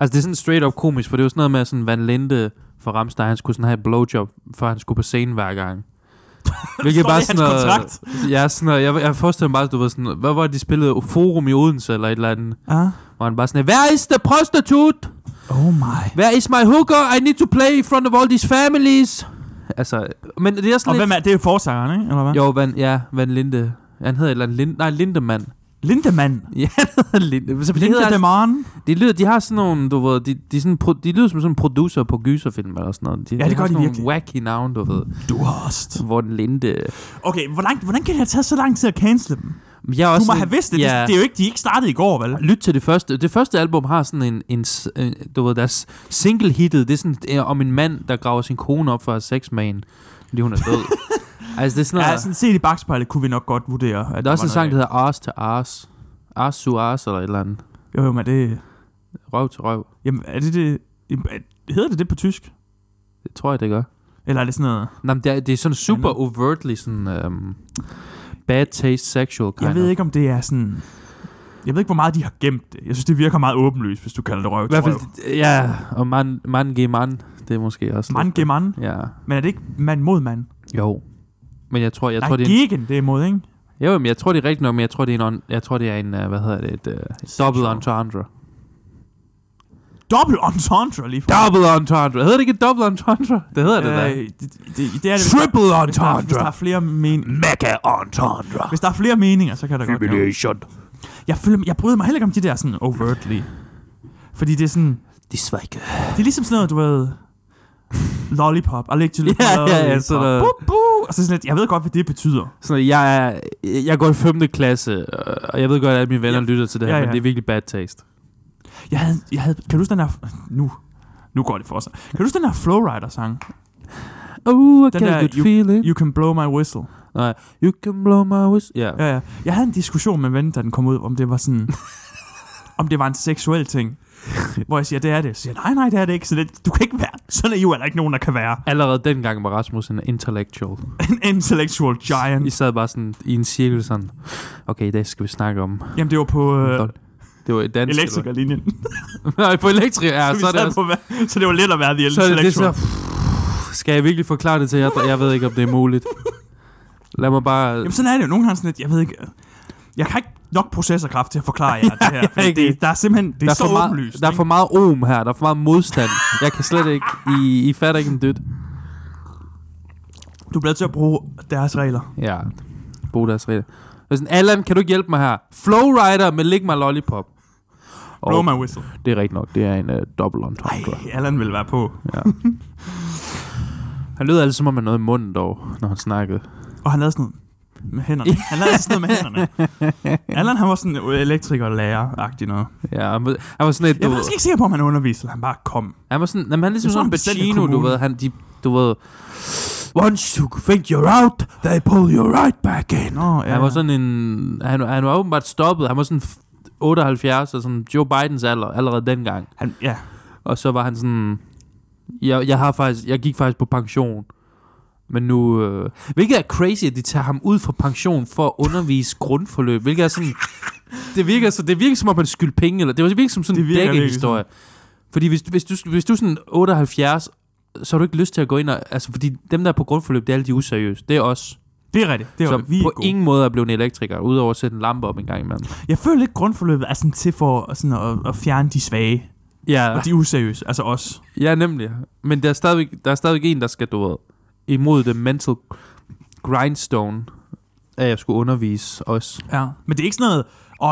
Altså, det er sådan straight up komisk, for det er jo sådan noget med, sådan Van Linde for Ramstein, han skulle sådan have et blowjob, før han skulle på scenen hver gang. Hvilket Står det i hans kontrakt? Ja, sådan noget, jeg, jeg forestiller mig bare, du ved sådan, hvad var det, de spillede Forum i Odense, eller et eller andet, Ah. hvor han bare sådan, Where is the prostitute? Oh my. Where is my hooker? I need to play in front of all these families. Altså, men det er sådan Og lidt... hvem er det? er jo forsangeren, ikke? Eller hvad? Jo, Van, ja, Van Linde. Han hedder et eller andet Linde, nej, Lindemann. Lindemann. Ja, han hedder Linde. Så det hedder, altså- Lindemann. de, lyder, de har sådan nogle, du ved, de, de, er sådan, pro, de lyder som sådan producer på gyserfilm eller sådan noget. De, det har gør de sådan nogle virkelig. wacky navn, du ved. Du har host. Hvor Linde... Okay, hvor lang, hvordan kan det have taget så lang tid at cancele dem? Men Jeg er Du også må sådan- have vidst det. Det, det er jo ikke, de er ikke startede i går, vel? Lyt til det første. Det første album har sådan en, en, s- en du ved, deres single hittet, det er sådan øh, om en mand, der graver sin kone op for at have sex med en, fordi hun er død. altså, det er sådan noget... Ja, sådan set i bagspejlet kunne vi nok godt vurdere. At Der er også en var sang, der noget hedder Ars til Ars. Ars to Ars, eller et eller andet. galt. Jo, jo, men det... Røv til røv. Jamen, er det det... Jamen, er- Hedder det det på tysk? Det tror jeg, det gør. Eller er det sådan noget... Nå, men det, er, det er sådan super overtly sådan... Øhm, bad taste sexual kind Jeg ved of. ikke, om det er sådan... Jeg ved ikke, hvor meget de har gemt det. Jeg synes, det virker meget åbenlyst, hvis du kalder det røv. I hvert fald, ja, og man, man ge man, det er måske også... Mand lidt- gemand. Ja, Men er det ikke mand mod mand? jo. Men jeg tror, jeg Nej, tror, det er en, gegen, det er mod, ikke? jo, men jeg tror, det er rigtigt nok, men jeg tror, det er en, on- jeg tror, det er en, øh, hvad hedder det, et, uh, double entendre. Double entendre lige for. Double entendre! Hedder det ikke et double entendre? Det hedder det da. Øh, det, det, det er det. Triple hvis der, hvis der er flere men, Mega entendre! hvis der er flere meninger, så kan der godt være. Jeg, føler, jeg bryder mig heller ikke om de der sådan overtly. Fordi det er sådan, De svækker. det er ligesom sådan noget, du ved, lollipop. I like to Ja, ja, ja, lollipop. sådan noget. Buh, buh. Og så sådan lidt, jeg ved godt, hvad det betyder. Sådan, jeg, er, jeg går i 5. klasse, øh, og jeg ved godt, at alle mine venner Ja. ja. lytter til det her, Ja, ja, ja. ja. men det er virkelig bad taste. Jeg havde, jeg havde, kan du huske den her, nu, nu går det for sig. Kan du huske den her Flowrider-sang? Oh, I Den der, you- feeling. You, You Can Blow My Whistle. Nej, you can blow my whistle. Ja. Ja, ja. Jeg havde en diskussion med en ven, da den kom ud, om det var sådan... om det var en seksuel ting. Hvor jeg siger, det er det. Så siger jeg, nej, nej, det er det ikke. Så det, du kan ikke være... Sådan er jo heller ikke nogen, der kan være Allerede dengang var Rasmus en intellectual. en intellectual I giant. sad bare sådan i en cirkel sådan, okay, i dag skal vi snakke om Jamen, det var på øh, lol. Det var et dansk. eller elektrikerlinjen. hvad? Nej, på elektriker, ja, så er det det også. på, hver- så det var lidt at være the Så er det, det så, intellectual. skal jeg virkelig forklare det til jer? Jeg ved ikke, om det er muligt. Lad mig bare... Jamen, sådan er det jo. Nogle gange sådan lidt, jeg ved ikke... øh, Jeg kan ikke nok processorkraft til at forklare jer det her. fordi ikke. det, der er simpelthen... Det er, der er, så for meget, åbenlyst. der er ikke? for meget om her, der er for meget modstand. Jeg kan slet ikke, I, I fatter ikke en dyt. Du bliver nødt til at bruge deres regler. Ja, Bodas regler. Det er sådan, Allan, kan du ikke hjælpe mig her? Flowrider med Lick My Lollipop. Og Blow my whistle. det er rigtigt nok, det er en uh, double entendre. Ej, Allan vil være på. Ja. Han lød altid, som om han havde noget i munden dog, når han snakkede. Og han lavede sådan noget med hænderne. Han lavede altså sådan noget med hænderne. Allan, han var sådan elektriker og lærer-agtig noget. Ja, han, var- han var sådan et, Jeg du var ved, faktisk ikke sikker på, om han underviste, eller han bare kom. han var sådan, jamen, han er ligesom Jeg tror, sådan en han bestemte Pacino, du kommunen. ved, han, de, du ved, Once you think you're out, they pull you right back in. Nå, ja. Ja. Han var sådan en... Han, han var åbenbart stoppet. Han var sådan f- 78, og sådan Joe Bidens alder, allerede dengang. Han, ja. Og så var han sådan... Jeg, jeg, har faktisk, jeg gik faktisk på pension. Men nu... Øh, hvilket er crazy, at de tager ham ud fra pension for at undervise grundforløb. Hvilket er sådan... Det virker, så, det virker som om, han skyldte penge. Eller, det var virkelig som sådan Det en virker virkelig dækkehistorie. Fordi hvis, hvis, du, hvis du er sådan 78, så har du ikke lyst til at gå ind og... Altså, fordi dem, der er på grundforløb, det er alle de useriøse. Det er os. Det er rigtigt. Det var, Så vi er på gode. ingen måde er blevet en elektriker, udover at sætte en lampe op en gang imellem. Jeg føler lidt, grundforløbet er sådan til for sådan at, at fjerne de svage. Ja, Og de useriøse, altså os. ja nemlig. Men der er, stadigvæk, der er stadigvæk en, der skal, du ved, imod det mental grindstone, at jeg skulle undervise os. Ja. Men det er ikke sådan noget,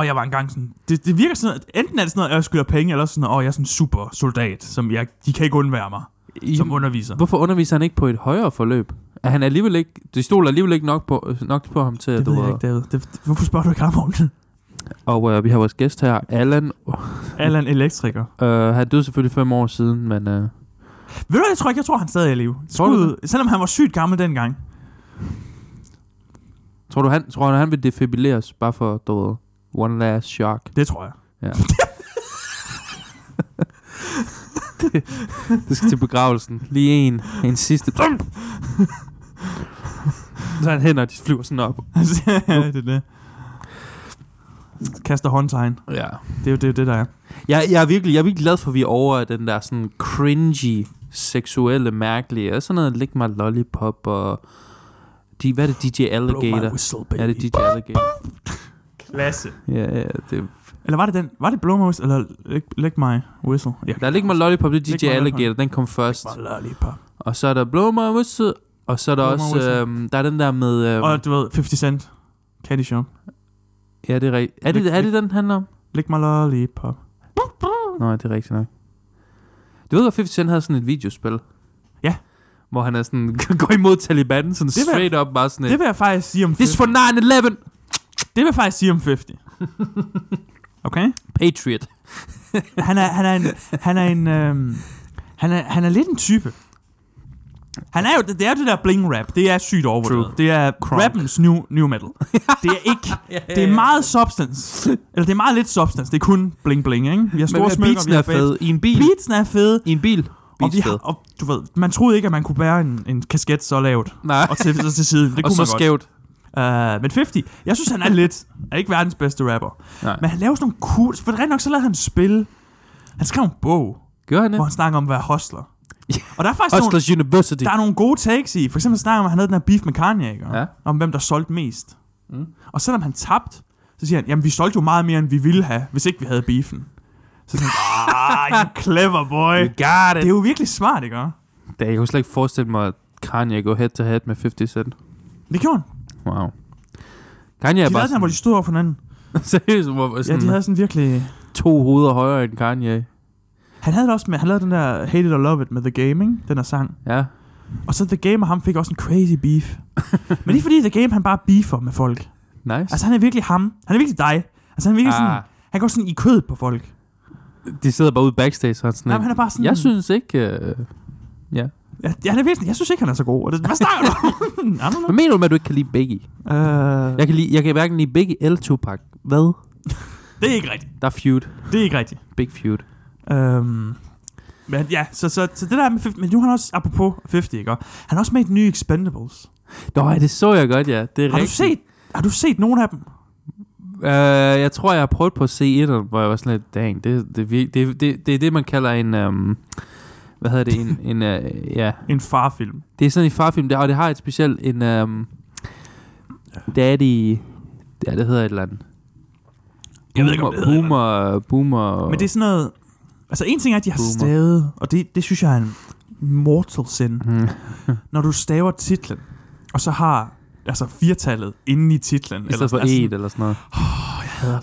åh, jeg var engang sådan... Det, det virker sådan noget, enten er det sådan noget, at jeg skylder penge, eller sådan noget, åh, jeg er sådan en super soldat, som jeg, de kan ikke undvære mig I, som underviser. hvorfor underviser han ikke på et højere forløb? Er han alligevel ikke, de stoler alligevel ikke nok på, nok på ham til, at Det du ved jeg ved- ikke, David. Det, det- hvorfor spørger du ikke ham om det? Og øh, vi har vores gæst her, Allan. Allan elektriker. Øh, han døde selvfølgelig fem år siden, men øh, Ved du hvad, jeg tror ikke, jeg tror, han stadig er i live. Tror du Skud, selvom han var sygt gammel dengang. tror du, han, tror du, han vil defibrilles bare for, du ved, one last shock? Det tror jeg. Det skal til begravelsen. Lige en. En sidste. Bum! Så han hænder, de flyver sådan op. Altså, ja, det er det. kaster håndtegn. Ja. Det er jo det, er jo det der er. Jeg, jeg, er virkelig, jeg er virkelig glad for, at vi er over af den der sådan cringy, seksuelle, mærkelige. Og sådan noget, læg mig lollipop og... De, hvad er det, DJ Alligator? whistle, Ja, det er DJ Alligator. Klasse. Ja, ja, det, Eller var det den? Var det Blow My Whistle? Eller læg, læg mig whistle? Ja. der er Læg mig lollipop, det er Læg DJ mig Alligator, den kom først. Bare lollipop. Og så er der Blow My Whistle, og så er der Blow My også, Whistle. øhm, der er den der med, øhm, Og du ved, 50 Cent. Candy Shop. ja, det er rigtigt. Er det, Læg- er det den, den handler om? Læg mig lollipop. Nå, det er rigtigt nok. Du ved godt, 50 Cent havde sådan et videospil. Ja. Hvor han er sådan, går imod Taliban, sådan Det vil- straight up, bare sådan Det et, vil jeg faktisk sige om 50. This for 9-11, Det vil jeg faktisk sige om 50. Okay? Patriot. Han er, han er en... Han er en øhm, han, er, han er lidt en type. Han er jo, det, det er jo det der bling rap. Det er sygt overvurderet. Det er Kronk. rappens new, new metal. Det er ikke... Det er meget substance. Eller det er meget lidt substance. Det er kun bling bling, ikke? Vi har Men store hvad, smykker, beatsen vi er har fed i en bil. babes. Beatsen er fede. I en bil. Og, vi Beats har, fed. og du ved, man troede ikke, at man kunne bære en, en kasket så lavt. Nej. Og til, så til siden. Det Og kunne så man godt. skævt. Uh, men 50, jeg synes, han er lidt... Er ikke verdens bedste rapper. Nej. Men han laver sådan nogle cool... For rent nok, så lavede han spil. Han skrev en bog, Gør han det? hvor han snakker om at være hostler. Ja. Og der er faktisk nogle, Hustlers University. der er nogle gode takes i. For eksempel snakker han om, at han havde den her beef med Kanye, ikke? Ja. om hvem der solgte mest. Mm. Mm. Og selvom han tabte, så siger han, jamen vi solgte jo meget mere, end vi ville have, hvis ikke vi havde beefen. Så sådan, ah, you clever boy. You got Det er jo virkelig smart, ikke? Da, jeg kunne slet ikke forestille mig, at Kanye går head to head med 50 Cent. Det gjorde han. Wow. Kanye er De bare lavede den, hvor de stod over for hinanden. seriøst, hvor Ja, sådan, de havde sådan virkelig... to hoveder højere end Kanye. Han havde det også med, han lavede den der Hate It or Love It med The Game, ikke? Den der sang. Ja. Og så The Game og ham fik også en crazy beef. Men det er fordi The Game, han bare beefer med folk. Nice. Altså han er virkelig ham. Han er virkelig dig. Altså han er virkelig ah. sådan... Han går sådan i kødet på folk. de sidder bare ude backstage og sådan. Nej, men Jamen, han er bare sådan... jeg synes ikke... Øh... Ja, ja, han er virkelig, jeg synes ikke, han er så god. Og det, hvad snakker du om? I don't know. Hvad mener du med, at du ikke kan lide Biggie? Øh, Jeg kan, lide, jeg kan hverken lide Biggie eller Tupac. Hvad? det er ikke rigtigt. Der er feud. Det er ikke rigtigt. Big feud. Øhm, men ja, så, så, så det der med 50, men nu er han også, apropos 50, ikke? Og Han er også med i den nye Expendables. Nå, ja, det så jeg godt, ja. Det er Har du rigtigt. set, har du set nogen af dem? Øh, jeg tror, jeg har prøvet på at se et, hvor jeg var sådan lidt, dang, det, det, det, det, det, det er det, man kalder en... Um, hvad hedder det? En, en uh, ja, En farfilm. det er sådan en farfilm, der, og det har et specielt en... Um, daddy... Ja, det hedder et eller andet. Jeg ved ikke, om det hedder et eller Boomer, boomer, boomer... Men det er sådan noget... Altså en ting er, at de har Boomer. stavet, og det, det synes jeg er en mortal sin. Mm. Når du staver titlen, og så har altså firtallet inde i titlen. I stedet for altså, et eller sådan noget.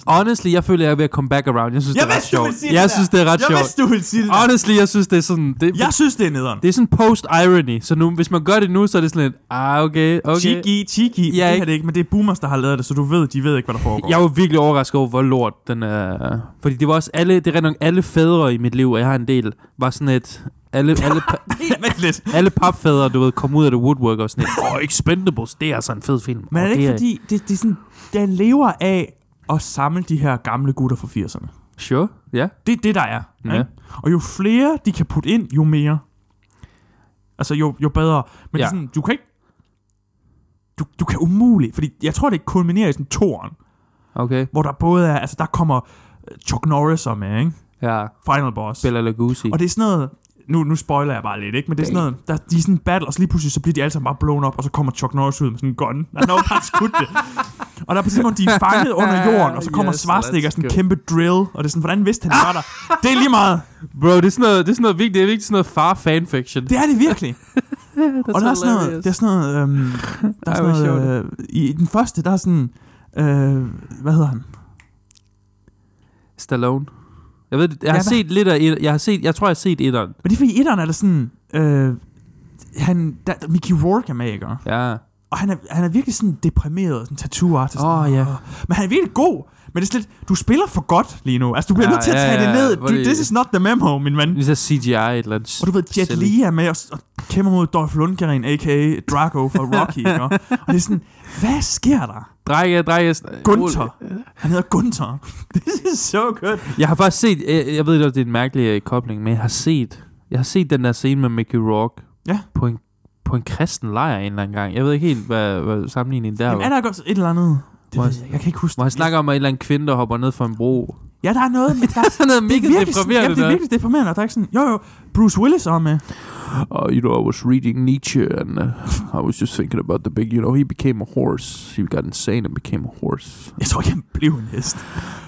Honestly, jeg føler, jeg er ved at komme back around. Jeg synes, Jeg det er ret vidste, du ville sjovt. sige det jeg der. synes, det er ret Jeg sjovt. vidste, du ville sige det. der. Honestly, jeg synes, det er sådan... Det, Jeg synes, det er nederen. det er sådan post-irony. Så nu, hvis man gør det nu, så er det sådan lidt... Ah, okay, okay. Cheeky, cheeky. Ja, det ikke? her er det ikke, men det er boomers, der har lavet det, så du ved, de ved ikke, hvad der foregår. Jeg var virkelig overrasket over, hvor lort den er. Fordi det var også alle... Det er rent nok alle fædre i mit liv, og jeg har en del, var sådan et... Alle, alle, pa- Vent lidt. alle papfædre, du ved, kom ud af det woodwork og sådan et... Åh, oh, Expendables, det er altså en fed film. Men er Åh, det ikke fordi, det, det er sådan, den lever af at samle de her gamle gutter fra 80'erne. Sure, ja. Yeah. Det er det, der er. Ja. Ikke? Og jo flere de kan putte ind, jo mere. Altså jo, jo bedre. Men ja. det Ja. er sådan, du kan ikke... Du, du kan umuligt, fordi jeg tror, det kulminerer i sådan toren, Okay, hvor der både er, altså der kommer øh, Chuck Norris og med, ikke? ja. Final Boss. Bella Lugosi. Og det er sådan noget... Nu, nu spoiler jeg bare lidt, ikke? Men det er sådan noget, der, de er sådan battle, og så lige pludselig så bliver de alle sammen bare blown op, og så kommer Chuck Norris ud med sådan en gun. Der er nogen, der har skudt det. Og der er på tidspunkt, de er fanget under jorden, og så kommer Yes, yes, Schwarzenegger let's sådan en go. kæmpe drill, og det er sådan, hvordan vidste han, det var der? Det er lige meget. Bro, det er sådan noget, det er sådan noget vigtigt. Det er virkelig sådan noget far fanfiction. Det er det virkelig. og der er sådan noget, der er sådan noget, øhm, der er Ej, sådan hvor noget øh, i, i den første, der er sådan, øh, hvad hedder han? Stallone. Jeg ved, det- jeg har Ja, hvad- set lidt af et, jeg har set, jeg tror, jeg har set etteren. Men det er fordi, i etteren er der sådan, øh, han, der, der, Mickey Rourke er med, ikke? Ja. Og han er, han er virkelig sådan deprimeret, sådan tattoo artist. Åh, ja. Men han er virkelig god. Men det er sådan lidt, du spiller for godt lige nu. Altså, du bliver Ja, ja, nødt til at ja, tage ja, det ned. hvor Du, det- this is not the memo, min ven. Ligesom CGI et eller andet. Mm. Og du ved, Jet Silly. Li er med og, og kæmper mod Dolph Lundgren, a.k.a. Drago fra Rocky. ikke? og det er sådan, hvad sker der? Drenge, drenge. st- Gunther. Han hedder Gunther. This is so good. Jeg har faktisk set, jeg, jeg ved godt, det er en mærkelig øh, kobling, men jeg har set, jeg har set den der scene med Mickey Rourke Ja. på en, på en kristen lejr en eller anden gang. Jeg ved ikke helt, hvad, hvad sammenligningen der Jamen, er var. der ikke også et eller andet? Det ved jeg, jeg kan ikke huske Hvor han snakker om, at en eller anden kvinde, der hopper ned fra en bro. Ja, der er noget, men der er Han er mega virkelig, sådan, deprimerende jamen, det er der. virkelig deprimerende, og der er ikke sådan, jo jo, Bruce Willis er med. Uh, you know, I was reading Nietzsche, and uh, I was just thinking about the big, you know, he became a horse. He got insane and became a horse. Jeg tror ikke, han blev en hest.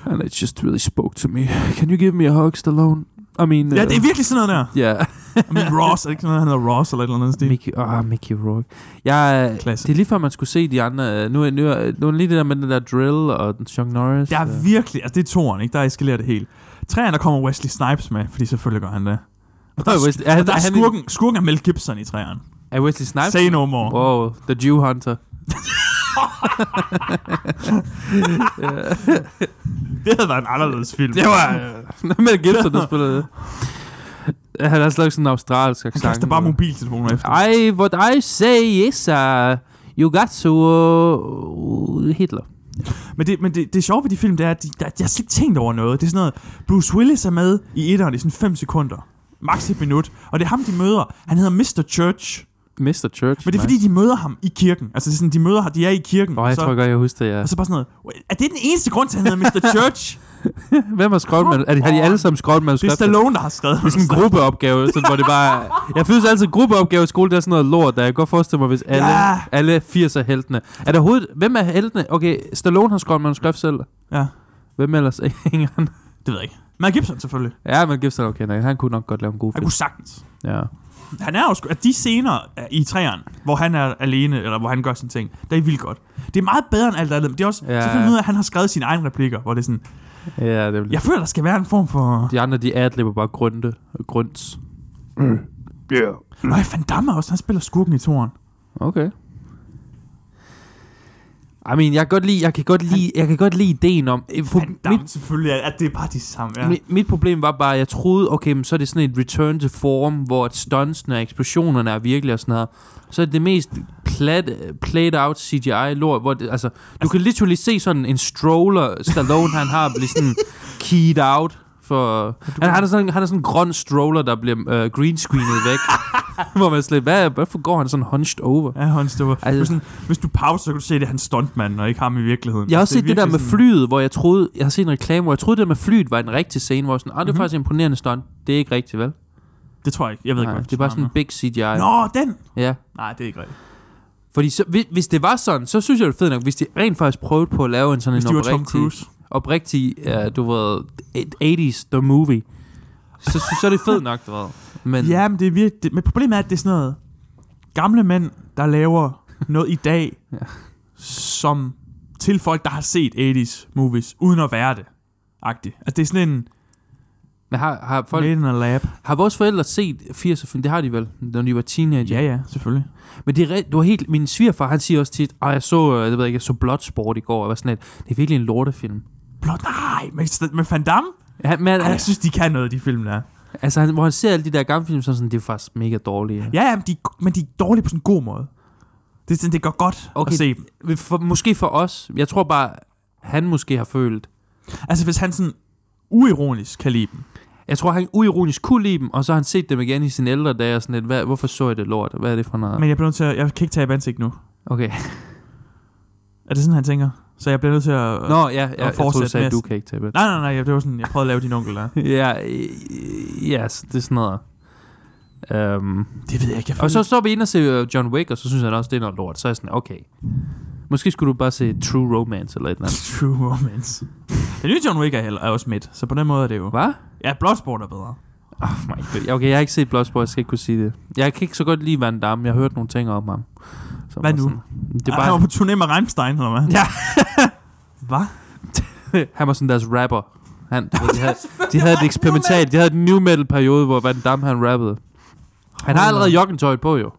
And it just really spoke to me. Can you give me a hug, Stallone? I mean... uh, Ja, det er virkelig sådan noget der. Yeah. I mean, Ross, er det ikke sådan noget, han hedder Ross eller et eller andet stil? Mickey, oh, Mickey Rourke. Jeg, øh, Klasse. det er lige før, man skulle se de andre. øh, Nu, er- nu, er- nu er lige det der med den der drill og den Chuck Norris. Der er øh. virkelig, altså det er toeren, ikke? Der eskalerer det helt. Træerne, der kommer Wesley Snipes med, fordi selvfølgelig gør han det. Og der, er, Nå, sk- Wesley- er han- og der er er han en- skurken, skurken er Mel Gibson i træerne. Er Wesley Snipes? Say no more. Wow, The Jew Hunter. Det havde været en anderledes film. Det var... Øh, Mel Gibson, der spillede det. Han har slet ikke sådan en australsk Han accent. kaster bare mobiltelefoner efter. I, what I say is, uh, you got to uh, Hitler. Men, det, men det, det sjove ved de film, det er, at de, der, jeg har slet ikke tænkt over noget. Det er sådan noget, Bruce Willis er med i etteren i sådan 5 sekunder. Max et minut. Og det er ham, de møder. Han hedder Mr. Church. Mr. Church. Men det er fordi, de møder ham i kirken. Altså det er sådan, de møder ham, de er i kirken. Åh, oh, og jeg så, tror godt, jeg husker det, ja. og så bare sådan noget, er det den eneste grund til, at han hedder Mr. Church? Hvem har skrevet med? Er de, har de alle sammen skrevet med? det er Stallone, der har skrevet Det er sådan en gruppeopgave, sådan, hvor det bare... Jeg synes altid, at gruppeopgave i skole, det er sådan noget lort, der jeg kan godt forestille mig, hvis alle, Ja. ja. alle 80 er heltene. Er der hovedet... Hvem er heltene? Okay, Stallone har skrevet manuskript selv. Ja, Hvem ellers? Ingen anden. det ved jeg ikke. Mel Gibson selvfølgelig. Ja, men Gibson er okay, nej. Han kunne nok godt lave en god Han film. kunne sagtens. Ja. Han er jo sgu, at de scener i træerne, hvor han er alene, eller hvor han gør sine ting, det er vildt godt. Det er meget bedre end alt andet, men det er også ja. Ja. selvfølgelig noget, at han har skrevet sine egne replikker, hvor det er sådan, Ja, det er Jeg føler, der skal være en form for... De andre, de adlipper bare grunde. Grunds. Nej, Van Damme er også, han spiller skurken i toren. Okay. I mean, jeg kan godt lide, jeg kan godt lide, jeg kan godt lide ideen om... eh, for- Van Damme selvfølgelig, at det er bare de samme. Ja. Mit, mit problem var bare, at jeg troede, okay, men så er det sådan et return to form, hvor at stuntsene og eksplosionerne er virkelig og sådan noget. Så er det det mest plat, played out CGI-lort, hvor det, altså, du kan literally se sådan en stroller, Stallone han har, blive sådan keyed out. For, han, han, er sådan, han er sådan en grøn stroller, der bliver øh, greenscreenet væk. hvor man slet, hvad, hvorfor går han sådan hunched over? Ja, håndstopper. Altså- Altså, sådan, hvis du pauser, så kan du se, at det er hans stuntmand, og ikke ham i virkeligheden. Jeg har også Altså, set det der virkelig med sådan- flyet, hvor jeg troede, jeg har set en reklame, hvor jeg troede, det der med flyet var en rigtig scene, hvor jeg sådan, ah, det er Mhm. mm-hmm. faktisk imponerende stunt. Det er ikke rigtigt, vel? Det tror jeg ikke. Jeg ved ikke, Nej, hvad det er bare sådan en big CGI. Nå, den! Ja. Nej, det er ikke rigtigt. Fordi så, hvis, hvis det var sådan, så synes jeg, det er fedt nok, hvis de rent faktisk prøvede på at lave en sådan Hvis en de var Tom oprigtig, Cruise. oprigtig ja, du ved, 80's The Movie, så, så, så er det fedt nok, du ved. Men Ja, men det er virkelig... det- Men problemet er, at det er sådan noget... Gamle mænd, der laver noget i dag, Ja. som til folk, der har set 80's movies, uden at være det. Agtigt. Altså, det er sådan en... men har, har, folk, Folk... Made in a lab. har vores forældre set 80'er film? Det har de vel, når de var teenager. Ja, ja, selvfølgelig. Men det er, re- du har helt, min svigerfar, han siger også tit, at jeg så, øh, det ved jeg ikke, jeg så Bloodsport i går, og jeg var sådan lidt, det er virkelig en lortefilm. Blot, nej, men, men Van Damme? Han, men, Ej, jeg synes, de kan noget, de film der. altså, han, hvor han ser alle de der gamle film, så er han sådan, det er faktisk mega dårlige. Ja, ja men, de, men de er dårlige på sådan en god måde. Det, er sådan, det går godt okay. Okay. at se dem. For, måske for os. Jeg tror bare, han måske har følt, Altså, hvis han sådan uironisk kan lide dem. Jeg tror, han uironisk kunne lide dem, og så har han set dem igen i sine ældre dage, og sådan lidt, hvad, hvorfor så jeg det lort? Hvad er det for noget? Men jeg bliver nødt til at, jeg kan ikke tage ansigt nu. Okay. Er det sådan, han tænker? Så jeg bliver nødt til at... Nå, ja, jeg, jeg troede, du fortsæt sagde, med du at- kan ikke tabe det. Nej, nej, nej, det var sådan, jeg prøvede at lave din onkel der. Ja, øh, ja, yes, det er sådan noget. Um, Det ved jeg ikke, jeg og så føler- så vi ind og se øh, John Wick, og så synes han også, det er noget lort. Så er jeg sådan, okay. Måske skulle du bare se True Romance eller et eller andet. True romance. Den nye John Wick er, heller- er også midt, så på den måde er det jo... Hvad? Ja, Bloodsport er bedre. Oh my God. Okay, jeg har ikke set Bloodsport, jeg skal ikke kunne sige det. Jeg kan ikke så godt lide Van Damme, jeg har hørt nogle ting om ham. Så Hvad var nu? Sådan, det Det er bare... Han bare, var på turné med Rammstein, eller hvad? Ja. hvad? han var sådan deres rapper. Han, de, havde, de havde et eksperimentalt, de havde en new metal periode, hvor Van Damme han rappede. Han har Hold allerede da. joggentøjet på jo.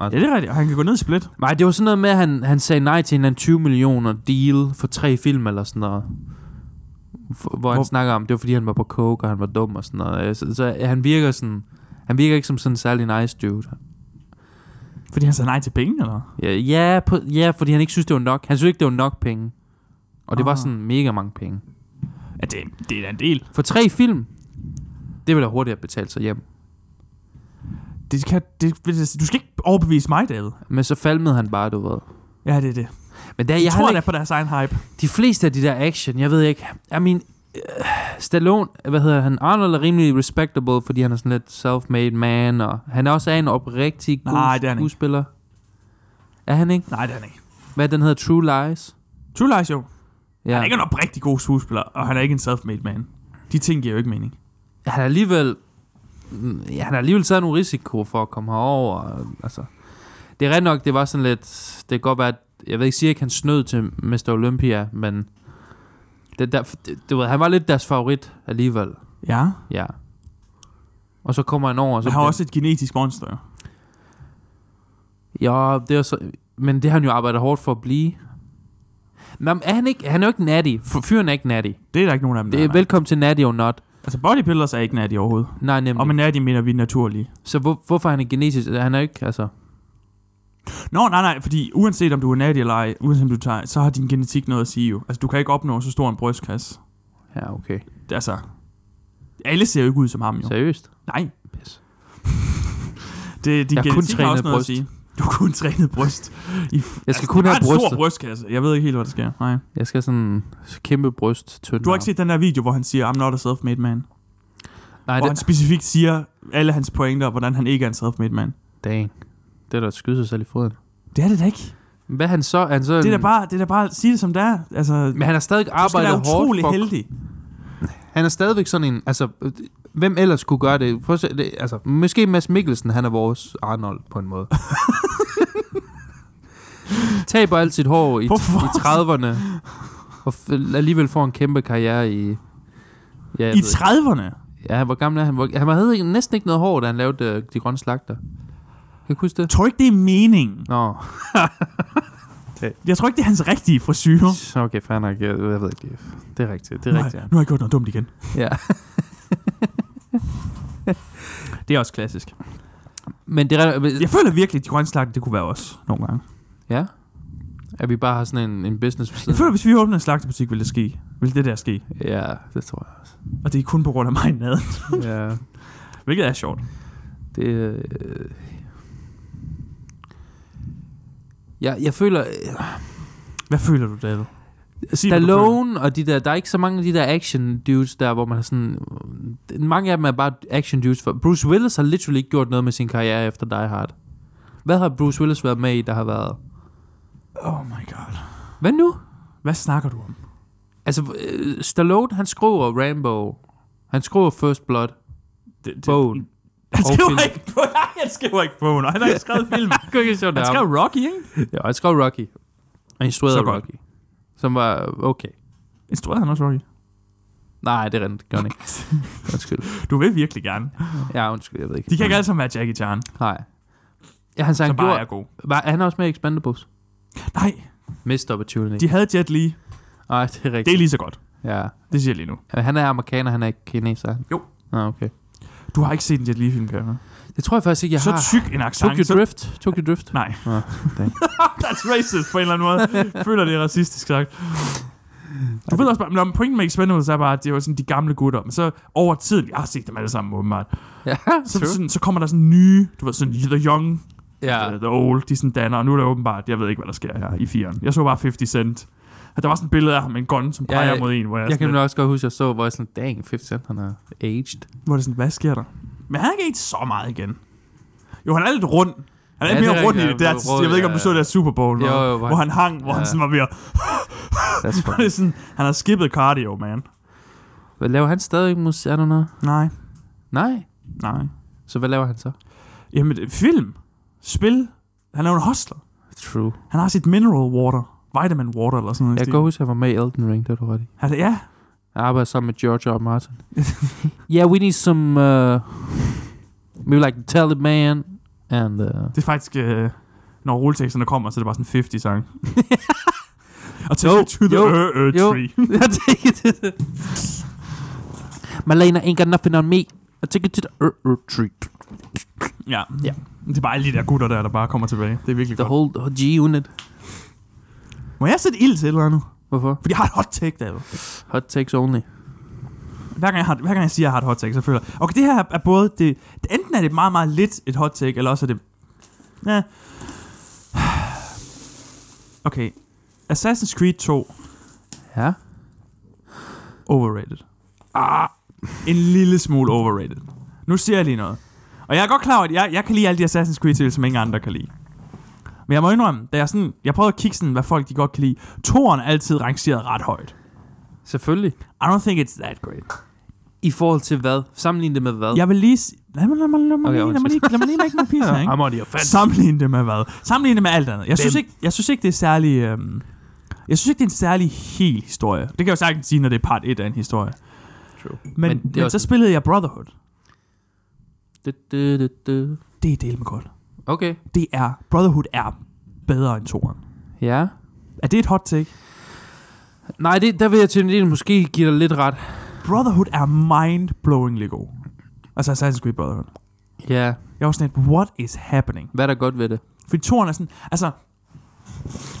Ja, det er rigtigt. Og han kan gå ned i split. Nej, det var sådan noget med, at han, han sagde nej til en eller anden 20 millioner deal for tre film eller sådan noget. Hvor, hvor Hvor- han snakker om, det var fordi han var på coke, og han var dum og sådan noget. Øh, Så, så han virker sådan, han virker ikke som sådan en særlig nice dude. Fordi han sagde nej til penge, eller? Ja, ja, på, ja, fordi han ikke synes, det var nok. Han synes ikke, det var nok penge. Og det ah. var Ah. sådan mega mange penge. Ja, det, det er da en del. For tre film, det ville da hurtigere betale sig hjem. Det kan, det, du skal ikke overbevise mig, David. Men så falmede han bare, du ved. Ja, det er det. Men der, Jeg, jeg, jeg har tror ikke, da på deres egen hype. de fleste af de der action, jeg ved ikke, I mean, øh, Stallone, hvad hedder han, Arnold er rimelig respectable, fordi han er sådan lidt self-made man, og han er også en oprigtig god Nej, det er han ikke. skuespiller. Er han ikke? Nej, det er han ikke. Hvad er den hedder? True Lies? True Lies, jo. Ja. Han er ikke en rigtig god skuespiller, og han er ikke en self-made man. De ting giver jo ikke mening. han er alligevel... mm, Ja, han har alligevel taget nogle risiko for at komme herover. og, Altså, det er rent nok, det var sådan lidt... Det kan godt være, at, jeg ved ikke, siger ikke, han snød til Mr. Olympia, men... Det der, det, du ved, han var lidt deres favorit alligevel. Ja. Ja. Og så kommer han over, og så... Han har bliver- også et genetisk monster, jo. Ja, det er så... Men det har han jo arbejdet hårdt for at blive. Nå, men er han, ikke, han er jo ikke natty. For fyren er ikke natty. Det er der ikke nogen af dem, der Det er, velkommen til natty or not. Altså, bodybuilders er ikke natty overhovedet. Nej, nemlig. Og med natty mener vi naturlige. Så hvor, hvorfor er han genetisk? Han er jo ikke, altså... Nå, nej, nej, fordi uanset om du er natty eller ej, uanset om du tager, så har din genetik noget at sige jo. Altså, du kan ikke opnå så stor en brystkasse. Ja, okay. Det, er altså, alle ser jo ikke ud som ham jo. Seriøst? Nej, Pis. det, din Jeg har kun genetik har også trænet noget bryst. at sige. Du har kun trænet bryst. I, Altså, Jeg skal kun du have har en stor brystet. brystkasse. Jeg ved ikke helt, hvad der sker. Nej. Jeg skal sådan kæmpe bryst, tynd. Du har ikke set den der video, hvor han siger, I'm not a self-made man. Ej, Nej, hvor det... han specifikt siger alle hans pointer, hvordan han ikke er en self-made man. Dang. Det er da at skyde sig selv i foden. Det er det da ikke. Hvad er han så? Er Han så Det er da bare, det er da bare sige det som det er. Altså, Men han har stadig du skal arbejdet være hårdt utrolig for... heldig. Han er stadigvæk sådan en... Altså, øh, hvem ellers kunne gøre det? Prøv at se, det altså, måske Mads Mikkelsen, han er vores Arnold på en måde. Taber alt sit hår i, i Hvorfor? 30'erne. Og f- alligevel får en kæmpe karriere i... Ja, jeg I ved ikke. 30'erne. ja, hvor gammel er han? Hvor, han havde ikke- næsten ikke noget hår, da han lavede øh, De Grønne Slagter. Kan du huske det? Jeg tror ikke, det er meningen. Nå, Jeg tror ikke, det er hans rigtige frisyre. Okay, fair nok. Jeg, jeg ved ikke. Det er rigtigt. Det er rigtigt. Nej, nu har jeg gjort noget dumt igen. Ja. Det er også klassisk. Men det er, Jeg føler virkelig, at de grønne slagter, det kunne være os nogle gange. ja. At vi bare har sådan en, en business på Jeg siden. føler, hvis vi åbner en slagterbutik, ville det ske. Vil det der ske. Ja, det tror jeg også. Og det er kun på grund af mig ned. ja. Hvilket er sjovt. Det, øh... jeg, jeg føler, øh, Hvad føler du, David? Sig, hvad du Stallone og de der, der er ikke så mange af de der action dudes der, hvor man har sådan, mange af dem er bare action dudes. For Bruce Willis har literally ikke gjort noget med sin karriere efter Die Hard. Hvad har Bruce Willis været med i, der har været? Oh my god. Hvad nu? Hvad snakker du om? Altså, øh, Stallone, han skriver Rambo. Han skriver First Blood. Det, det, Bogen. Han Og skriver film. ikke på, nej, han skriver ikke på, nej, han har ikke skrevet film. Det ikke sjovt Han skrev Rocky, ikke? Ja, han skrev Rocky. Og instruerede Så Rocky. godt. Rocky. Som var okay. Instruerede han også Rocky? Nej, det er rent. Gør han ikke. Undskyld. Du vil virkelig gerne. Ja, undskyld, jeg ved ikke. De kan ikke alle sammen være Jackie Chan, Nej. Ja, han, så han, som bare gjorde, er god. var, er han også med i Expendables? Nej, Missed opportunity. de havde Jet Li. Nej, det er Det rigtigt. er lige så godt. Ja. Det siger jeg lige nu. Han er amerikaner, han er ikke kineser. Jo. Ah, okay. Du har ikke set en Jet Li-film, kan jeg høre. Det tror jeg faktisk ikke, jeg Så har. tyk en accent. Tokyo så- Drift. Tokyo Drift. Nej. Nå, dang. That's racist på en eller anden måde. Jeg føler, det er racistisk sagt. Du ved også bare, men pointen med Expendables er bare, at det var sådan de gamle gutter. Men så over tiden, jeg har set dem alle sammen åbenbart, Ja, så, true. sådan, så kommer der sådan nye, du ved, sådan the young, Ja, ja. the old, de sådan danner, og nu er det åbenbart, jeg ved ikke, hvad der sker her i firen. Jeg så bare 50 Cent. Og der var sådan et billede af ham med en gun, som Ja, peger ja. mod en, hvor jeg, jeg sådan, kan lidt, også godt huske, at jeg så, hvor jeg sådan, dang, 50 Cent, han er aged. hvor det sådan, hvad sker der? Men han er ikke et så meget igen. Jo, han er lidt rund. Han er Ja, lidt det er mere rund i rigtigt, det der. han er rund, Jeg ved ikke, om du ja, så ja. det der Super Bowl, Jo, hvor- jo, hvor hvor han hang, hvor han ja. sådan var ved at That's Det funny. er sådan, han har skippet cardio, man. Hvad laver han stadig musik? Er der noget? Nej. Nej. Nej. Så hvad laver han så? Jamen, det- film. Spil. Han er jo en hustler. True. Han har sit mineral water. Vitamin water eller sådan noget. Jeg i kan stil. godt huske, at jeg var med i Elden Ring, det var du ret i. Han er, ja. Jeg arbejder sammen med George R. R. Martin. yeah, we need some... Uh, maybe like the Taliban and... Uh, Det er faktisk... Øh, når rulleteksterne kommer, så er det bare sådan 50 sang. Og Jo, take it to the jo, uh, uh, jo. tree. I take it to the... Malena ain't got nothing on me. I take it to the uh, uh, tree. Ja. Ja. Det er bare alle de der gutter der, der bare kommer tilbage. Det er virkelig The godt. whole uh, G-unit. Må jeg sætte ild til et eller andet? Hvorfor? Fordi jeg har et hot take, David. Hot takes only. Hver gang, jeg har, hver gang jeg siger, at jeg har et hot take, så føler jeg... Okay, det her er både... Det, det- enten er det meget, meget lidt et hot take, eller også er det... Ja. Okay. Assassin's Creed 2, Ja. overrated. Ah, en lille smule overrated. Nu siger jeg lige noget. Og jeg er godt klar over, at jeg, jeg kan lide alle de Assassin's Creed-spil, som ingen andre kan lide. Men jeg må indrømme, da jeg, sådan, jeg prøvede at kigge sådan, hvad folk de godt kan lide. Toren er altid rangeret ret højt. Selvfølgelig. I don't think it's that great. I forhold til hvad? Sammenligne det med hvad? Jeg vil lige... s- Lad mig, lad mig, lad mig, Okay, lige, lad mig, lige, lad mig lige lægge nogle pizza, ikke? I'm on your fans. Sammenligne det med hvad? Sammenligne det med alt andet. Jeg synes, Dem. ikke, jeg synes ikke, det er særlig... Øhm, jeg synes ikke, det er en særlig hel historie. Det kan jeg jo sagtens sige, når det er part 1 af en historie. True. Men, men, Men det er men også- så spillede jeg Brotherhood. Du, du, du, du. Det er del med godt. Okay. Det er... Brotherhood er bedre end toren. Ja. Er det et hot take? Nej, det, der vil jeg til en del måske give dig lidt ret. Brotherhood er mind-blowingly god. Altså Assassin's Creed Brotherhood. Ja. Jeg var sådan lidt, what is happening? Hvad er der godt ved det? Fordi toren er sådan... Altså...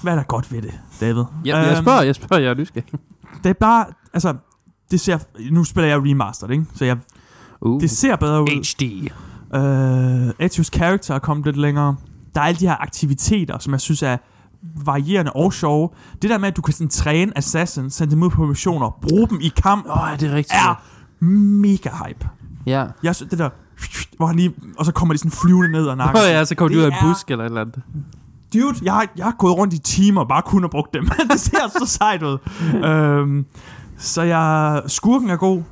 Hvad er der godt ved det, David? Jeg, jeg Øhm, spørger, jeg spørger, jeg er nysgerrig. Det er bare, altså, det ser, nu spiller jeg remastered, ikke? Så jeg, Uh. det ser bedre ud. HD. Øh, Etios karakter er kommet lidt længere. Der er alle de her aktiviteter, som jeg synes er varierende og sjove. Det der med, at du kan sådan træne assassin, sende dem ud på missioner, bruge dem i kamp, Åh, oh, er det rigtigt? er mega hype. Ja. Jeg synes, det der, hvor han lige, og så kommer de sådan flyvende ned og Nå nakker. ja, så kom du ud Det af en er- busk eller et eller andet. Dude, jeg, har- jeg har gået rundt i timer og bare kun har brugt dem. det ser så sejt ud. øhm, så jeg... Skurken er god.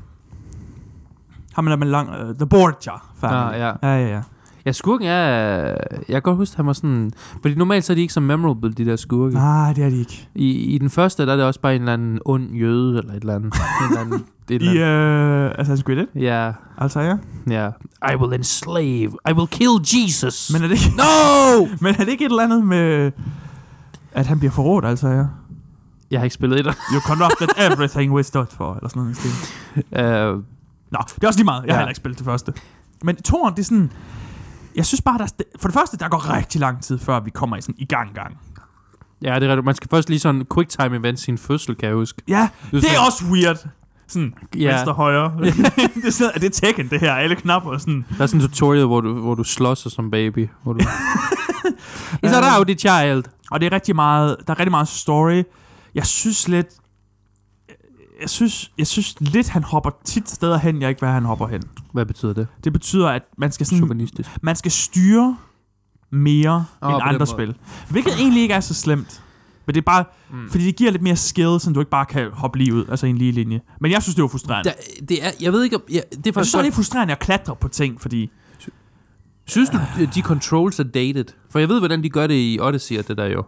Ham er med lang... Uh, the Borgia, Ah, færdig. ja. ja, ja, ja. Ja, skurken er... Jeg kan godt huske, han var sådan... Fordi normalt så er de ikke så memorable, de der skurke. Nej, det er de ikke. I, I den første, der er det også bare en eller anden ond jøde, eller et eller andet. En eller anden, det er et I eller uh, Assassin's Creed 1, andet. Ja, altså ja. ja. I will enslave. I will kill Jesus. Men er det ikke, no! men er det ikke et eller andet med... At han bliver forrådt, altså ja. Jeg har ikke spillet et. You corrupted everything we stood for, eller sådan noget. i den stil. uh, Nå, det er også lige meget. Jeg ja. har Ja. heller ikke spillet det første. Men toren, det er sådan... Jeg synes bare, der er, for det første, der går rigtig lang tid, før vi kommer i, sådan, i gang gang. ja, det er rigtigt. Man skal først lige sådan quick time event sin fødsel, kan jeg huske. Ja, er det er sådan- også weird. Sådan, ja. venstre, højre. det er, sådan, er det Tekken, det her? Alle knapper og sådan. Der er sådan en tutorial, hvor du, hvor du slår sig som baby. Hvor du... Is Øhm. that how the child? Og det er rigtig meget, der er rigtig meget story. Jeg synes lidt... Jeg synes, jeg synes lidt, han hopper tit steder hen, jeg ikke ved, han hopper hen. Hvad betyder det? Det betyder, at man skal, sådan, Chauvinistisk. man skal styre mere Åh, på oh, end den andre måde. spil. Hvilket egentlig ikke er så slemt. Men det er bare, mm. fordi det giver lidt mere skill, så du ikke bare kan hoppe lige ud, altså i en lige linje. Men jeg synes, det var frustrerende. Der, det er, jeg ved ikke, om, ja, det er jeg synes, faktisk... det er lidt frustrerende at klatre på ting, fordi Synes du, de controls er dated? For jeg ved, hvordan de gør det i Odyssey og det der jo.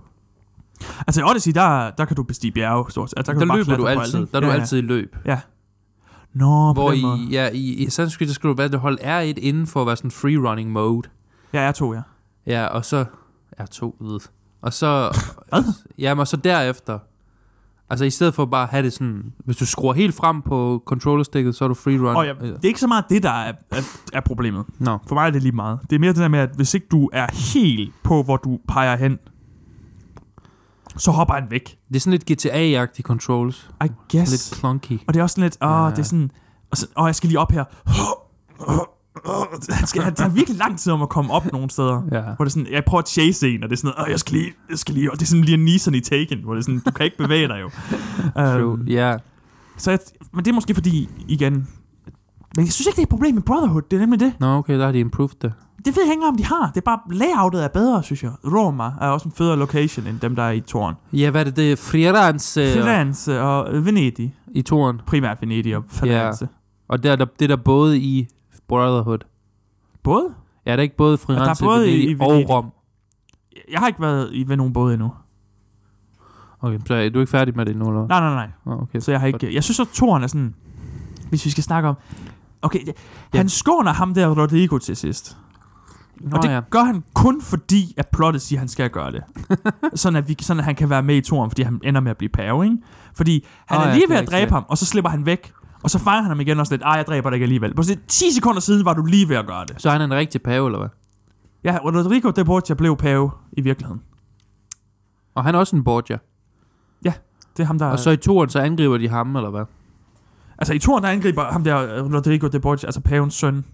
Altså i Odyssey, der, der kan du bestige bjerge stort set. Altså, Der, kan bare løber klatre du på altid. alt, ikke? der er du ja, ja. altid i løb. Ja. Nå, på Hvor den måde. i, ja, i, i Assassin's Creed, der skal du være, det hold R1 inden for at være sådan free running mode. Ja, jeg tog, ja. Ja, og så R2 ved. Og så... ja, og så derefter... Altså i stedet for bare at have det sådan... Hvis du skruer helt frem på controllerstikket, så er du free run. Øh, Og ja, det er ikke så meget det, der er, er, er problemet. Nå. For mig er det lige meget. Det er mere det der med, at hvis ikke du er helt på, hvor du peger hen, så hopper han væk. Det er sådan lidt GTA-agtige controls. I guess. Lidt clunky. Og det er også sådan lidt, åh, Ja. ja. det er sådan, og, så, åh, jeg skal lige op her. Han skal, det tager virkelig lang tid om at komme op nogle steder. Ja. Hvor det er sådan, jeg prøver at chase en, og det er sådan, åh, jeg skal lige, jeg skal lige, og det er sådan lige Neeson i Taken, hvor det er sådan, du kan ikke bevæge dig jo. True. Øhm, Ja. Så jeg, men det er måske fordi, igen... Men jeg synes ikke, det er et problem med Brotherhood. Det er nemlig det. Nå, okay, der har de improved det. Det ved jeg ikke engang, om de har. Det er bare, layoutet er bedre, synes jeg. Roma er også en federe location, end dem, der er i Toren. Ja, hvad er det? Det er Firenze Firenze og øh, Venedig. i toren. Primært Venedig og Firenze. Og der, er der, det er der både i Brotherhood. Både? Ja, der er ikke både der er Firenze, både i- Venedig i og Venedig. Rom. Jeg har ikke været i ved nogen både endnu. Okay, så er du ikke færdig med det endnu, eller? Nej, nej, nej. Nej. Okay. Så jeg har ikke... Jeg synes, at Toren er sådan... Hvis vi skal snakke om... Okay, ja. han skåner ham der Rodrigo til sidst. Nå, Og det ja. gør han kun fordi, at plottet siger, at han skal gøre det. sådan, at vi, sådan at han kan være med i toren, fordi han ender med at blive pave, ikke? Fordi han Åh, oh, ja, er lige det ved er at dræbe rigtigt. ham, og så slipper han væk. Og så fanger han ham igen og sådan lidt, ej, jeg dræber dig ikke alligevel. På sådan 10 sekunder siden var du lige ved at gøre det. Så er han en rigtig pave, eller hvad? Ja, og Rodrigo de Borgia blev pave i virkeligheden. Og han er også en Borgia. Det er ham, der... Og så i toren, så angriber de ham, eller hvad? altså i toren, der angriber ham der øh, Rodrigo de Borgia, altså pavens søn.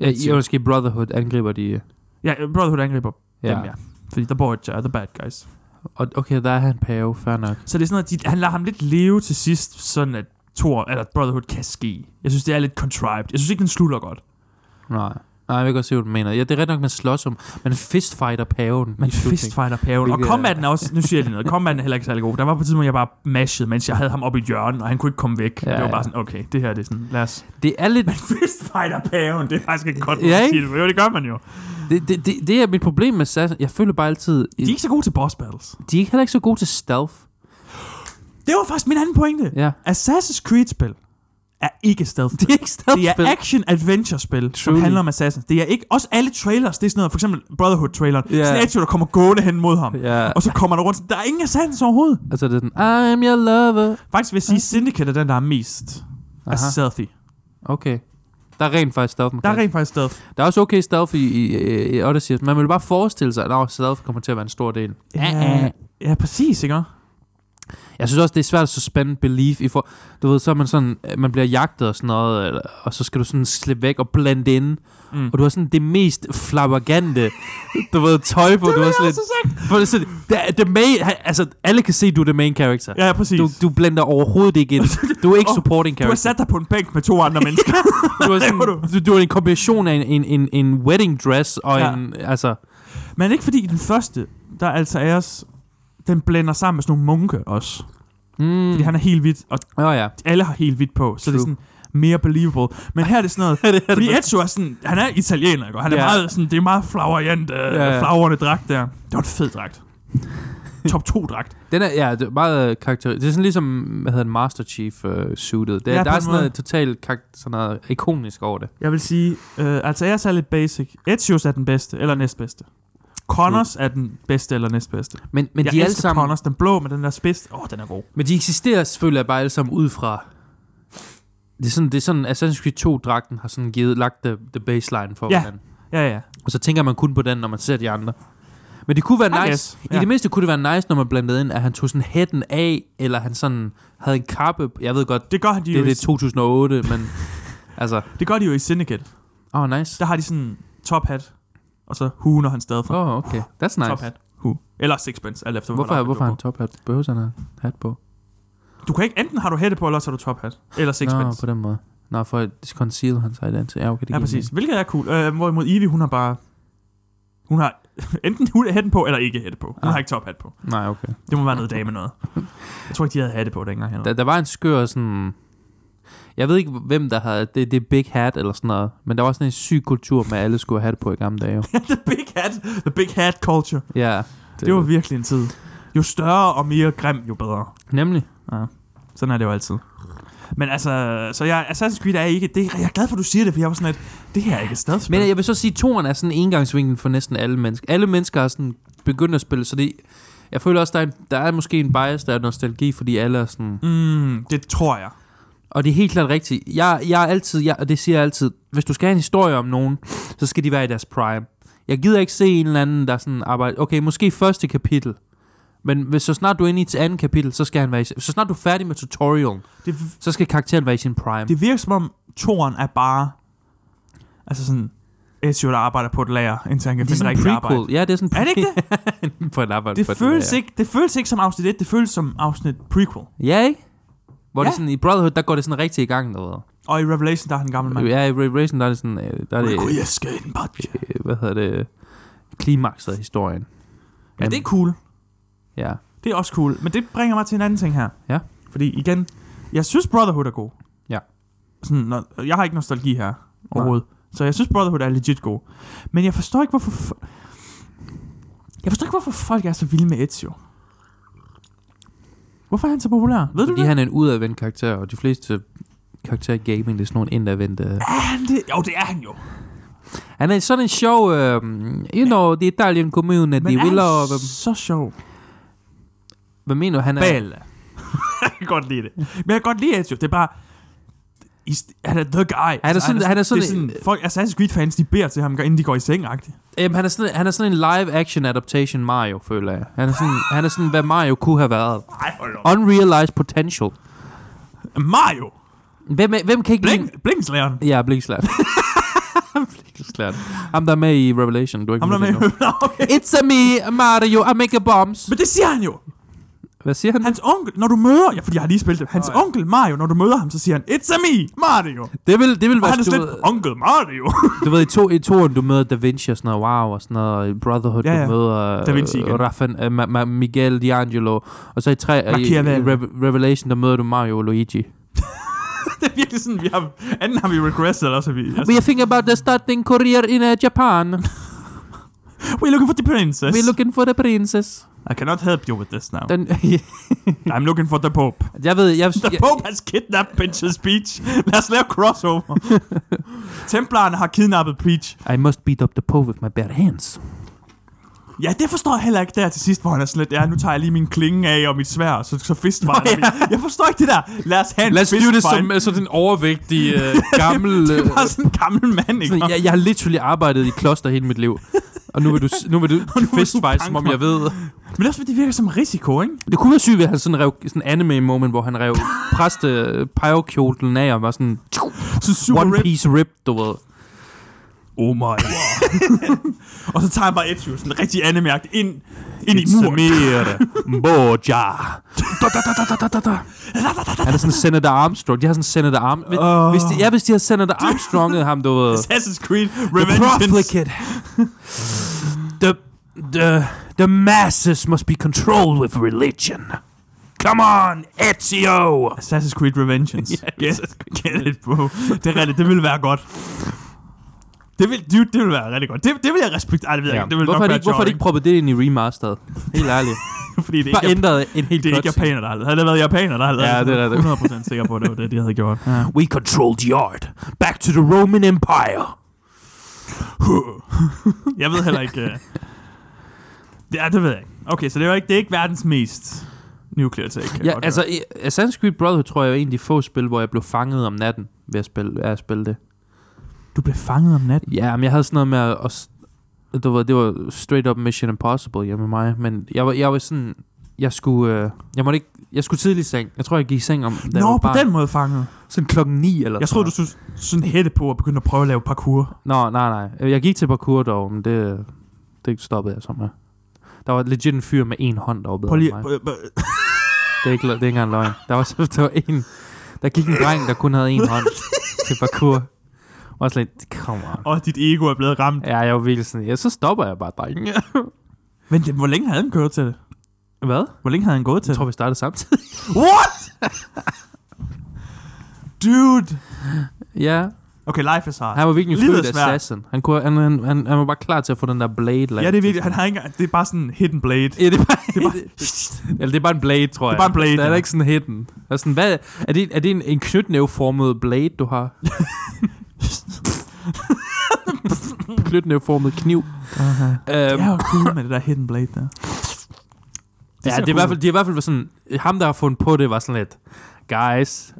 Ja, i Siger- måske Brotherhood angriber de... øh, Ja, Brotherhood angriber ja. dem, ja. Fordi der Borgia er the bad guys. Og okay, der er han pave, fair nok. Så det er sådan noget, de, han lader ham lidt leve til sidst, sådan at Thor, eller Brotherhood kan ske. Jeg synes, det er lidt contrived. Jeg synes ikke, den slutter godt. Nej. Nej, jeg vil godt se, hvad du mener. Ja, det er rigtig nok, man slås om. Man fistfighter paven. Man i slutningen. fistfighter paven. Og Hvilket er- combaten er også, nu siger jeg lige noget, combaten er heller ikke særlig god. Der var på et tidspunkt, jeg bare mashede, mens jeg havde ham oppe i hjørnet, og han kunne ikke komme væk. Ja, Ja, det var ja. bare sådan, okay, det her det er sådan, lad os... Det er lidt... Men fistfighter paven, det er faktisk ikke godt, Ja, ja, ikke? sige det. Jo, det gør man jo. De Det, det, det, det er mit problem med Assassin. Jeg føler bare altid... er ikke så gode til boss battles. de er ikke heller ikke så gode til stealth. Det var faktisk min anden pointe. Ja. Assassin's Creed-spil er ikke stealth. Det er ikke stealth Det er action-adventure-spil, som Truly. handler om Assassin's. Det er ikke... Også alle trailers, det er sådan noget, for eksempel Brotherhood-traileren. Ja. Yeah. Statue, der kommer gående hen mod ham. Yeah. Ja, Og så kommer der rundt, sådan, der er ingen Assassins overhovedet. altså det er sådan, I'm your lover. Faktisk vil jeg sige, Syndicate er den, der er mest Mhm. Aha, stealthy. okay. Der er rent faktisk stealth. Der Der er er, rent faktisk stealth. der er også okay stealth i, i, i, i Odyssey. Man vil bare forestille sig, at no, stealth kommer til at være en stor del. Ja, ja præcis, ikke? Jeg synes også, det er svært at suspende belief. I for, du ved, så er man sådan, øh, man bliver jagtet og sådan noget, eller, og så skal du sådan slippe væk og blande ind. Mm. Og du har sådan det mest flamagante, du ved, tøj på. du har sådan lidt, for det er sådan, the, the main, han- altså, alle kan se, du er the main character. Ja, ja, præcis. Du, Du, du blander overhovedet ikke ind. Du er ikke Åh, supporting du har character. sat dig på en bænk med to andre mennesker. Du er, laver sådan, du, du er en kombination af en, en, en, en wedding dress og Ja. ja. en... Altså, Men ikke fordi i den første, der er altså Ares, den blænder sammen med sådan nogle munke også. Mm. mm, Fordi han er helt hvidt, og Nå ja. alle har helt hvidt på, så True. det er True. sådan mere believable. Men her er det sådan noget, det er fordi det. Ezio er sådan, han er italiener, ikke? og han er Ja. meget sådan, det er meget flagrant, øh, Ja. flagrende dragt der. Det var en fed dragt. Top 2 dragt. Den er, ja, det er meget øh, karakter. Det er sådan ligesom, hvad hedder det, Master Chief uh, suitet. Det, Ja, ja, på der er en sådan måde. noget totalt karakter, sådan noget ikonisk over det. Jeg vil sige, øh, altså Ares er lidt basic. Ezios er den bedste, eller næstbedste. Connors er den bedste eller næstbedste. Men, men jeg de er alle elsker sammen, Connors, den blå med den der spids. Åh, oh, den er god. men de eksisterer selvfølgelig bare alle sammen ud fra... Det er sådan, det er sådan Assassin's Creed 2-dragten har sådan givet, lagt the, the baseline for Ja. hvordan. Ja, ja. Og så tænker man kun på den, når man ser de andre. Men det kunne være I nice. guess, I Ah, ja. det mindste kunne det være nice, når man blandede ind, at han tog sådan hætten af, eller han sådan havde en kappe. Jeg ved godt, Det gør, de det jo er i, det 2008, men altså... det gør de jo i Syndicate. Åh, oh, nice. Der har de sådan top hat, og så hue, når han stadig fra. Åh, oh, okay. That's Top nice. hat, hue. Eller sixpence, alt efter Hvorfor, outfit hvorfor du har har han top hat? Behøver han have hat på? på. Du kan ikke, enten har du hætte på, eller så har du top hat. Eller Nå, sixpence. på den måde. Nå, for at conceal hans identity. Ja, okay, det ja, giver mening. præcis. Hvilket er cool. Øh, hvorimod Ivy, hun har bare... Hun har enten hun hætten på, eller ikke hætte på. Hun Ah. har ikke top hat på. Nej, okay. Det må være noget dame noget. Jeg tror ikke, de havde hatte på dengang. Der, hernede. der var en skør sådan... Jeg ved ikke, hvem der havde... Det, det er Big Hat eller sådan noget. Men der var sådan en syg kultur med, at alle skulle have hat på i gamle dage. jo. the big hat. The big hat culture. Ja. Det, det var virkelig en tid. Jo større og mere grim, jo bedre. Nemlig. Sådan er det jo altid. Men altså, så jeg, Assassin's Creed er ikke, det, jeg er glad for, at du siger det, for jeg var sådan lidt, det her er ikke et stadsspil. Men jeg vil så sige, at toren er sådan en engangsvinkel for næsten alle mennesker. Alle mennesker har sådan begyndt at spille, så det, jeg føler også, der er, en, der er måske en bias, der er nostalgi, fordi alle er sådan... Mm, det tror jeg. Og det er helt klart rigtigt. Jeg, jeg er altid, jeg, og det siger jeg altid, hvis du skal have en historie om nogen, så skal de være i deres prime. Jeg gider ikke se en eller anden, der sådan arbejder... Okay, måske første kapitel. Men hvis, så snart du er inde i et andet kapitel, så skal han være i, Så snart du er færdig med tutorialen, Det, så skal karakteren være i sin prime. det virker som om, toren er bare, altså sådan, Ezio, der arbejder på et lager, indtil han kan finde rigtig arbejde. Ja, det er sådan Er det ikke det? det? på en arbejde. Det på et føles, lager. ikke, det føles ikke som afsnit 1, det føles som afsnit prequel. Ja, ikke? Hvor ja. Ja. det sådan, i Brotherhood, der går det sådan rigtig i gang dernede. Og i Revelation, der er han gammel mand. Ja, i Ray Racing, der er det sådan, øh, der er det, Kunne jeg skade en bot? øh, hvad hedder det, klimakset af historien. Ja, det er cool. Ja. Det er også cool. Men det bringer mig til en anden ting her. Ja. Fordi igen, jeg synes Brotherhood er god. Ja. Sådan, når, jeg har ikke nostalgi her overhovedet. Så jeg synes Brotherhood er legit god. Men jeg forstår ikke, hvorfor... f- Jeg forstår ikke, hvorfor folk er så vilde med Ezio. Hvorfor er han så populær? Ved du Fordi det? han er en udadvendt karakter, og de fleste karakterer i gaming, det er sådan nogle indadvendte. Er han det? Jo, det er han jo. Han er sådan en sjov, øh, you know, the Italian community. Men Men er will han love, så sjov? hvad mener du, han er? Bella. jeg kan godt lide det. Men jeg kan godt lide Ezio. Det er bare... I- Han er the guy. Altså, Han er sådan- han er sådan- det er sådan folk, Assassin's Creed fans, de beder til ham, inden de går i seng -agtigt. Jamen, han er sådan, han er sådan en live-action adaptation Mario, føler jeg. Han er, sådan, han er sådan, hvad Mario kunne have været. Ej, hold op. Unrealized potential. Mario! Hvem, er- hvem kan ikke lide- Blink, Blinkslæren. Ja, blinkslam. Jesus, klart. Ham, der er med i Revelation. Du er ikke Ham der med endnu. Nå, okay. It's a me, Mario, I make a bombs. Men det siger han jo. Hvad siger han? Hans onkel, når du møder... Ja, fordi jeg har lige spillet det. Hans Nå, ja. onkel Mario, når du møder ham, så siger han, It's a me, Mario. Det vil, det vil Og være, han er du, slet, ved- onkel Mario. du ved, i, to, i toren, du møder Da Vinci og sådan noget, wow, og sådan noget, i Brotherhood, Ja, ja, ja. ja. du møder øh, Da Vinci igen. Raffan, øh, Ma- Ma- Miguel D'Angelo, og så i, tre, i, i Machiavelli. Re- Revelation, der møder du Mario og Luigi. det er virkelig sådan, vi har... Enten har vi regresset, eller også har vi... Altså, We are thinking about the starting career in uh, Japan. we're looking for the princess. We're looking for the princess. I cannot help you with this now. Den, I'm looking for the Pope. jeg ved, jeg, The jeg, Pope has kidnapped Pinchas Peach. Lad os lave crossover. Templaren har kidnappet Peach. I must beat up the Pope with my bare hands. Ja, det forstår jeg heller ikke der til sidst, hvor han er slet... Ja, nu tager jeg lige min klinge af og mit svær, så, så fistfighter Nå, oh, ja. Jeg forstår ikke det der. Lad os have en Lad os fistfight. lyve det som øh, sådan en overvægtig, øh, gammel... det øh, er bare sådan en gammel mand, ikke? sådan, jeg, jeg har literally arbejdet i kloster hele mit liv. Og nu vil du, nu vil du vil du fistfight, banke som om mig. jeg ved... Men det er også, fordi det virker som risiko, ikke? Det kunne være sygt, at han sådan rev sådan en anime-moment, hvor han rev præste pejokjolen af og var sådan Så super one rip. piece rip, du ved. Oh my god. og så tager han bare Ezio, sådan rigtig animærkt, ind, ind i muren. mere Moja. Da, da, da, da, da, da, da, da. Han er sådan Senator Armstrong. De har sådan Senator Armstrong. Åh. Hvis de, ja, hvis de har Senator Armstronget ham, du ved. Assassin's Creed The Revenge. profligate. the, the, the masses must be controlled with religion. Come on, Ezio! Assassin's Creed Revengeance. Ja, get, get it, bro. Det er rigtigt, det ville være godt. Det vil, dude, det vil være rigtig godt. Det, det vil jeg respektere. Ej, det ved jeg Ja. ikke. Det vil Hvorfor, nok har de, være ikke- hvorfor har de ikke sjovt, proppet det ind i remasteret? Helt ærligt. ikke? Fordi det Bare ikke er, ændret en helt det er ikke cutscene. japaner, der har lavet. Havde det været japaner, der havde Ja, lavet det er det. så jeg 100% sikker på, at det var det, de havde gjort. Ja. We control the art. Back to the Roman Empire. Jeg ved heller ikke... Uh... Ja, det ved jeg ikke. Okay, så det er, ikke, det er ikke verdens mest nuclear take. kan jeg Ja, godt altså høre. i- Assassin's Creed Brotherhood tror jeg er en af de få spil, hvor jeg blev fanget om natten ved at spille, ved at spille det. Du blev fanget om natten. Ja, men jeg havde sådan noget med at... at s- du ved, det var straight up Mission Impossible hjemme med mig, men jeg var, jeg var sådan... Jeg skulle, øh, jeg måtte ikke, jeg skulle tidlig i seng. Jeg tror, jeg gik i seng om, da jeg Nå, var på barn. den måde fanget. Sådan klokken 9 eller Jeg troede, du sådan skulle sådan hætte på og begynde at prøve at lave parkour. noget. Nå, nej, nej. Jeg gik til parkour dog, men det, det stoppede jeg så med. Der var legit en fyr med en hånd, der var bedre Prøv lige... end mig. b- b- Det er ikke, det er ikke engang løgn. Der var, så- der var en, der gik en dreng, der kun havde en hånd til parkour. Og slet, come on. Og dit ego er blevet ramt. Ja, jeg var virkelig sådan, ja, så stopper jeg bare, dreng. Men det, hvor længe havde han kørt til det? Hvad? Hvor længe havde han gået til Jeg tror, vi startede samtidig. det? What? Dude! ja, Okay, life is hard. han var virkelig en Livet født er svært. assassin. Han, kunne, han, han, han, han, var bare klar til at få den der blade lavet. Ja, det er virkelig. Han har ikke, det er bare sådan en hidden blade. Ja, det er bare, Det er bare, eller det er bare en blade, tror jeg. Det er bare en blade, Der er ja. da ikke sådan hidden. Der er, sådan, hvad, er det, er det en, en knytnæveformet blade, du har? knytnæveformet kniv. uh-huh. Øhm, det er jo cool med det der hidden blade der. Det ja, det ser er, i cool hvert fald, det er i hvert fald sådan, ham der har fundet på det, var sådan lidt, guys,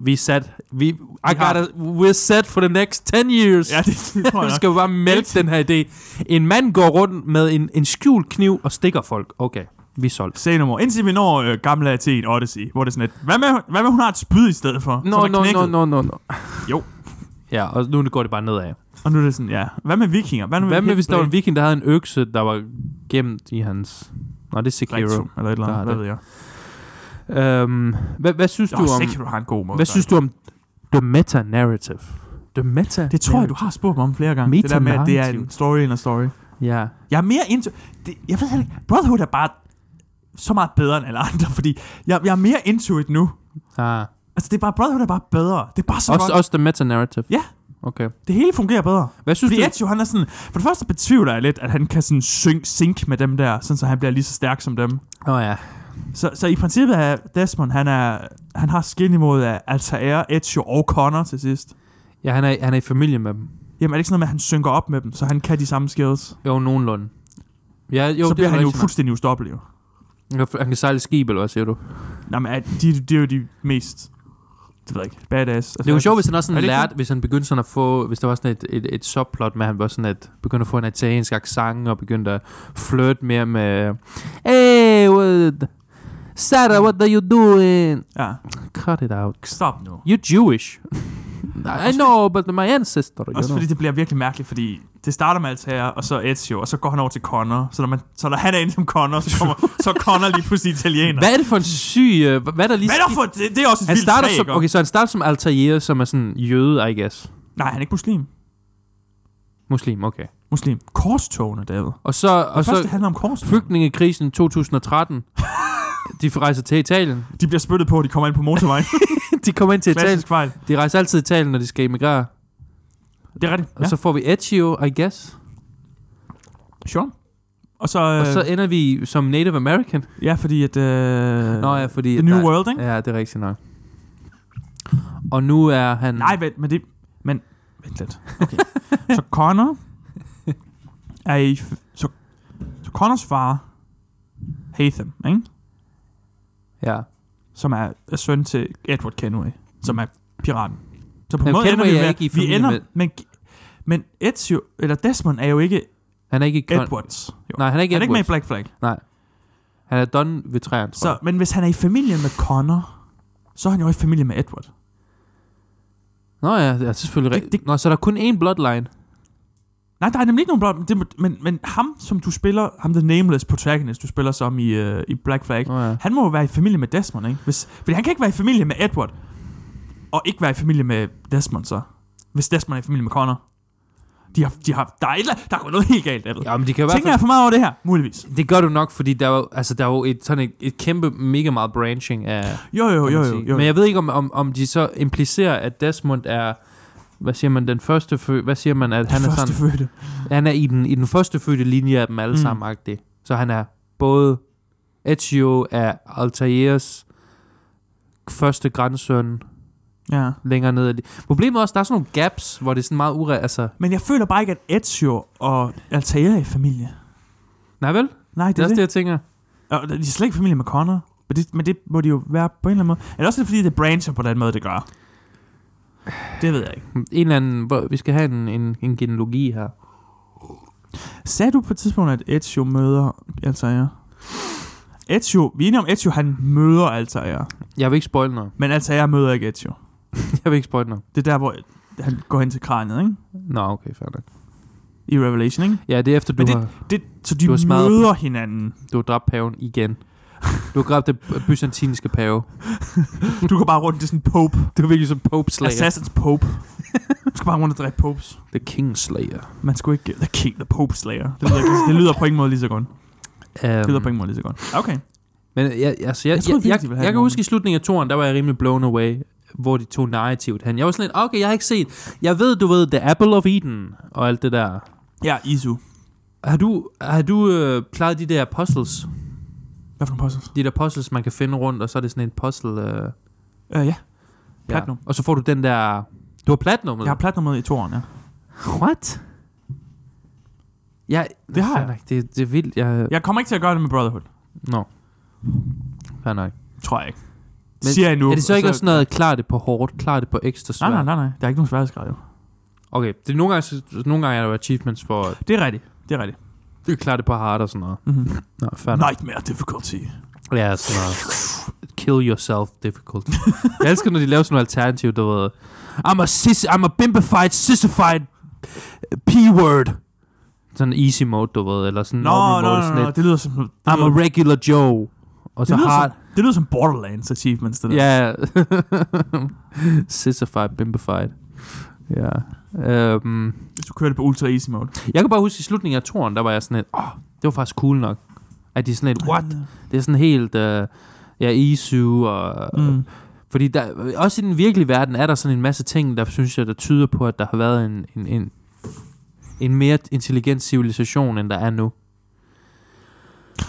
vi sat, vi, I har- got we're set for the next 10 years. Ja, det, det tror jeg nu nok. skal vi bare mælke den her idé. En mand går rundt med en, en skjult kniv og stikker folk. Okay, vi er solgt. Se no more. Indtil vi når øh, gamle Athen Odyssey, hvor det er sådan et, hvad med, hvad med hun har et spyd i stedet for? Som No, er no, no, knækket. no, no, no. Jo. Ja, og nu går det bare nedad. Og nu er det sådan, ja. Hvad med vikinger? Hvad med, Hvad med, hvis der var en hidden viking, der havde en økse, der var gemt i hans... Nå, det er blade? Sekiro. Rectum, Eller et eller Der er andet, hvad det. ved jeg. Øhm, hvad, hvad synes du Åh, om... Sekiro har en god måde. Hvad synes du om the meta-narrative? The meta Det tror jeg, du har spurgt mig om flere gange. Det der med, at det er en Metanarrativ. story in a story. Ja. Jeg er mere into... Det, jeg ved heller ikke... Brotherhood er bare så meget bedre end alle andre, fordi jeg, jeg er mere into it nu. Ah. Altså, det er bare... Brotherhood er bare bedre. Det er bare så Også, godt. også the meta-narrative? Ja. Okay. Det hele fungerer bedre. Hvad synes Fordi du? Ezio, han er sådan... For det første betvivler jeg lidt, at han kan sådan synk, sink med dem der, sådan så han bliver lige så stærk som dem. Nå oh, ja. Så, så i princippet er Desmond, han, er, han har skin imod af Altair, Ezio og Connor til sidst. Ja, han er, han er i familie med dem. Jamen, er det ikke sådan noget med, at han synker op med dem, så han kan de samme skills? Jo, nogenlunde. Ja, jo, så det bliver er han jo rigtigt nok. fuldstændig ustoppelig. jo. Han kan- Han kan sejle skib, eller hvad siger du? Nå, men er de, de er jo de mest... Det ved jeg ikke. Badass. Altså, Det var sjovt, hvis han også Er sådan det ikke lærte, hvis han begyndte sådan at få, hvis der var sådan et, et, et subplot med, at han var sådan at begyndte at få en italiensk accent, og begyndte at flirte mere med, Hey, what, Sarah, what are you doing? Ja. Cut it out. Stop nu. You're Jewish. I know, but my ancestor, you Også know. fordi det bliver virkelig mærkeligt, fordi det starter med Altair, og så Ezio, og så går han over til Connor. Så når, man, så når han er inde som Connor, så, kommer, så er Connor lige pludselig italiener. Hvad er det for en syg... øh, hvad er der lige... Hvad er der for? Det, det er også et Han vildt starter træ, som, ikke? okay, så han starter som Altair, som er sådan jøde, I guess. Nej, han er ikke muslim. Muslim, okay. Muslim. Korstogene, David. Og så, og Og Først, det så handler om korstogene. flygtningekrisen 2013. de rejser til Italien. De bliver spyttet på, at de kommer ind på motorvejen. De kommer ind til Italien. Klassisk fejl. De rejser altid til Italien, når de skal emigrere. Det er rigtigt. Og ja. så får vi Ezio, I guess. sure. Og så, Og øh, så ender vi som Native American. ja, fordi at... Øh, Nå ja, fordi... The New nej. World, ikke? Ja, det er rigtigt nok. Og nu er han... Nej, vent, men det... Men, vent lidt. Okay. så Connor er i... f- Så, så Connors far, Hatham, ikke? Ja. som er, er søn til Edward Kenway, som er piraten. Så på en Men måde ender Kenway vi er med, ikke i vi familie ender, med- men, men Ezio, eller Desmond er jo ikke Han er ikke... i kon- Edwards. Jo. Nej, han er ikke han er ikke med i Edwards. Black Flag. Han er Don ved træerne, tror Så, men hvis han er i familie med Connor, så er han jo i familie med Edward. Nå ja, det er selvfølgelig Det- rigtigt. Nå, så der er kun én bloodline. Nej, der er nemlig ikke nogen blot, det, må- men, men ham, som du spiller, ham The Nameless protagonist, du spiller som i, øh, i Black Flag, Nå ja. han må jo være i familie med Desmond, ikke? Hvis, fordi han kan ikke være i familie med Edward, og ikke være i familie med Desmond så. Hvis Desmond er i familie med Connor. De har, de har, der, er et, eller- der er gået noget helt galt, David. Ja, Ja, men de kan i hvert Tænker fald... jeg for meget over det her? Muligvis. Det gør du nok, fordi der er jo, altså, der er jo et, sådan et, et kæmpe mega meget branching af... Jo, jo, jo, kan jo. man jo, sige. Men jeg ved ikke, om, om, om de så implicerer, at Desmond er... Hvad siger man? Den første fø, Hvad siger man? At han er sådan... Førstefødte. Han er i den, i den første fødte linje af dem alle Mm. mm. sammen, agtig. Så han er både Ezio af Altairs første grandsøn Ja. længere ned. ad li- Problemet er også, der er sådan nogle gaps, hvor det er sådan meget ure... Altså, Men jeg føler bare ikke, at Ezio og Altair er i familie. nej vel? Det Nej, det er er også det. det, jeg tænker. Og de er slet ikke familie med Connor. Men det, men det må de jo være på en eller anden måde. Eller også er det fordi, det brancher på den måde, det gør. Det ved jeg ikke. En eller anden... Hvor, vi skal have en, en, en genealogi her. Sagde du på et tidspunkt, at Ezio møder Altair? Ezio, vi er enige om, Ezio han møder Altair. Jeg vil ikke spoil noget. Men Altair møder ikke Ezio. Jeg vil ikke spoil noget. Det er der, hvor han går hen til kraniet, ikke? Nå, okay, fair nok. I Revelation, ikke? Ja, det er efter, du, Men det... har, Det, så de Du har smadret møder hinanden. du har dræbt paven igen. Du har dræbt den byzantinske pave. Du går bare rundt, det er sådan en pope. Du er virkelig som Pope Slayer. Assassin's pope. Du skal bare rundt og dræbe popes. The King Slayer. Man skulle ikke... The king, the pope slayer. Det lyder, ikke- det lyder på ingen måde lige så godt. Det lyder Um, på ingen måde lige så godt. Okay. men jeg, altså, jeg, Jeg jeg, troede jeg, virkelig, jeg, de ville jeg, have jeg kan nogen. huske i slutningen af toren, der var jeg rimelig blown away, hvor de tog narrativt hen. Jeg var sådan lidt, okay, jeg har ikke set. Jeg ved, du ved, The Apple of Eden og alt det der. Ja, Isu. Har du, har du øh, klaret de der puzzles? Hvad for nogle puzzles? De der puzzles, man kan finde rundt, og så er det sådan en puzzle. Øh, Uh, ja, ja. Platinum. Og så får du den der... Du har platinum? jeg har platinummet i toeren, ja. What? Jeg, Det har Fair jeg. nok, Det, det er vildt. Jeg, Jeg kommer ikke til at gøre det med Brotherhood. Nå. Fair nok. Tror jeg ikke. Men, Men siger jeg nu. er det så og ikke også sådan noget, klar det på hårdt, klar det på ekstra Nej, svært? nej, nej, nej. Der er ikke nogen sværhedsgrad, jo. Okay, det er nogle, gange, så- nogle gange er der jo achievements for, at Det er rigtigt. Det er rigtigt. du kan klare det på hard og sådan noget. Mm-hmm. Nå, Mhm. fair nok. Nightmare difficulty. Ja, sådan noget. Kill yourself difficult. Jeg elsker, når de laver sådan noget alternativ, du ved. I'm a, sis, I'm a bimbified, sissified p-word. Sådan easy mode, du ved, eller sådan Nå, normal nå, mode. nå, sådan nå, lidt. det lyder som... Det I'm a lyder, regular Joe. Og det, så lyder hard, som, det lyder som Borderlands achievements, det der. Ja. Sissified, bimbified. Ja. Øhm, Hvis du kører det på ultra easy mode. jeg kan bare huske, i slutningen af toren, der var jeg sådan lidt, åh, oh, det var faktisk cool nok. At de er sådan lidt, what? Det er sådan helt, øh, ja, isu og... Mm. Fordi der, også i den virkelige verden er der sådan en masse ting, der synes jeg, der tyder på, at der har været en, en, en, en mere intelligent civilisation, end der er nu.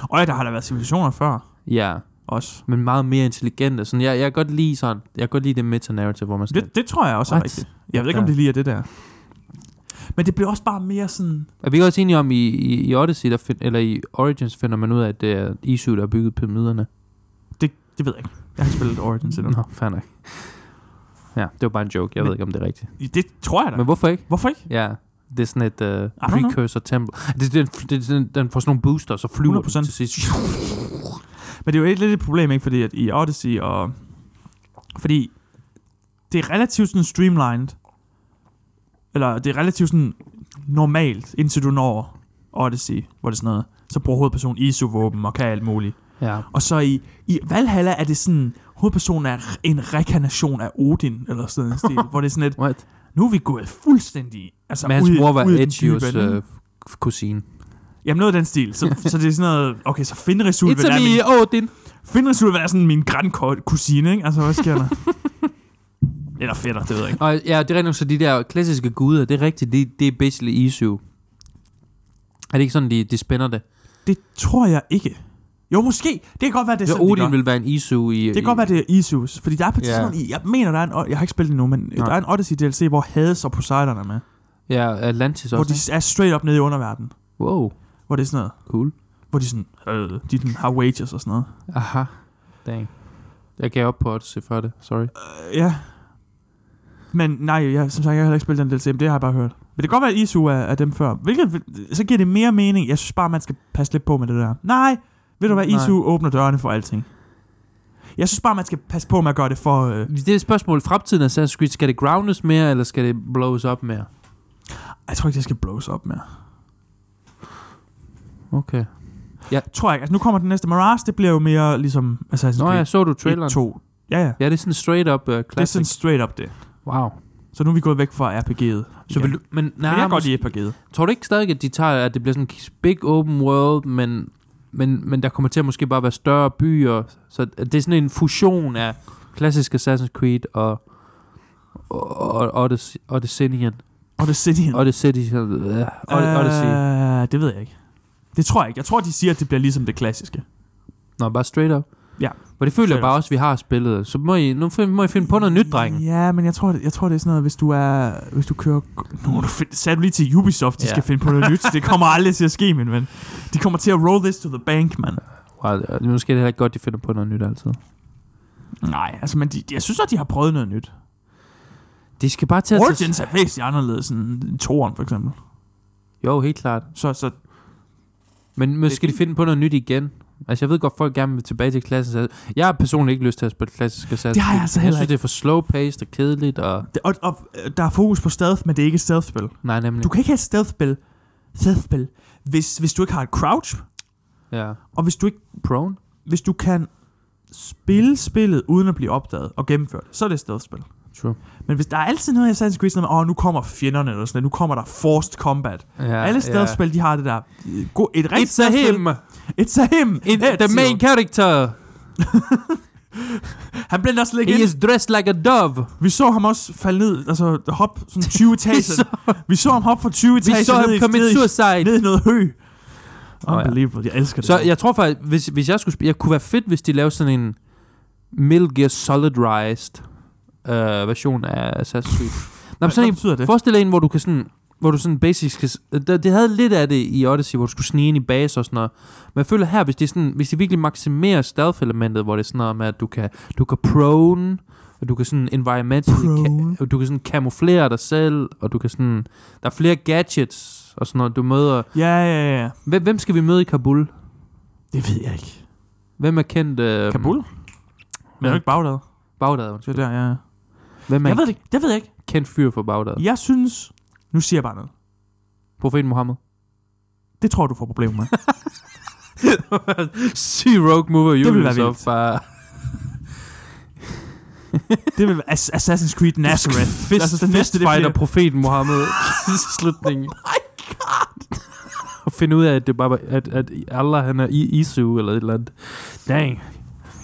Og ja, der har der været civilisationer før Ja, også. men meget mere intelligente. Sådan, jeg, jeg kan godt lide sådan, jeg kan godt lide det meta-narrative, hvor man sådan, Det, det tror jeg også er What? rigtigt. Jeg ved ikke, om Ja. det lige er det der. Men det blev også bare mere sådan... Er vi ikke også enige om, i, i, i Odyssey, der find, eller i Origins, finder man ud af, at det er Isu, der har bygget pyramiderne? Mm. Det, det ved jeg ikke. Jeg har ikke spillet Origins endnu. Nå, fair nok. Ja, det var bare en joke. Jeg Men- ved ikke, om det er rigtigt. Det tror jeg da. Men hvorfor ikke? Hvorfor ikke? Ja, det er sådan et uh, know. precursor temple. Det, den, det, den, den får sådan nogle booster, så flyver 100%. den til sidst. Men det er jo et lidt et problem, ikke? Fordi at i Odyssey og... Fordi det er relativt sådan streamlined. Eller det er relativt sådan normalt, indtil du når Odyssey, hvor det er sådan noget. Så bruger hovedpersonen ISO-våben og kan alt muligt. Ja. Og så i, i Valhalla er det sådan, hovedpersonen er r- en rekarnation af Odin, eller sådan en stil, hvor det er sådan lidt, What? nu er vi gået fuldstændig altså Men hans ud, mor var ud af den dybe Edgios ende, øh, ikke? kusine. Jamen noget af den stil. Så, så det er sådan noget, okay, så Fenrisulven It's a er min, me, Odin. Fenrisulven er sådan min grandkusine, ikke? Altså, hvad sker der? eller fætter, det ved jeg ikke. Og ja, det er rigtigt, så de der klassiske guder, det er rigtigt, det, det er basically Isu. Er det ikke sådan, de, de spænder det? Det tror jeg ikke. Jo, måske. Det kan godt være, det er Så sådan, de gør. Odin vil være en Isu i... Det kan godt være, det er Isus. Fordi der er på et Ja. tidspunkt, i- jeg mener, der er en, o- jeg har ikke spillet det nu, men Nej. der er en Odyssey DLC, hvor Hades og Poseidon er med. Ja, Atlantis Hvor også. de er straight up nede i underverdenen. ikke? Wow, Hvor det er sådan noget, cool. hvor de sådan, øh, de sådan har wages og sådan noget. Aha, dang. Jeg gav op på Odyssey før det, sorry. Øh, ja. Men nej, jeg, som sagt, jeg har heller ikke spillet den DLC, men det har jeg bare hørt. Men det kan godt være, at Isu er, er dem før. Hvilket, så giver det mere mening. Jeg synes bare, man skal passe lidt på med det der. Nej, ved du hvad, Nej. Isu åbner dørene for alting. Jeg synes bare, man skal passe på med at gøre det for... Øh, Det er et spørgsmål. Fremtiden af Assassin's Creed, skal det groundes mere, eller skal det blows op mere? jeg tror ikke, det skal blows op mere. Okay. Tror jeg ikke. Altså, nu kommer den næste Mirage, det bliver jo mere ligesom Assassin's Nå ja, Creed så du traileren. 1, 2. Ja, ja. Ja, det er sådan straight up uh, Det er sådan classic. straight up det. Wow. Så nu er vi gået væk fra RPG'et. Så vil du, men, nej, Nej, men jeg kan godt måske- lide RPG'et. Tror du ikke stadig, at de tager, at det bliver sådan en big open world, men, men, men der kommer til at måske bare være større byer, så at det er sådan en fusion af klassisk Assassin's Creed og, og, og, og, Odyssey, Odysseynian. Og det City. Odyssey, øh, Odyssey. Øh, det ved jeg ikke. Det tror jeg ikke. Jeg tror, de siger, at det bliver ligesom det klassiske. Nå, bare straight up. Ja. Og det føler jeg Straight bare også, at vi har spillet. Så må I, nu find- må I finde på noget nyt, drenge. Ja, men jeg tror, det, jeg tror, det er sådan noget, hvis du er... Hvis du kører... Nu er du find, sagde du lige til Ubisoft, de Ja. skal finde på noget nyt. Det kommer aldrig til at ske, min ven. De kommer til at roll this to the bank, mand. Wow, måske er det heller ikke godt, de finder på noget nyt altid. Nej, altså, men de, jeg synes at de har prøvet noget nyt. De skal bare til at... tage- Origins er væsentligt anderledes end Toren, for eksempel. Jo, helt klart. Så, så Men Det er måske skal de fint. finde på noget nyt igen. Altså, jeg ved godt, folk gerne vil tilbage til klassisk Assassin's Jeg har personligt ikke lyst til at spille klassisk Assassin's Det har jeg altså Creed. Jeg heller synes, det er for slow-paced og kedeligt, og... det, og, og, øh, der er fokus på stealth, men det er ikke et stealth-spil. Nej, nemlig. Du kan ikke have et stealth-spil, stealth-spil hvis, hvis du ikke har et crouch, Ja. og hvis du ikke Prone? hvis du kan spille spillet uden at blive opdaget og gennemføre det, så er det et stealth-spil. True. Men hvis der er altid noget i Assassin's Creed, sådan noget med, åh, nu kommer fjenderne, eller sådan noget, nu kommer der forced combat. Ja, Alle stealth-spil, de har det der. øh, go- Et Ja. rigtigt It's a stealth-spil. him! It's a him! It, the Ezio. main character! Han blev også He ikke is dressed like a dove! Vi så ham også falde ned, altså hop sådan 20 Vi etager. så- Vi så ham hoppe fra 20 Vi etager så ham ned, i- commit ned, i- suicide! ned i noget hø. ja. Unbelievable, jeg elsker det. Så jeg tror faktisk, hvis, hvis jeg skulle spille... Jeg kunne være fedt, hvis de lavede sådan en... Metal Gear Solid-rised øh, version af Assassin's Creed. Nå, men Hvad- sådan hvad en betyder det? Forestil dig en, hvor du kan sådan hvor du sådan basic skal... s- Det, det havde lidt af det i Odyssey, hvor du skulle snige ind i base og sådan noget. Men jeg føler her, hvis det, er sådan, hvis det virkelig maksimerer stealth-elementet, hvor det er sådan noget med, at du kan, du kan prone, og du kan sådan environmentally... Prone? Ka- og du kan sådan kamuflere dig selv, og du kan sådan... Der er flere gadgets og sådan noget, du møder... Ja, ja, ja. Hvem, hvem skal vi møde i Kabul? Det ved jeg ikke. Hvem er kendt... Øh, Kabul? Men er du ikke Bagdad? Bagdad. Det undskyld. er der, ja. Hvem er Jeg en ved det ikke. Det ved jeg ikke. kendt fyr for Bagdad? Jeg synes... Nu siger jeg bare noget. Profeten Mohammed. Det tror jeg, du får problemer med. Syg rogue mover, Det ville være Ubisoft. vildt. Bare... det vil være Ass- Assassin's Creed Nazareth. Fist, Altså, altså, det næste, det bliver- fistfighter profeten Mohammed slutningen. Oh my god! Og finde ud af, at det bare var- at, at Allah han er i Isu eller et eller andet. Dang.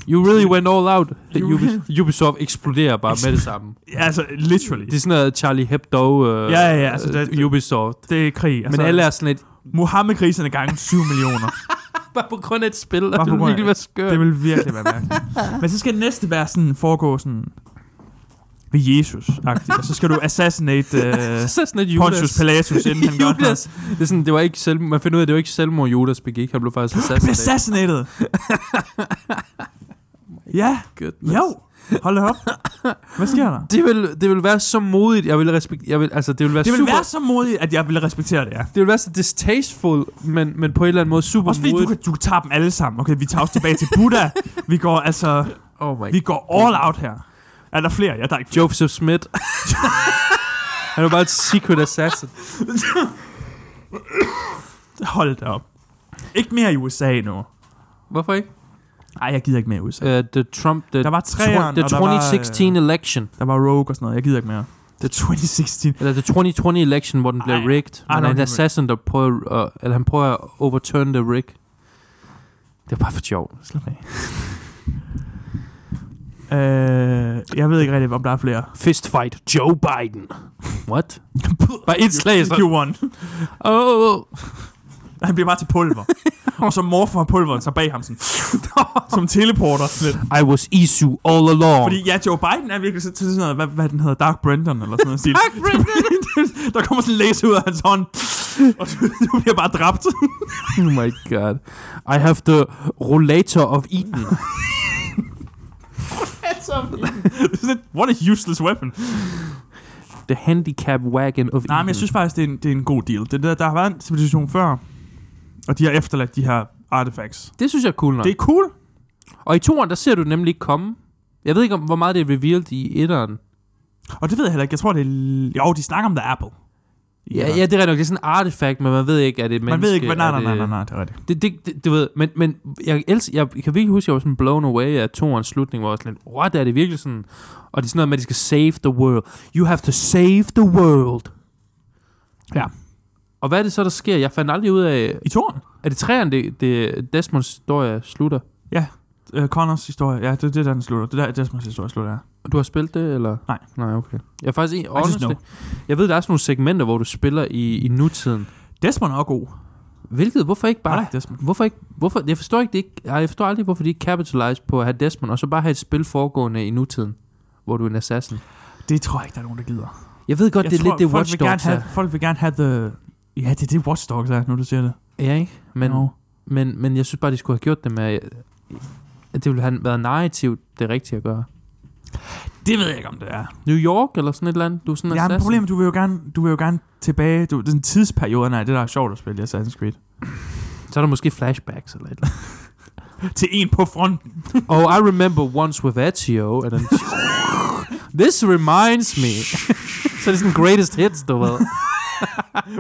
You really went all out. You Ubis- Ubisoft eksploderer bare med det samme. Ja, altså, literally. Det er sådan noget Charlie Hebdo uh, Ja, ja, ja, altså, det- det- Ubisoft. Det er krig. Men alle er sådan lidt, Mohammed-kriserne gange 7 millioner. bare på grund af et spil, Bare og det på vil grund af- virkelig være skørt. Det vil virkelig være mærkeligt. Men så skal det næste være sådan, foregå sådan ved jesus -agtigt. Og så skal du assassinate så uh, er sådan lidt Judas. Pontius Pilatus, inden han gør Judas. noget. Det er sådan, det var ikke selv, man finder ud af, at det var ikke selvmord, Judas begik. Han blev faktisk Han bliver assassinated. assassinated. ja, Goodness. jo. Hold da op. Hvad sker der? Det vil, det vil være så modigt. Jeg vil respektere... Jeg vil, altså, det vil være Det ville super... være så modigt, at jeg ville respektere det, ja. Det vil være så distasteful, men, men på en eller anden måde super Også fordi du, modigt. kan, du kan tage dem alle sammen. Okay, vi tager os tilbage til Buddha. Vi går altså, Oh my vi går all out her. Er der flere? Ja, der er ikke Joseph Smith. han var bare et secret assassin. flere. Hold da op. Ikke mere i USA nu. Hvorfor ikke? Nej, jeg gider ikke mere i USA. Uh, the Trump... The, Øh, Der var træeren, The og der var, øh, 2016 election. Der var Rogue og sådan noget. Jeg gider ikke mere. Det er 2016. Eller the 2020 election, hvor den blev Ej, rigged. ej, Men nej, en det- assassin, der prøver... at- eller han prøver at overturn the rig. Det er bare for sjov. Slap af. øh, jeg ved ikke rigtigt, om der er flere. Fistfight Joe Biden. What? Bare et slag, så... You won. Oh, oh. Han bliver bare til pulver. og så morfer han pulveren sig bag ham sådan. som teleporter. Lidt. I was Isu all along. Fordi ja, Joe Biden er virkelig så- til sådan noget, hvad, hvad den hedder, Dark Brandon eller sådan noget. stil. Dark der kommer sådan en laser ud af hans hånd, og du, du bliver bare dræbt. Oh my god. I have the rollator of Eden. Det er sådan lidt, What a useless weapon. The handicap wagon of Nej, Eden. men jeg synes faktisk, det er en, det er en god deal. Det der, der har været en civilisation før, og de har efterladt de her artifacts. Det synes jeg er cool nok. Det er cool. Og i toeren, der ser du nemlig ikke komme. Jeg ved ikke, om, hvor meget det er revealed i etteren. Og det ved jeg heller ikke. Jeg tror, det er... Jo, de snakker om The Apple. Ja, ja, det er rigtig nok. Det er sådan en artefakt, men man ved ikke, at det er et menneske. Man ved ikke, hvad... Nej, er nej, nej, det- nej, nej, det er rigtigt. Det, det, det, du ved, men, men jeg, elsker, jeg kan virkelig huske, at jeg var sådan blown away af toerens slutning, hvor jeg var sådan lidt, what, er det virkelig sådan? Og det er sådan noget med, at de skal save the world. You have to save the world. Ja. Og hvad er det så, der sker? Jeg fandt aldrig ud af, I toren? er det træerne, det, det Desmonds historie slutter? Uh, Connors historie. Ja, det er det, der den slutter. Det er der, Desmonds historie slutter. Ja. Du har spillet det, eller? Nej. Nej, okay. Jeg er faktisk en, just honestly, jeg ved, der er sådan nogle segmenter, hvor du spiller i, i nutiden. Desmond er også god. Hvilket, hvorfor ikke bare... Jeg like Desmond. Hvorfor ikke? Hvorfor? Jeg forstår ikke, det ikke, Ej, jeg forstår aldrig, hvorfor de ikke capitalize på at have Desmond, og så bare have et spil foregående i nutiden, hvor du er en assassin. Det tror jeg ikke, der er nogen, der gider. Jeg ved godt, jeg det er tror, lidt det folk Watch vil Dogs gerne have, er. Folk vil gerne have the... Ja, det er det Watch Dogs er, nu du siger det. Ja, ikke? Men, No. men, men jeg synes bare, de skulle have gjort det med... At det ville have været narrativt det rigtige at gøre. Det ved jeg ikke, om det er. New York eller sådan et eller andet? Du er sådan en Ja, men assassin. problemet, du vil jo gerne, du vil jo gerne tilbage. Du, den tidsperiode, nej, det der er sjovt at spille i Assassin's Creed. Så er der måske flashbacks eller et eller Til en på fronten. andet. oh, I remember once with Ezio. And then... This reminds me. så er det sådan greatest hits, du ved.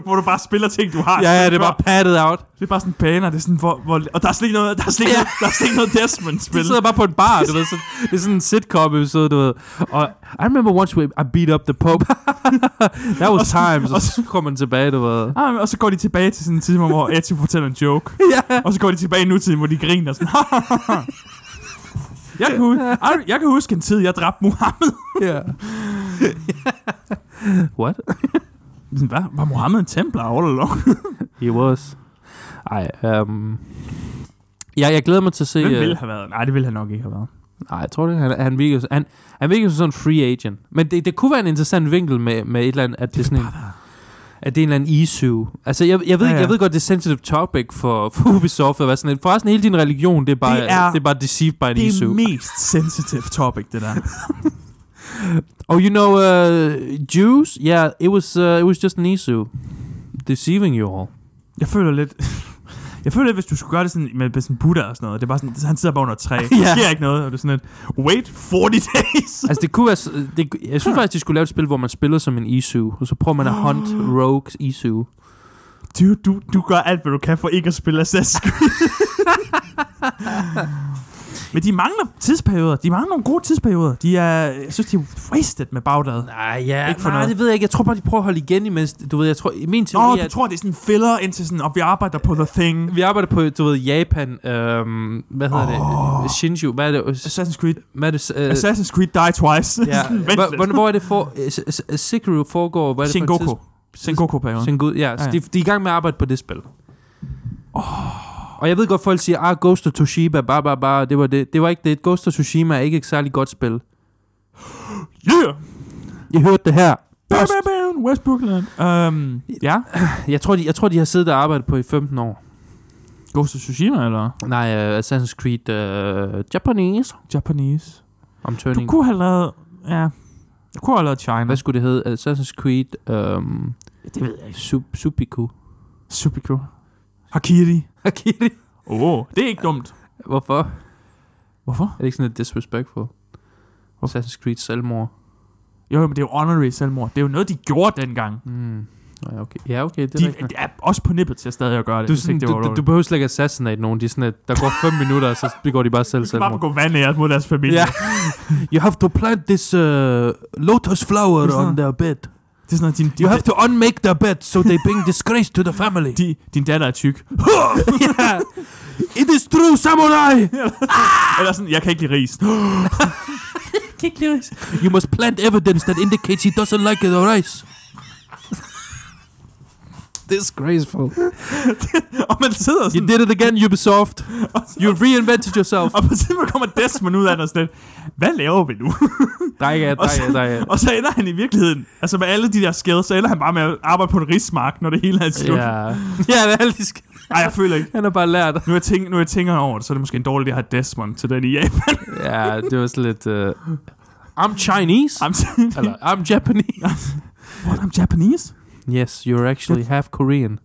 Hvor du bare spiller ting, du har. ja, ja, spillet det er før. bare padded out. Det er bare sådan baner, det er sådan, hvor, hvor, og der er slet ikke noget, der er slet ikke, Ja. noget, der er slet ikke noget Desmond-spil. De sidder bare på en bar, du ved. Så, det er sådan en sitcom-episode, du ved. Og I remember once we, I beat up the Pope. That was time. Så, så kommer man tilbage, du ved. Ah, og så går de tilbage til sådan en time, hvor Ezio fortæller en joke. ja. Og så går de tilbage i nutiden, hvor de griner sådan. jeg, kan huske, Ej, jeg kan huske en tid, jeg dræbte Mohammed. Yeah. What? Sådan, Hvad? Var Mohammed en templar all along? He was. Ej, um, ja, jeg glæder mig til at se... Hvem øh, ville have været? Nej, det ville han nok ikke have været. Nej, jeg tror det. Han, han, virker, han, han virker som sådan en free agent. Men det, det kunne være en interessant vinkel med, med et eller andet, at det, er sådan en, at det er en eller anden issue. Altså, jeg, jeg, ved, Ja, ja, ja. ja. jeg ved godt, det er sensitive topic for, for Ubisoft at være sådan en. Forresten, hele din religion, det er bare, øh, Det er- det er bare deceived by an Det er issue. mest sensitive topic, det der. oh, you know, uh, Jews? Yeah, it was, uh, it was just an issue. Deceiving you all. Jeg føler lidt... Jeg føler lidt, hvis du skulle gøre det sådan med, med sådan Buddha og sådan noget. Det er bare sådan, han sidder bare under et træ. Der Ja. sker ikke noget. Og det er sådan et, wait 40 days. Altså, det kunne være... s- Det, jeg synes faktisk, de skulle lave et spil, hvor man spiller som en issue, og så prøver man at hunt rogues issue. Du, du, du gør alt, hvad du kan for ikke at spille Assassin's Creed. Men de mangler tidsperioder. De mangler nogle gode tidsperioder. De er, jeg synes, de er wasted med bagdad. Nej, ja, Ikke for nej, noget. det ved jeg ikke. Jeg tror bare, de prøver at holde igen imens... Du ved, jeg tror... i Min teori Nå, er, du tror, det er sådan en filler indtil sådan, og vi arbejder på The Thing. Vi arbejder på, du ved, Japan, øhm, hvad hedder oh. det, Shinju, hvad er det, Assassin's Creed, hvad er det, øh, Assassin's Creed Die Twice. ja, Sådan, Vent hvor, lidt. hvor, hvor er det for, øh, s- s- Sekiro foregår, hvad er det for Sengoku. et tids- Sengoku-perioden. Sengoku, ja, så Ja, de, ja. de er i gang med at arbejde på det spil. Oh. Og jeg ved godt, folk siger, ah, Ghost of Tsushima, bare, bare, bare, det var det, det var ikke det, Ghost of Tsushima er ikke et særlig godt spil. Yeah! Jeg hørte det her. Bam, bam, bam, West Brooklyn. Um, ja. Jeg tror, de, jeg tror, de har siddet og arbejdet på i 15 år. Ghost of Tsushima, eller? Nej, uh, Assassin's Creed uh, Japanese. Japanese. Om Du turning. kunne have lavet... Ja. Du kunne have lavet China. Hvad skulle det hedde? Assassin's Creed um, Det ved jeg ikke. Sub- Subiku. Super cool. Hakiri. Akiri. Åh, oh, det er ikke dumt. Hvorfor? Hvorfor? Er det ikke sådan lidt disrespectful? Hvorfor? Assassin's Creed selvmord. Jo, men det er jo honorary selvmord. Det er jo noget, de gjorde dengang. Mm. Ja, okay. Ja, okay, det er De, rigtigt. de er også på nippet til at stadig at gøre det. Du, er hvis sådan, ikke du, det var du, du ulovligt. behøver slet ikke assassinate nogen. De er sådan, at der går 5 minutter, og så begår de bare selv Du skal bare selvmord. gå vand af mod deres familie. Ja. You have to plant this uh, lotus flower Sådan. on their bed. Det er sådan noget, din, din, You have to unmake their bed, so they bring disgrace to the family. di, din datter er tyk. yeah. It is true, samurai! Eller sådan, jeg kan ikke lide ris. You must plant evidence that indicates he doesn't like the rice. Disgraceful. og man sidder You sådan, did it again, Ubisoft. You reinvented yourself. og på tidspunkt kommer Desmond ud af den og sådan lidt, hvad laver vi nu? Der er ikke, der Og så- er, der er. og så ender han i virkeligheden, altså med alle de der skæder, så ender han bare med at arbejde på en rismark, når det hele er slut. Ja. Ja, det er altid sk- Ej, jeg føler ikke. Han har bare lært. Nu jeg, tænker, nu jeg tænker over det, så er det måske en dårlig idé at have Desmond til den i Japan. Ja, det var sådan lidt... Uh, I'm Chinese. I'm, sorry. Eller, I'm Japanese. What, I'm Japanese? yes, you're actually half Korean.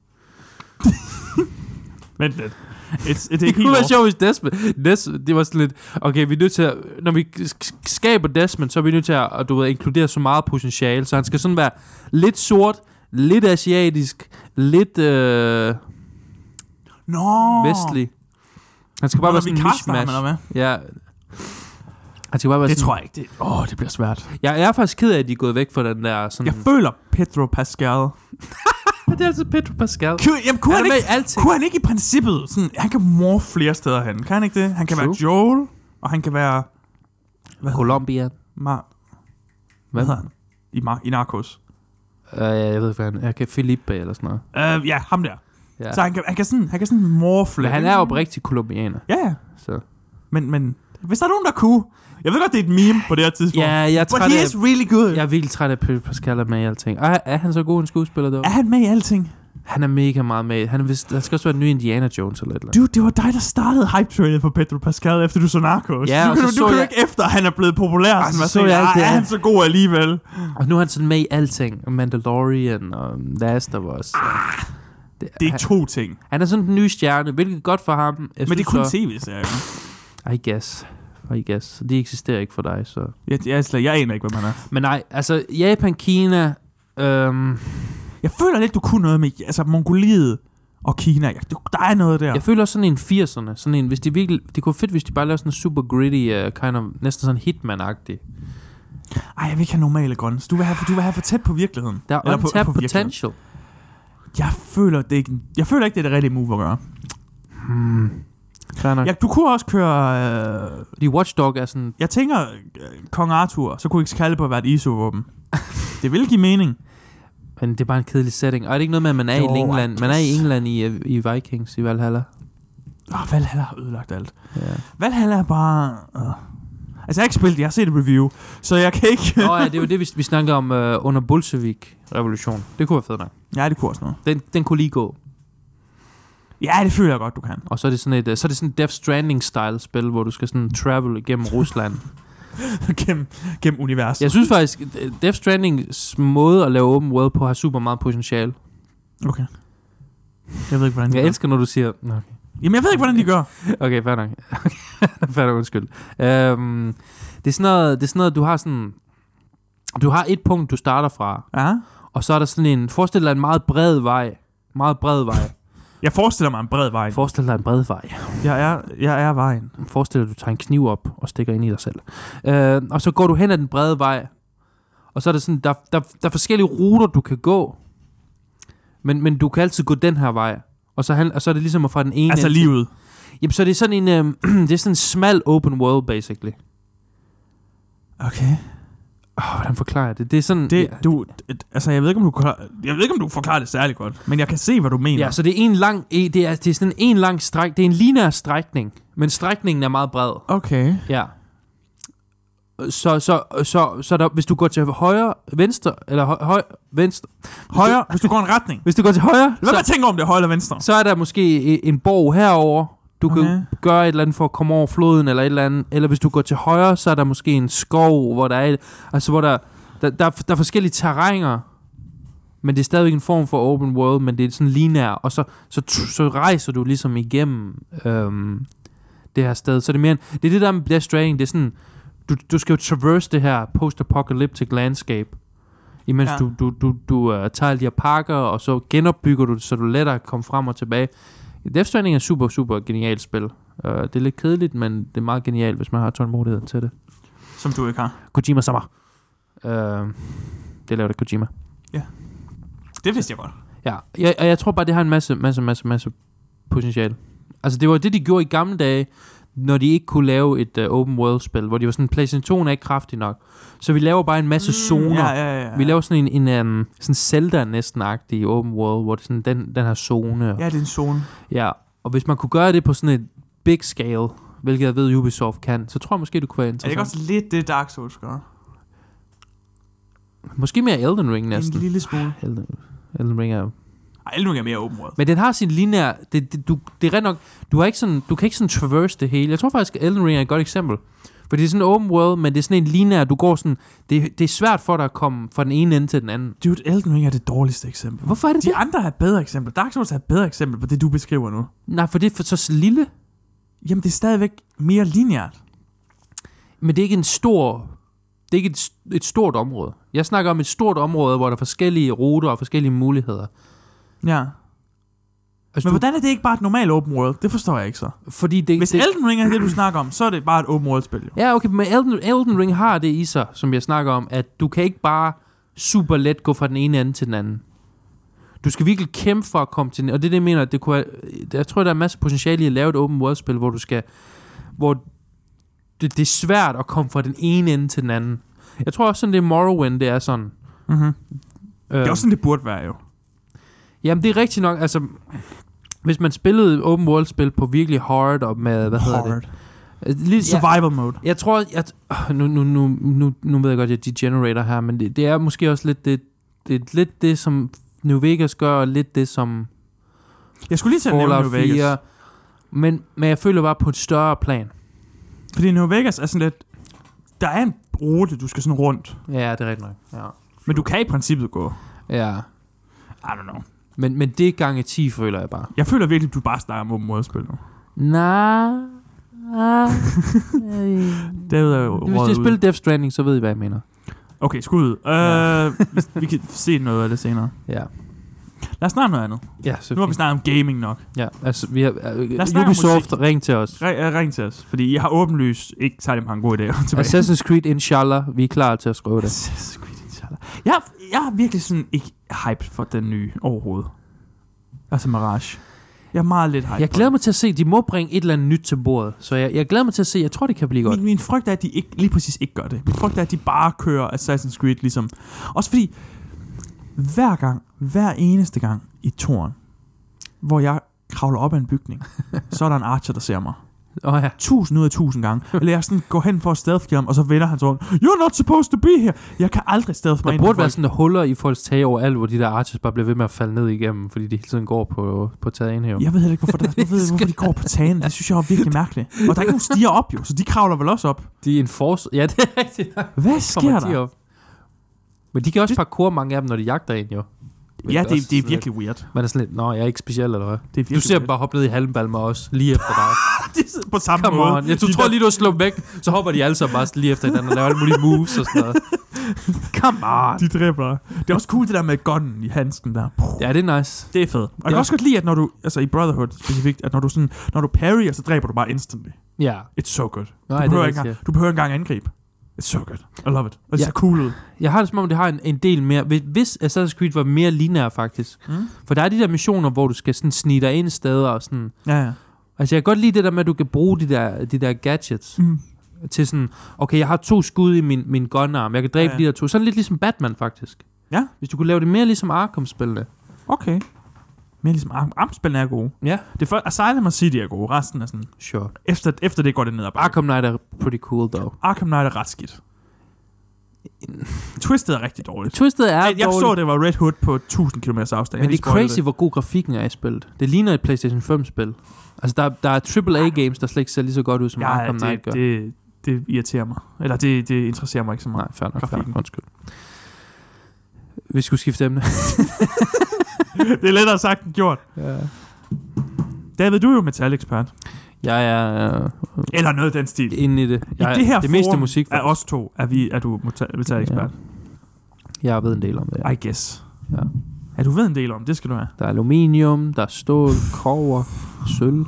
Vent lidt. It's, it, øh, det er Det ikke kunne helt være over. sjovt, hvis Desmond... Des, det var sådan lidt... Okay, vi er nødt til at, Når vi sk- skaber Desmond, så er vi nødt til at, at du ved, inkludere så meget potentiale. Så han skal sådan være lidt sort, lidt asiatisk, lidt øh, Nå. vestlig. Han skal bare Nå, være vi sådan en kaster ham, mishmash. eller hvad? Ja. Han skal bare være Det sådan, tror jeg ikke. Det- Åh, det bliver svært. Jeg er faktisk ked af, at de er gået væk fra den der sådan... Jeg føler Pedro Pascal. Ja, det er altså Pedro Pascal. Kunne, jamen, kunne Han han, er med ikke, i alting. kunne han ikke i princippet... Sådan, han kan morfe flere steder hen. Kan han ikke det? Han kan True. være Joel, og han kan være... Hvad, hedder- Colombia. Mar, Hvad? hvad hedder han? I, Mar, i Narcos. Uh, jeg ved ikke, hvad han er. Kan Felipe eller sådan noget. Uh, ja, ham der. Ja. Ja. Så han kan, han kan sådan, han kan sådan morfe Men lidt, han ikke? er oprigtig kolumbianer. Ja, ja. Så. Men, men hvis der er nogen, der kunne... Jeg ved godt, det er et meme på det her tidspunkt. Ja, jeg er But træt he af, is really good. jeg er virkelig træt af at Pedro Pascal er med i alting. Er, er han så god en skuespiller dog? Er han med i alting? Han er mega meget med. Han er vist, der skal også være en ny Indiana Jones eller et eller andet. Dude, det var dig, der startede hype trainet for Pedro Pascal, efter du så Narcos. Ja, du og kan, så du, så kan jo jeg- ikke efter, at han er blevet populær. Og sådan, så hvad så tænker, jeg alt "Ah, det er han andet." så god alligevel? Og nu er han sådan med i alting. Og Mandalorian og Last of Us. Det, Ah, Det er han, to ting. han er sådan den nye stjerne, hvilket er godt for ham. Jeg Men det synes er kun så, tv-serien. I guess. I guess. De eksisterer ikke for dig, så... Jeg, jeg, er slet, jeg aner ikke, hvem han er. Men nej, altså Japan, Kina, øhm, Jeg føler lidt, du kunne noget med altså, Mongoliet og Kina. Jeg, du, der er noget der. jeg føler også sådan en 80'erne, sådan en, hvis de virkelig, det kunne være fedt, hvis de bare lavede sådan en super gritty, uh, kind of, næsten sådan hitman-agtig. Ej, jeg vil ikke have normale grønne. Du vil have, du vil have for tæt på virkeligheden. Der er Eller på- untapped på virkeligheden. potential. Jeg føler, det er ikke, jeg føler ikke, det er det rigtige move at gøre. Hmm. Fair nok. Jeg, du kunne også køre... Øh, Fordi Watchdog er sådan, jeg tænker, øh, Kong Arthur, så kunne Excalibur være et ISO-våben. det ville give mening. men det er bare en kedelig setting. Og er det ikke noget med, at man er Jo, i England? I Man er i guess. England i, øh, i Vikings, i Valhalla. Åh, oh, Valhalla har ødelagt alt. Ja. Valhalla er bare... Uh. Altså, jeg har ikke spillet det. Jeg har set et review, så jeg kan ikke... Nå ja, det var det, vi, vi snakkede om uh, under Bolshevik-revolutionen. Det kunne være fedt nok. ja, det kunne også noget. Den, den kunne lige gå. Ja, det føler jeg godt, du kan. Og så er det sådan et, øh, så er det sådan et Death Stranding-style spil, hvor du skal sådan travel igennem Rusland. gennem, gennem universet. Jeg synes faktisk, øh, Death Strandings måde at lave open world på har super meget potentiale. Okay. Jeg ved ikke, hvordan de Jeg gør. elsker, når du siger... Nå, Okay, Jamen, jeg ved ikke, hvordan de gør. okay fair nok. fair nok, undskyld. Øhm, det, er sådan noget, det er sådan noget, du har sådan... Du har et punkt, du starter fra, Ja. og så er der sådan en... Forestil dig en meget bred vej. Meget bred vej. Jeg forestiller mig en bred vej. Forestil dig en bred vej. Jeg er, jeg er vejen. Forestil dig, at du tager en kniv op og stikker ind i dig selv. Øh, og så går du hen ad den brede vej, og så er der sådan, der, der, der er forskellige ruter, du kan gå, men, men du kan altid gå den her vej. Og så, han, og så er det ligesom at fra den ene... Altså ende- livet. Jamen, så er det sådan en, øh, det er sådan en smal open world, basically. Okay. Oh, hvordan forklarer jeg det? Det er sådan... Det, ja, du, d- altså, jeg ved ikke, om du, klar- jeg ved ikke, om du forklarer det særlig godt, men jeg kan se, hvad du mener. ja, så det er en lang... eh, Det er, det er sådan en lang stræk... Det er en linær strækning, men strækningen er meget bred. Okay. Ja. Så, så, så, så der, hvis du går til højre, venstre, eller høj, høj, venstre, Højre, hvis du går en retning. Hvis du går til højre, Lad så, mig tænke om det er højre eller venstre. så er der måske e- en borg herover. Du kan Okay. gøre et eller andet for at komme over floden eller et eller andet. Eller hvis du går til højre, så er der måske en skov, hvor der er, et- altså hvor der, der, der, er- der er forskellige terrænger. Men det er stadigvæk en form for open world, men det er sådan linær. Og så, så, tr- så rejser du ligesom igennem øhm, det her sted. Så det er mere en, det er det der med Death Stranding, det er sådan, du, du skal jo traverse det her post-apocalyptic landskab, imens Ja. ja. du, du, du, du uh, tager alle de her pakker, og så genopbygger du det, så du lettere kan komme frem og tilbage. Death Stranding er et super, super genialt spil. Uh, det er lidt kedeligt, men det er meget genialt, hvis man har tålmodighed til det. Som du ikke har. Kojima sama. Uh, det laver det Kojima. Det vidste jeg godt. Ja, jeg, og jeg tror bare, det har en masse, masse, masse, masse potentiale. Altså, det var det, de gjorde i gamle dage, når de ikke kunne lave et uh, open world-spil, hvor de var sådan, PlayStation 2 er ikke kraftig nok. Så vi laver bare en masse mm, zoner. Ja, ja, ja, ja. Vi laver sådan en, en um, sådan Zelda næsten-agtig open world, hvor det er sådan, den, den her zone. Ja, Ja. det er en zone. ja. Og hvis man kunne gøre det på sådan et big scale, hvilket jeg ved Ubisoft kan, så tror jeg måske, det kunne være Er det ikke interessant. også lidt det, Dark Souls gør? Måske mere Elden Ring En næsten. lille smule. Elden, Elden Ring er Ej, Elden Ring er mere open world. Men den har sin lineær... Det, det, du, det er rent nok... Du, har ikke sådan, du kan ikke sådan traverse det hele. Jeg tror faktisk, at Elden Ring er et godt eksempel. For det er sådan en open world, men det er sådan en lineær... Du går sådan... Det, det er svært for dig at komme fra den ene ende til den anden. Dude, Elden Ring er det dårligste eksempel. Hvorfor er det De det? andre er bedre eksempler. Dark Souls er et bedre eksempel på det, du beskriver nu. Nej, for det er for så lille. Jamen, det er stadigvæk mere lineært. Men det er ikke en stor... Det er ikke et, et stort område. Jeg snakker om et stort område, hvor der er forskellige ruter og forskellige muligheder. Ja. Altså, du, Men hvordan er det ikke bare et normalt open world? Det forstår jeg ikke så. fordi det, Hvis det, Elden Ring er det, du snakker om, så er det bare et open world-spil, jo. Ja, okay, men Elden, Elden Ring har det i sig, som jeg snakker om, at du kan ikke bare super let gå fra den ene ende til den anden. Du skal virkelig kæmpe for at komme til den, og det er det, jeg mener, at det kunne, have- jeg tror, der er masser af potentiale i at lave et open world-spil, hvor du skal, hvor det, det er svært at komme fra den ene ende til den anden. Jeg tror også sådan, det er Morrowind, det er sådan. Mm-hmm. Øh, Det er også sådan, det burde være, jo. Jamen, det er rigtigt nok, altså, hvis man spillede open world-spil på virkelig hard, og med, hvad hedder det? Hard. Altså, lidt- ja, Survival mode. Jeg tror, at øh, nu, nu, nu, nu, nu ved jeg godt, at jeg degenerator her, men det, det er måske også lidt det, det, er lidt det, som New Vegas gør, og lidt det, som Jeg skulle lige til at nævne Fallout New Vegas. 4. Men, men jeg føler bare på et større plan. Fordi New Vegas er sådan lidt... Der er en rute, du skal sådan rundt. Ja, det er rigtigt nok. Ja. Men du kan i princippet gå. ja. I don't know. Men, men det er gange 10, føler jeg bare. Jeg føler virkelig, du bare snakker om open world-spil nu. Nej. Ah, Det er jo Hvis røget jeg ud. spiller Death Stranding, så ved I, hvad jeg mener. Okay, skud ud. Ja. Uh, vi, vi kan se noget af det senere. Ja, Lad os snakke om noget andet. ja så Nu har vi fint. snakket om gaming nok. Ja, altså, vi har, os uh, snakke om Ubisoft, musik. ring til os. Ring, øh, ring til os, fordi jeg har åbenlyst ikke særlig mange gode idéer tilbage. Assassin's Creed, inshallah, vi er klar til at skrive det. Assassin's Creed, inshallah. jeg, er- jeg er virkelig sådan ikke hyped for den nye overhovedet. Altså Mirage. Jeg er meget lidt hyped Jeg for glæder den. mig til at se, de må bringe et eller andet nyt til bordet. Så jeg, jeg glæder mig til at se, jeg tror, det kan blive godt. Min, min frygt er, at de ikke, lige præcis ikke gør det. Min frygt er, at de bare kører Assassin's Creed ligesom. Også fordi, hver gang, hver eneste gang i toren, hvor jeg kravler op ad en bygning, så er der en archer, der ser mig. Åh oh, ja. Tusind ud af tusind gange. Eller jeg sådan går hen for at stealth ham, og så vender han sig rundt. You're not supposed to be here. Jeg kan aldrig stealth mig Der ind på burde være folk. sådan nogle huller i folks tage over alt, hvor de der arches bare bliver ved med at falde ned igennem, fordi de hele tiden går på, på taget ind her. Jeg ved heller ikke, hvorfor, der, jeg ved, hvorfor de går på tagen. Det synes jeg er virkelig mærkeligt. Og der er ikke nogen stiger op, jo, så de kravler vel også op. De er en force... Ja, det er rigtigt. Der Hvad sker kommer de der? op. Men de kan også parkour mange af dem, når de jagter ind, jo. Men Ja, også det, det er sådan virkelig weird. Lidt, man er sådan lidt, nå, jeg er ikke speciel, eller hvad? Det er virkelig Du ser dem weird. bare hoppe ned i halmbalmer også, lige efter dig. Det er på samme Come måde. on. Jeg De du der- tror lige, du har slået væk, så hopper de alle sammen bare lige efter hinanden og laver alle mulige moves og sådan noget. Come on. De dribler. Det er også cool, det der med gunnen i handsken der. Ja, det er nice. Det er fedt. Og jeg kan Ja. også godt lide, at når du, altså i Brotherhood specifikt, at når du sådan, når du parryer, så dræber du bare instantly. Ja. It's so good. Du, Nej, det behøver, er ikke, rigtigt. engang- du behøver ikke engang angribe. It's so good. I love it. Og det Ja. ser cool ud. Jeg har det som om, det har en, en del mere... Hvis- Hvis Assassin's Creed var mere lineær, faktisk. Mm. For der er de der missioner, hvor du skal sådan snige dig ind steder og sådan... Ja, ja. Altså, jeg kan godt lide det der med, at du kan bruge de der, de der gadgets Mm. til sådan... Okay, jeg har to skud i min, min gunarm. Jeg kan dræbe Ja, ja, ja. ja. de der to. Sådan lidt ligesom Batman, faktisk. Ja. Hvis du kunne lave det mere ligesom Arkham-spillene. Okay. Men ligesom arm, armspillene er gode. Ja. Det er for, Asylum og City er gode. Resten er sådan... Sure. Efter, efter det går det ned ad bakke. Arkham Knight er pretty cool, dog. Arkham Knight er ret skidt. Twisted er rigtig dårligt. Twisted er Jeg, jeg dårlig, så, det var Red Hood på 1000 km afstand. men det er Jeg har lige spoilet crazy, hvor god grafikken er i spillet. Det ligner et PlayStation 5-spil. Altså, der, der er AAA-games, der slet ikke ser lige så godt ud, som ja, Arkham Knight det, gør. det, det irriterer mig. Eller det, det interesserer mig ikke så meget. Nej, fair nok, fair Grafikken. nok. Undskyld. Vi skulle skifte emne. det er lettere sagt end gjort. ja. David, du er jo metal-ekspert. Jeg er øh, Eller noget i den stil. inde i det. I Jeg, det her det meste forum musik, Af faktisk. os to er, vi, er du mota- militærekspert. jeg ved en del om det. Ja. I guess. Ja. Ja, du ved en del om, det skal du have. Der er aluminium, der er stål, kover, sølv.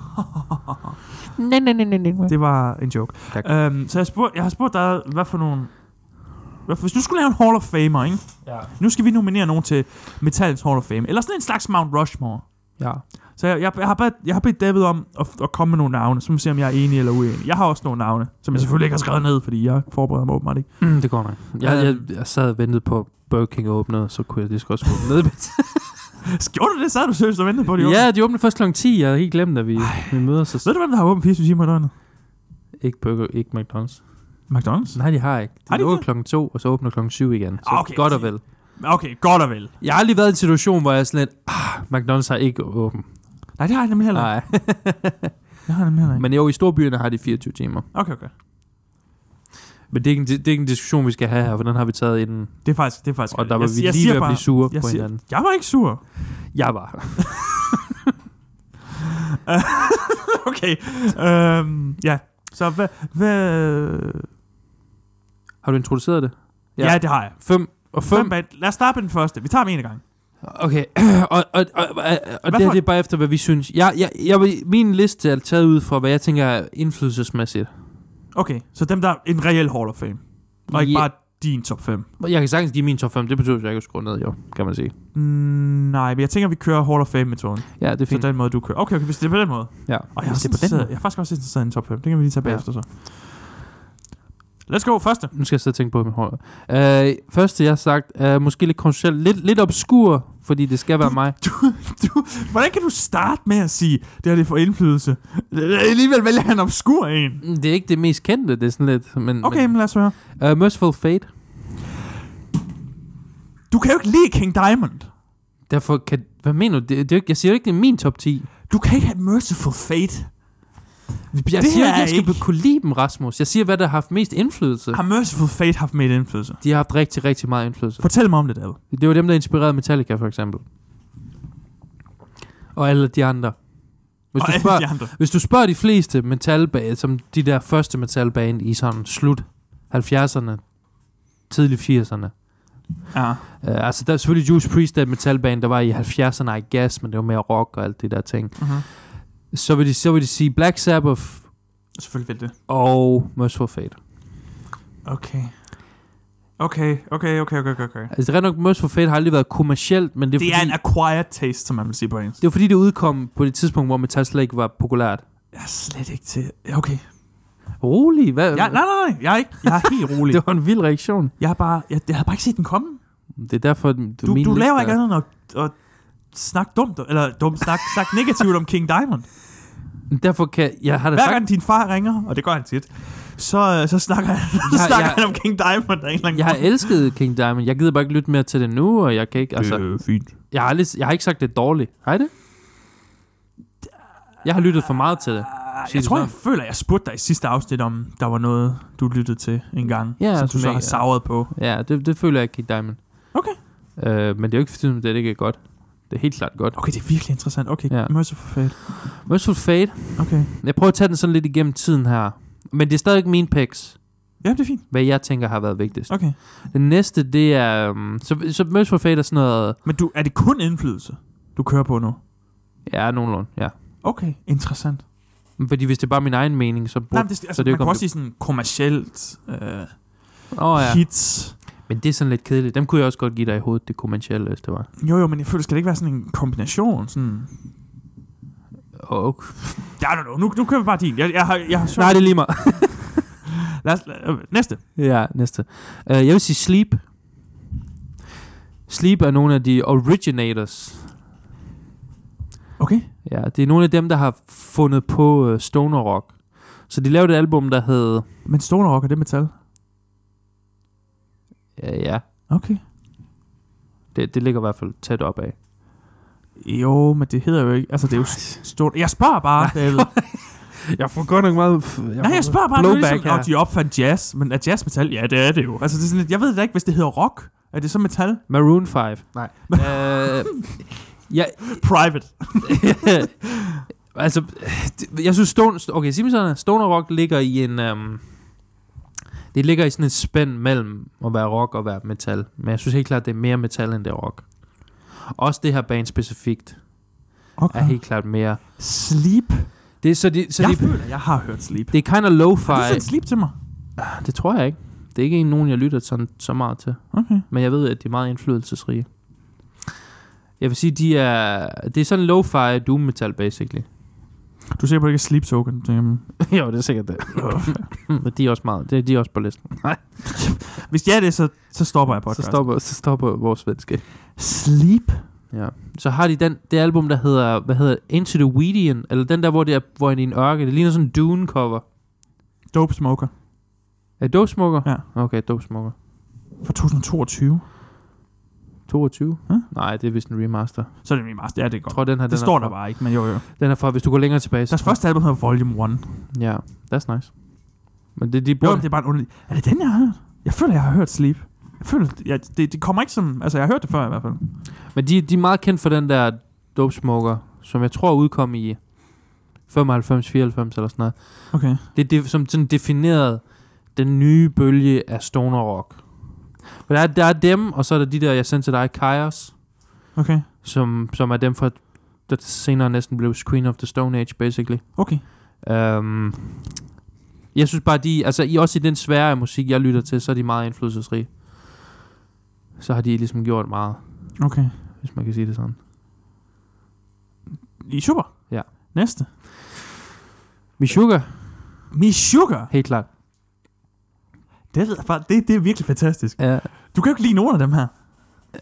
nej, nej, nej, nej, nej. Det var en joke. Tak. Øhm, så jeg, spurg, jeg har spurgt dig, hvad for nogle... Hvad for, hvis du skulle lave en Hall of Famer, ikke? Ja. Nu skal vi nominere nogen til Metallens Hall of Fame. Eller sådan en slags Mount Rushmore. ja. Så jeg, jeg, jeg, har, bedt, jeg har bedt David om at, at komme med nogle navne, så må vi se, om jeg er enig eller uenig. Jeg har også nogle navne, som jeg selvfølgelig ikke har skrevet ned, fordi jeg forbereder mig åbenbart ikke. Mm, det går nok. Jeg, jeg, jeg sad og ventede på Burger King åbnede, så kunne jeg lige så godt skrue den ned. Gjorde du det? Sad du seriøst og ventede på det? ja, de åbnede først kl. 10. Jeg havde helt glemt, at vi, vi møder sig. Ved du, hvem der har åbent 24 timer i døgnet? Ikke Burger, ikke McDonald's. McDonald's? Nej, de har ikke. De Har de lukker ikke? klokken to, og så åbner klokken syv igen. Så Ah, okay. godt og vel. Okay, godt og vel. Jeg har aldrig været i en situation, hvor jeg er sådan lidt, ah, McDonald's har ikke åbent. Nej, det har jeg nemlig heller ikke. Nej. Jeg har jeg nemlig heller ikke. Men jo, i storbyerne har de 24 timer. Okay, okay. Men det er, ikke en, det er ikke en diskussion, vi skal have her, for den har vi taget inden. Det er faktisk, det er faktisk Og der var jeg, vi lige jeg siger ved at bare- blive sure jeg på siger- hinanden. Jeg var ikke sur. Jeg var. Okay. øhm, ja. Så hvad... hvad Har du introduceret det? ja. ja, det har jeg. 5 og Fem 5. bad. Lad os starte med den første. Vi tager dem en gang. Okay, og, og, og, og, og det her for- det er bare efter, hvad vi synes. Jeg, jeg, jeg, vil- min liste er taget ud fra, hvad jeg tænker er indflydelsesmæssigt. Okay, så dem der er en reel Hall of Fame. Og ikke Ja. bare din top 5. Jeg kan sagtens give min top 5, det betyder, at jeg ikke skrue ned, jo, kan man sige. Mm, nej, men jeg tænker, vi kører Hall of Fame-metoden. Ja, det er Så fint. den måde, du kører. Okay, okay, hvis det er på den måde. Ja. Og jeg, er Hvis det er også på den interesseret- måde. jeg er faktisk også interesseret i en top 5. Det kan vi lige tage Ja. bagefter så. Let's go, første. Nu skal jeg sidde og tænke på med håret. Øh, første, jeg har sagt, er måske lidt kontroversielt, lidt, lidt obskur, fordi det skal være mig. du, hvordan kan du starte med at sige, det her det er for indflydelse? Alligevel vælger han obskur en. Mm, Det er ikke det mest kendte, det er sådan lidt, men... Okay, men lad os høre. men uh, Merciful Fate, Du kan jo ikke lide King Diamond. derfor kan... Hvad mener du? Det, det er jo ikke, jeg siger jo ikke, det er min top 10. Du kan ikke have Merciful Fate. Jeg Det siger er ikke, jeg skal ikke- ikke. kunne lide dem, Rasmus. Jeg siger, hvad der har haft mest indflydelse. Har Merciful Fate haft mere indflydelse? De har haft rigtig, rigtig meget indflydelse. Fortæl mig om det, David. Det var dem, der inspirerede Metallica, for eksempel. Og alle de andre. Hvis Og du alle spørger, de andre. Hvis du spørger de fleste metalband, som de der første metalband i sådan slut 70'erne, tidlig 80'erne. Ja. Uh, altså, der er selvfølgelig Juice Priest, der er et metalband, der var i 70'erne, I guess, men det var mere rock og alt det der ting. Mm-hmm. Så vil de, så vil de sige Black Sabbath Selvfølgelig vil det. og Merciful Fate. Okay. Okay, okay, okay, okay, okay, okay. Altså, det er nok, Merciful Fate har aldrig været kommercielt, men det er, Det er fordi, en acquired taste, som man vil sige på engelsk. det var fordi, det udkom på det tidspunkt, hvor metal slet ikke var populært. Jeg er slet ikke til... Ja, Okay. Rolig, hvad? Jeg, nej, nej, nej. Jeg er, ikke, jeg er helt Øh, rolig. Det var en vild reaktion. Jeg, har bare, jeg, jeg havde bare ikke set den komme. Det er derfor, du, Du, du laver altså. ikke andet end at, at snakke dumt, eller dumt, snak, snak negativt om King Diamond. Derfor kan... Jeg har da Hver sagt, gang din far ringer, og det gør han tit, så, øh, så snakker, han, så Jeg- snakker jeg- han om King Diamond. Der er en eller anden Jeg har elsket King Diamond. Jeg gider bare ikke lytte mere til det nu, og jeg kan ikke... Altså, er øh, fint. jeg, har aldrig, jeg har ikke sagt, det er dårligt. Har jeg det? Jeg har lyttet for meget til det. Sig Ah, Jeg det tror, jeg sådan. føler, jeg spurgte dig i sidste afsnit om, der var noget, du lyttede til en gang, Ja, som du som så jeg- har savret på. Ja, det, det føler jeg ikke, King Diamond. Okay. Øh, men det er jo ikke fordi, at det ikke er godt. Det er helt klart godt. Okay, det er virkelig interessant. Okay, ja. Ja. Merciful Fate. Merciful Fate. Okay. Jeg prøver at tage den sådan lidt igennem tiden her. Men det er stadig mine picks, Ja, det er fint. hvad jeg tænker har været vigtigst. Okay. Den næste, det er... Um, så, så Merciful Fate er sådan noget... Men du, er det kun indflydelse, du kører på nu? Ja, nogenlunde, ja. Okay, interessant. Men Fordi hvis det er bare min egen mening, så... Nej, men burde- det, altså, så så det jo man kan ikke, om også sige sådan kommercielt øh, Åh, oh, ja. ja. hits. Men det er sådan lidt kedeligt. Dem kunne jeg også godt give dig i hovedet, det kommercielle, hvis det var. Jo, jo, men jeg føler, skal det ikke være sådan en kombination? Sådan... Og, okay. Ja, no, no, nu, nu kører vi bare din. Jeg, jeg har, jeg har Nej, det er lige mig. Lad os, lad, øh, næste. ja, næste. Uh, jeg vil sige Sleep. Sleep er nogle af de originators. Okay. Ja, det er nogle af dem, der har fundet på uh, stoner rock. Så de lavede et album, der hed... Men stoner rock, er det metal? Ja, ja. Okay. Det, det ligger i hvert fald tæt op af. Jo, men det hedder jo ikke... Altså, det er jo stoner... Jeg spørger bare, David. Jeg får godt nok meget... Jeg Nej, jeg spørger bare, det er Blowback ligesom, her. og de opfandt jazz, men er jazz metal? Ja, det er det jo. Altså, det er sådan lidt, jeg ved da ikke, hvis det hedder rock, er det så metal? Maroon Øh, 5. Nej. Uh, jeg, Private. Altså, det- jeg synes, Stone, okay, Simpsons, Stone og Rock ligger i en... Um, det ligger i sådan et spænd mellem at være rock og være metal. Men jeg synes helt klart, det er mere metal, end det er rock. Også det her band specifikt Ah. er helt klart mere. Sleep. Det, er- så det, så jeg det, føler, jeg har hørt Sleep. det er kind of Har du lo-fi. sendt Sleep til mig? Det tror jeg ikke. Det er ikke en, nogen, jeg lytter sådan, så meget til. Okay. Men jeg ved, at de er meget indflydelsesrige. Jeg vil sige, de er... Det er sådan lo-fi doom metal, basically. Du ser på det ikke er Sleep Token. tænker jeg. jo, det er sikkert det. Men de er også meget... De, de er også på listen. Nej, Hvis jeg er det, så, så stopper jeg podcasten. så stopper, så stopper vores venskab. Sleep. Ja. Så har de den, det album, der hedder... Hvad hedder det? Into the Weedian? Eller den der, hvor det er, hvor han er i en ørke. Det ligner sådan en Dune-cover. Dope Smoker. Er det Dope Smoker? Ja. Okay, Dope Smoker. Fra 2022. 22? Huh? Nej, det er vist en remaster. Jeg Så er det min master. Ja, det er godt. tror, den her... det den står er fra, der bare ikke, men jo jo. Den er fra, hvis du går længere tilbage. så Deres første album hedder Volume 1. Ja, that's nice. Men det, de Jo, burde... det er bare en underlig... Er det den, jeg har hørt? Jeg føler, jeg har hørt Sleep. Jeg føler, jeg, det, det kommer ikke som... Altså, jeg har hørt det før i hvert fald. Men de, de er meget kendt for den der Dope Smoker, som jeg tror udkom i 95-94 eller sådan noget. Okay. Det er det, som sådan definerede den nye bølge af stoner rock. For der er, der er dem, og så er der de der, jeg sendte til dig, Kaios, Okay. som, som er dem fra, der senere næsten blev Queen of the Stone Age, basically. Okay. Um, jeg synes bare, de, altså i, også i den svære musik, jeg lytter til, så er de meget indflydelsesrige. Så har de ligesom gjort meget, Okay. hvis man kan sige det sådan. I er super. Ja. Næste. Meshuggah, Mi Sugar. helt klart. Det, ved jeg bare- det, det er virkelig fantastisk. Ja, Du kan jo ikke lide nogen af dem her.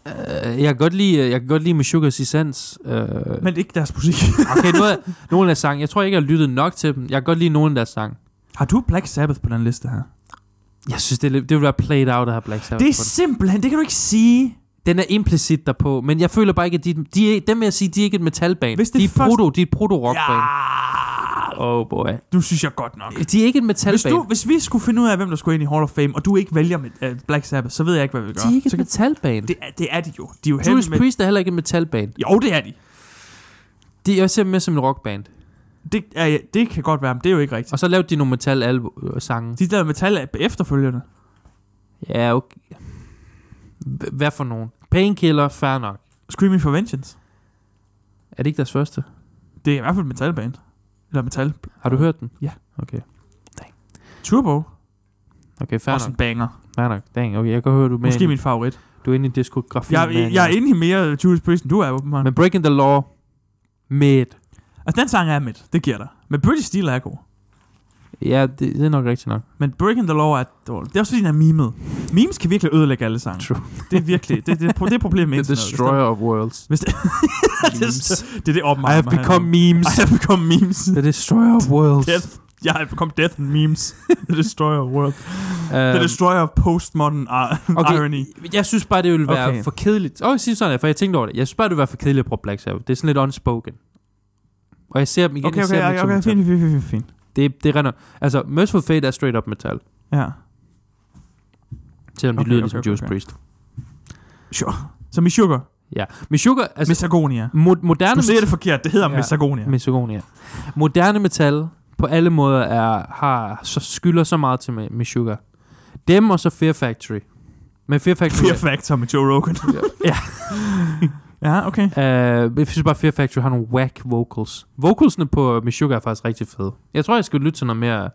Øh, jeg kan godt lide, jeg kan godt lide Meshuggahs essens. Øh, Men ikke deres musik. okay, noget, af- nogle af deres sange. Jeg tror ikke, jeg har lyttet nok til dem. Jeg kan godt lide nogle af deres sange. har du Black Sabbath på den liste her? Jeg synes, det, er lidt- det vil være played out at have Black Sabbath Det er på den. simpelthen... Det kan du ikke sige. den. er implicit derpå, men jeg føler bare ikke, at de, de er, dem vil jeg sige, de er ikke et metalband. Hvis det de er er først- proto, de er et proto-rockband. Ja. Oh boy. Du synes jeg godt nok. De er ikke et Hvis, metalband. du, hvis vi skulle finde ud af, hvem der skulle ind i Hall of Fame, og du ikke vælger med, uh, Black Sabbath, så ved jeg ikke, hvad vi gør. De er ikke så et metalband. det, er, det er de jo. De er jo heavy Judas med... Priest er heller ikke et metalband. Jo, det er de. De er også mere som et rockband. Det, er, ja, det kan godt være, men det er jo ikke rigtigt. Og så lavede de nogle øh, metal-sange. De lavede metal efterfølgende. Ja, okay. H- Hvad for nogen? Painkiller, fair nok. Screaming for Vengeance. Er det ikke deres første? Det er i hvert fald et metalband. Eller metal. Har du hørt den? Ja. Okay. Turbo. Okay, fair Også nok. en banger. Fair nok. Dang, okay, jeg kan høre, du er, med Måske ind, min favorit. du er inde i diskografien. Jeg, med jeg, jeg er inde i mere Judas Priest, end du er, åbenbart. Men, Men Breaking the Law, med altså, den sang er midt. Det giver dig. Men British Steel er god. Ja, det, det, er nok rigtigt nok. Men Breaking the Law er dårlig. Det er også fordi, den er memet. Memes kan virkelig ødelægge alle sange. True. Det er virkelig, det, det, det er problemet med The internet. Destroyer of Worlds. Hvis det- det, Memes. Oh, er- det er det op I have become memes. I have become memes. The Destroyer of Worlds. Death. Jeg har become death and memes. The destroyer of world. Øhm, The destroyer of postmodern ar- okay, irony. Jeg synes bare, det ville være Okay. okay. for kedeligt. Åh, oh, sig sådan, her, for jeg tænkte over det. Jeg synes bare, det ville være for kedeligt at bruge Black Sabbath. Det er sådan lidt unspoken. Og jeg ser dem igen. Okay, jeg ser okay, dem okay, ikke som okay, metal. fint, fint, fint, fint, fint. Det, det render. Altså, Merciful Fate er straight up metal, Ja. selvom okay, de Okay, lyder okay, ligesom okay, Judas okay. Priest. Sure. Som i Sugar. Ja. Meshuggah, altså Misagonia. mo- moderne... Du ser det forkert. Det hedder Ja. Misagonia. Misogonia. Moderne metal på alle måder er, har, så skylder så meget til Me- Meshuggah. Dem og så Fear Factory. Men Fear Factory... Fear Factor med Joe Rogan. Ja. ja, okay. Øh, jeg synes bare, Fear Factory har nogle whack vocals. Vocalsene på Meshuggah er faktisk rigtig fede. Jeg tror, jeg skal lytte til noget mere...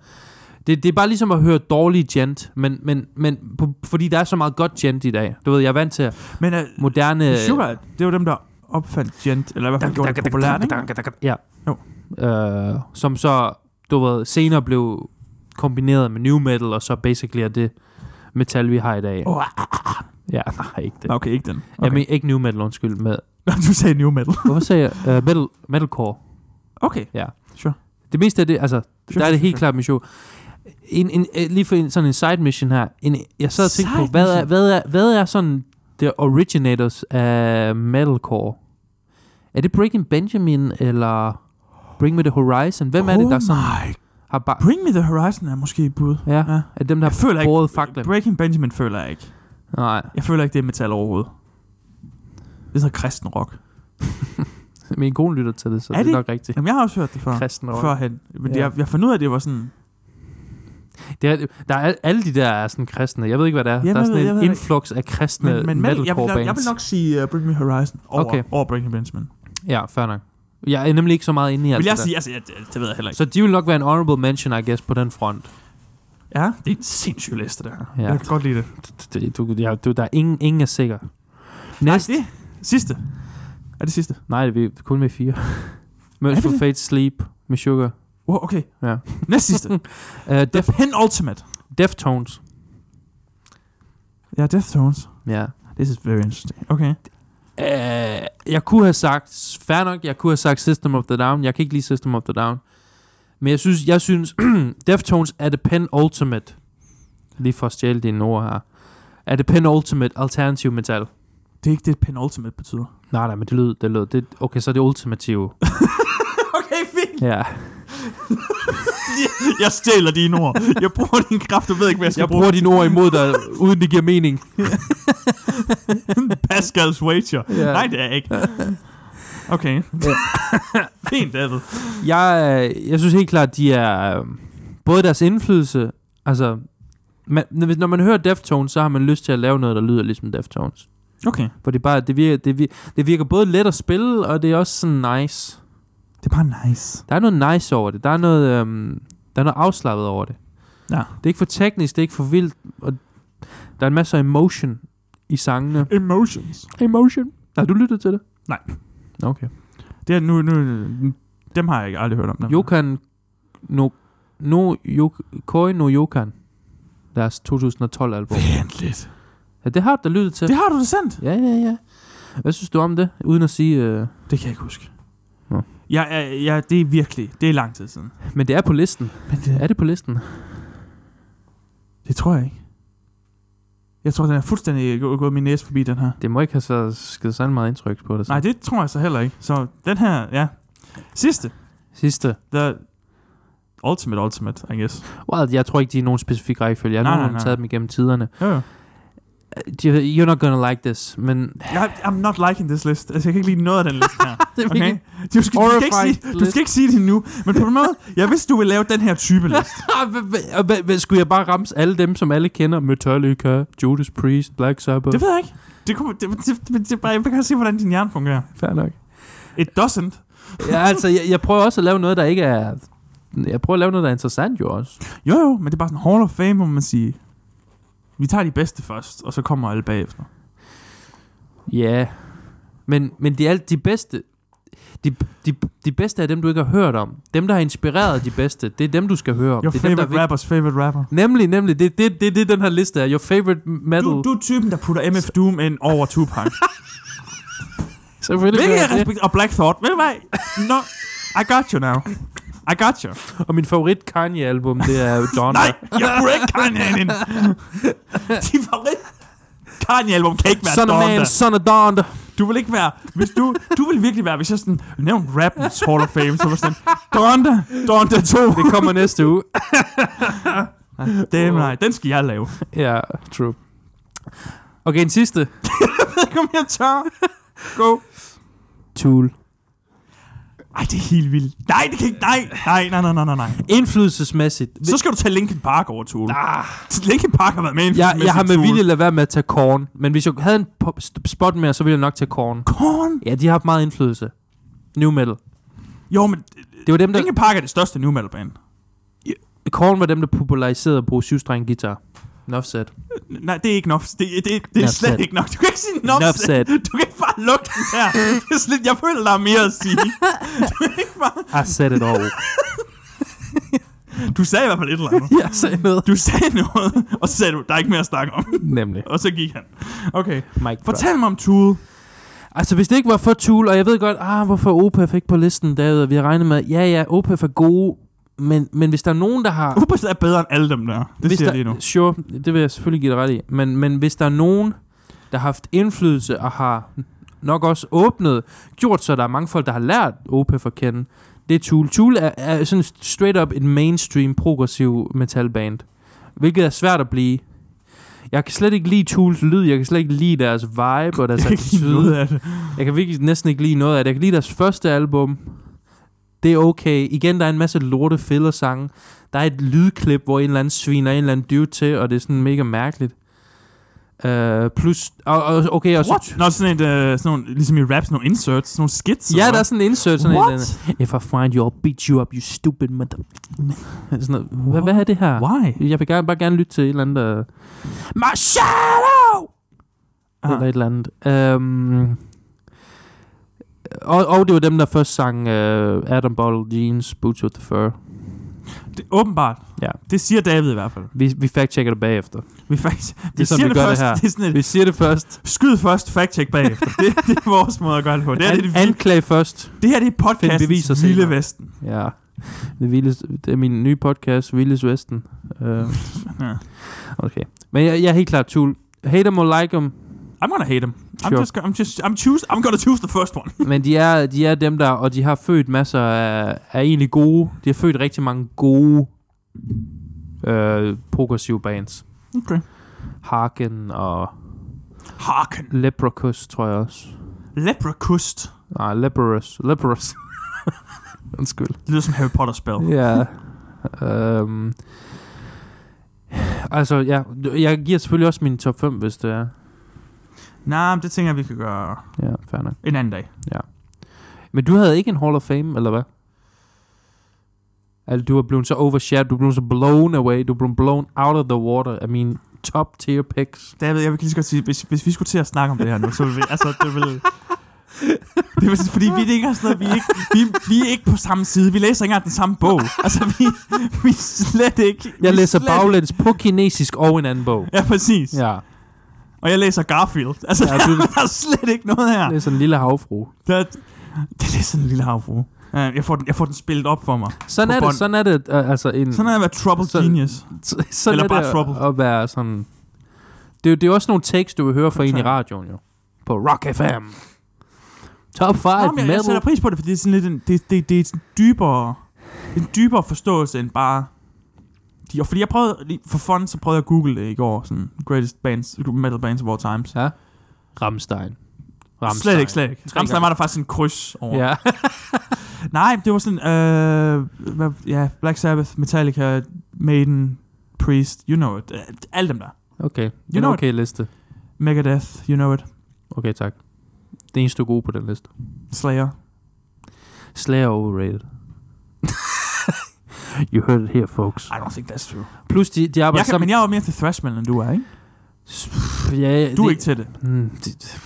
Det, det er bare ligesom at høre dårlig gent, men, men, men på, fordi der er så meget godt gent i dag. Du ved, jeg er vant til Men uh, moderne... øh, Sugar, det var dem, der opfandt Gent, eller i hvert fald gjorde det populært, ikke? Ja. Jo. Øh, som så, du ved, senere blev kombineret med new metal, og så basically er det metal, vi har i dag. Åh, ah, Ja, nej, ikke det. Nå, Okay, ikke den. Okay. Jeg Okay. mener, ikke new metal, undskyld. Med, du sagde new metal. hvorfor sagde jeg uh, metal, metalcore? Okay. Det meste af det, altså, Sure, der er sure, det helt sure. klart mission. En, en, øh, lige for en, sådan en side mission her. En, jeg sad og tænkte på, Side hvad er, mission? hvad, er, hvad er sådan the originators af metalcore? Er det Breaking Benjamin, eller Bring Me The Horizon? Hvem er det, der sådan Oh my har bare... Bring Me The Horizon er måske et bud. Ja, Ja. er det dem, der Jeg har føler ikke- båret faklen? Breaking Benjamin føler jeg ikke. Nej. Jeg føler ikke, det er metal overhovedet. Det er sådan noget kristen rock. Min kone lytter til det, så Er er det, det er det? nok rigtigt. Jamen, jeg har også hørt det før. Kristen og Førhen. Men Ja. jeg, jeg fandt ud af, at det var sådan... det er, der er al- alle de der er sådan kristne. Jeg ved ikke, hvad det er. der Jeg er ved- sådan jeg ved en det influx af kristne Men, men Mel, jeg, metalcore vil, bands. jeg, jeg vil nok sige uh, Bring Me Horizon over, Okay. okay. over Breaking Benjamin. Ja, fair nok. Jeg er nemlig ikke så meget inde i alt Vil jeg det der. sige, altså, jeg, det, det ved jeg heller ikke. Så de vil nok være en honorable mention, I guess, på den front. Ja, det er en sindssyg liste, der. Ja. Ja. Jeg kan godt lide det. Det, du, ja, du, der er ingen, ingen er sikker. Næste. Ej, det sidste. Er det sidste? Nej, det er vi kun med fire. Merciful det? Fate, Sleep, med Sugar. Wow, okay. Ja. Næst sidste. Uh, The Def, penultimate. Deftones. Ja, Deathtones. Ja. This is very interesting. Okay. Uh, jeg kunne have sagt, fair nok, jeg kunne have sagt System of the Down. Jeg kan ikke lide System of the Down. Men jeg synes, jeg synes Deftones er det penultimate. Lige for at stjæle dine ord her. Er det penultimate alternativ metal? Det er ikke det, penultimate betyder. Nej, nej, men det lød, det lød. Det, okay, så er det ultimative. Okay, fint. ja. Jeg stjæler dine ord. Jeg bruger din kraft, og ved ikke, hvad jeg skal Jeg bruge. bruger dine ord imod dig, uden det giver mening. Pascal's wager. Ja. Nej, det er jeg ikke. Okay. fint, David. Jeg, øh, jeg synes helt klart, de er... øh, Både deres indflydelse... Altså... Man, når hvis- når man hører Deftones, så har man lyst til at lave noget, der lyder ligesom Deftones. Okay. For det, er bare, det, virker, det, virker, det virker både let at spille, og det er også sådan nice. Det er bare nice. Der er noget nice over det. Der er noget, øhm, der er noget afslappet over det. Ja. Det er ikke for teknisk, det er ikke for vildt. Og der er en masse emotion i sangene. Emotions. Emotion? Har du lyttet til det? Nej. Okay. Det er nu, nu, dem har jeg ikke aldrig hørt om. Dem. Jokan no, no Jok, Koi no Jokan. Deres 2012-album. Vent lidt. Ja, det har du da lyttet til. Det har du da sendt. Ja, ja, ja. Hvad synes du om det? Uden at sige... Øh... Det kan jeg ikke huske. Nå. Ja, ja, ja, det er virkelig, det er lang tid siden. Men det er på listen. Men det, Er det på listen? det tror jeg ikke. Jeg tror, den er fuldstændig gå- gået min næse forbi, den her. Det må ikke have så skidt sådan meget indtryk på det. så. Nej, det tror jeg så heller ikke. Så den her, ja. Sidste. Sidste. The ultimate ultimate, I guess. Well, jeg tror ikke, de er i nogen specifik rækkefølge. Jeg Nej, har nej, nogen nej. taget dem igennem tiderne. Ja, ja. De- You're not gonna like this, men... Jeg, I'm not liking this list. Altså, jeg kan ikke lide noget af den liste her. Det er Okay? virkelig- Du skal, du, skal ikke Horrified sige, du list. skal ikke sige det nu, men på en måde, jeg vidste, du ville lave den her type liste. Ah, hvad- hvad- hvad- hvad- Skulle jeg bare ramse alle dem, som alle kender? Metallica, Judas Priest, Black Sabbath. Det ved jeg ikke. Det, kunne, det, det, det, det, er bare, jeg kan se, hvordan din hjerne fungerer. Fair nok. It doesn't. ja, altså, jeg, jeg prøver også at lave noget, der ikke er... Jeg prøver at lave noget, der er interessant jo også. Jo jo, men det er bare sådan Hall of Fame, må man sige. Vi tager de bedste først, og så kommer alle bagefter. Ja. Yeah. Men, men det er alt de bedste... De, de, de bedste er dem, du ikke har hørt om. Dem, der har inspireret de bedste, det er dem, du skal høre om. Your det er dem, der er favorite vigt- rappers favorite rapper. Nemlig, nemlig. Det er det, det, det, den her liste er. Your favorite metal. Du, du er typen, der putter MF Doom ind over Tupac. Selvfølgelig Hvilket gør jeg det. jeg respekt... Og Black Thought. Ved du hvad? No, I got you now. I got you. Og min favorit Kanye-album, det er Donner. Nej, jeg putter ikke Kanye ind. De favorit... Kanye-album kan ikke være Son of Donda. man, son of Donda. Du vil ikke være... Hvis du, du vil virkelig være... Hvis jeg sådan... Nævn rappens Hall of Fame, så var sådan... Donda, Donda 2. Det kommer næste uge. Damn nej, den skal jeg lave. ja, true. Okay, en sidste. Kom her, tør. Go. Tool. Ej, det er helt vildt. Nej, det kan ikke... Nej, nej, nej, nej, nej, nej, nej. Indflydelsesmæssigt. Så skal du tage Linkin Park over, Tule. Ah. Linkin Park har været med i en Jeg, jeg har med Tool. vilje lavet være med at tage Korn, men hvis jeg havde en pop- st- spot mere, så ville jeg nok tage Korn. Korn. Ja, de har haft meget indflydelse. New metal. Jo, men Det var dem, der, Linkin Park er det største nu metal band. Korn var dem, der populariserede at bruge syvstreng guitar. Nuff said. Nej, det er ikke nok. Det, det, det er Nuff slet said. ikke nok. Du kan ikke sige nok. Nuff said. Du kan ikke bare lukke den her. Det er slet, jeg føler, der er mere at sige. I said it all. Du sagde i hvert fald et eller andet. jeg sagde noget. Du sagde noget, og så sagde du, der er ikke mere at snakke om. Nemlig. Og så gik han. Okay. Mike Fortæl. Fortæl mig om Tool. Altså, hvis det ikke var for Tool, og jeg ved godt, ah, hvorfor OPF ikke på listen, David, og vi har regnet med, ja, ja, OPF er gode, men, men hvis der er nogen, der har... Ubers er bedre end alle dem der. Det Ah. hvis siger der, jeg lige nu. Sure, det vil jeg selvfølgelig give dig ret i. Men, men hvis der er nogen, der har haft indflydelse og har nok også åbnet, gjort så, at der er mange folk, der har lært OPEF at kende, det er Tool. Tool er, er sådan straight up et mainstream progressiv metalband, hvilket er svært at blive. Jeg kan slet ikke lide Tools lyd, jeg kan slet ikke lide deres vibe og deres Jeg kan ikke lide noget attitude. af det. Jeg kan virkelig næsten ikke lide noget af det. Jeg kan lide deres første album. Det er okay. Igen, der er en masse lorte filler-sange. Der er et lydklip, hvor en eller anden sviner en eller anden dude til, og det er sådan mega mærkeligt. Uh, plus, og, og, okay, og så... What? Nå, sådan, et, øh, sådan nogle, ligesom i rap, sådan nogle inserts, sådan nogle skits. Ja, eller der er sådan en insert, sådan What? en eller anden. If I find you, I'll beat you up, you stupid mother... Sådan noget. Hvad, hvad er det her? hvad? Why? Jeg vil gerne, bare gerne lytte til et eller andet... Uh... My shadow! Ah. Eller et eller andet. Um, og, og det var dem, der først sang uh, Adam Bottle Jeans, Boots with the Fur. Det, åbenbart. Ja. Det siger David i hvert fald. Vi, vi fact-checker det bagefter. Vi faktisk, det sådan, siger vi det gør det først. her. det er sådan et, Vi siger det først. skyd først, fact-check bagefter. det, det, er vores måde at gøre det på. Det her, det, er, det, An- vilde- anklag først. det her det er podcastens beviser senere. vilde vesten. Ja. Det, vildes, det er min nye podcast, Vildes Vesten. Uh, Ja. okay. Men jeg, jeg er helt klart Tool. Hate them or like them. I'm gonna hate him. I'm Sure. just, I'm just, I'm choose, I'm gonna choose the first one. Men de er, de er dem der, og de har født masser af, af egentlig gode. De har født rigtig mange gode øh, progressive bands. Okay. Harken og Harken. Leprechus, tror jeg også. Lepracust. Nej, Leprous. Leprous. Undskyld. Det lyder som Harry Potter spell. Ja. øhm. Altså, ja, jeg giver selvfølgelig også min top 5, hvis det er. Nej, men det tænker jeg, vi kan gøre Ja, fair nok. en anden dag. Men du havde ikke en Hall of Fame, eller hvad? Altså, du er blevet så overshared, du er blevet så blown away, du er blevet blown out of the water af mine top tier picks. David, jeg vil lige så godt sige, hvis, hvis vi skulle til at snakke om det her nu, så ville vi, altså, det ville... Det er fordi, vi ikke har sådan noget, vi er ikke, vi, vi er ikke på samme side. Vi læser ikke engang den samme bog. Altså, vi, vi er slet ikke... vi Jeg er læser slet baglæns på kinesisk og en anden bog. ikke- Ja, præcis. Ja. Ja, Og jeg læser Garfield. Altså, Ja, ja, du- der er slet ikke noget her. det er sådan en lille havfru. Der, det er sådan en lille havfru. Ja, Jeg får, den, jeg får den spillet op for mig. Sådan På er bånd. det, sådan er det, øh, altså en... Sådan er at være trouble Så- genius. Så- sådan Eller er bare det at- trouble. At være sådan... Det, er jo- det er jo også nogle tekst, du vil høre fra en i Fortæl. radioen, jo. På Rock FM. Top 5 Nå, men jeg, metal. jeg sætter pris på det, fordi det er sådan lidt en, det, det, det er en dybere, en dybere forståelse end bare... De, og fordi jeg prøvede, lige for fun, så prøvede jeg at google det i går, sådan greatest bands, metal bands of all times. Ja. Ramstein. Slet ikke, slet ikke. Tre Ramstein gange. var der faktisk en kryds over. Ja. Nej, det var sådan, øh, hvad, ja, Black Sabbath, Metallica, Maiden, Priest, you know it. Øh, Alle dem der. Okay. Det er en know okay liste. Megadeth, you know it. Okay, tak. Det eneste, du er god på den liste. Slayer. Slayer overrated. you heard it here, folks. I don't think that's true. Plus, de, de arbejder Jeg kan, sammen... men jeg er jo mere til thrash metal, end du er, ikke? ja, Du er det- ikke til det. Mm, det-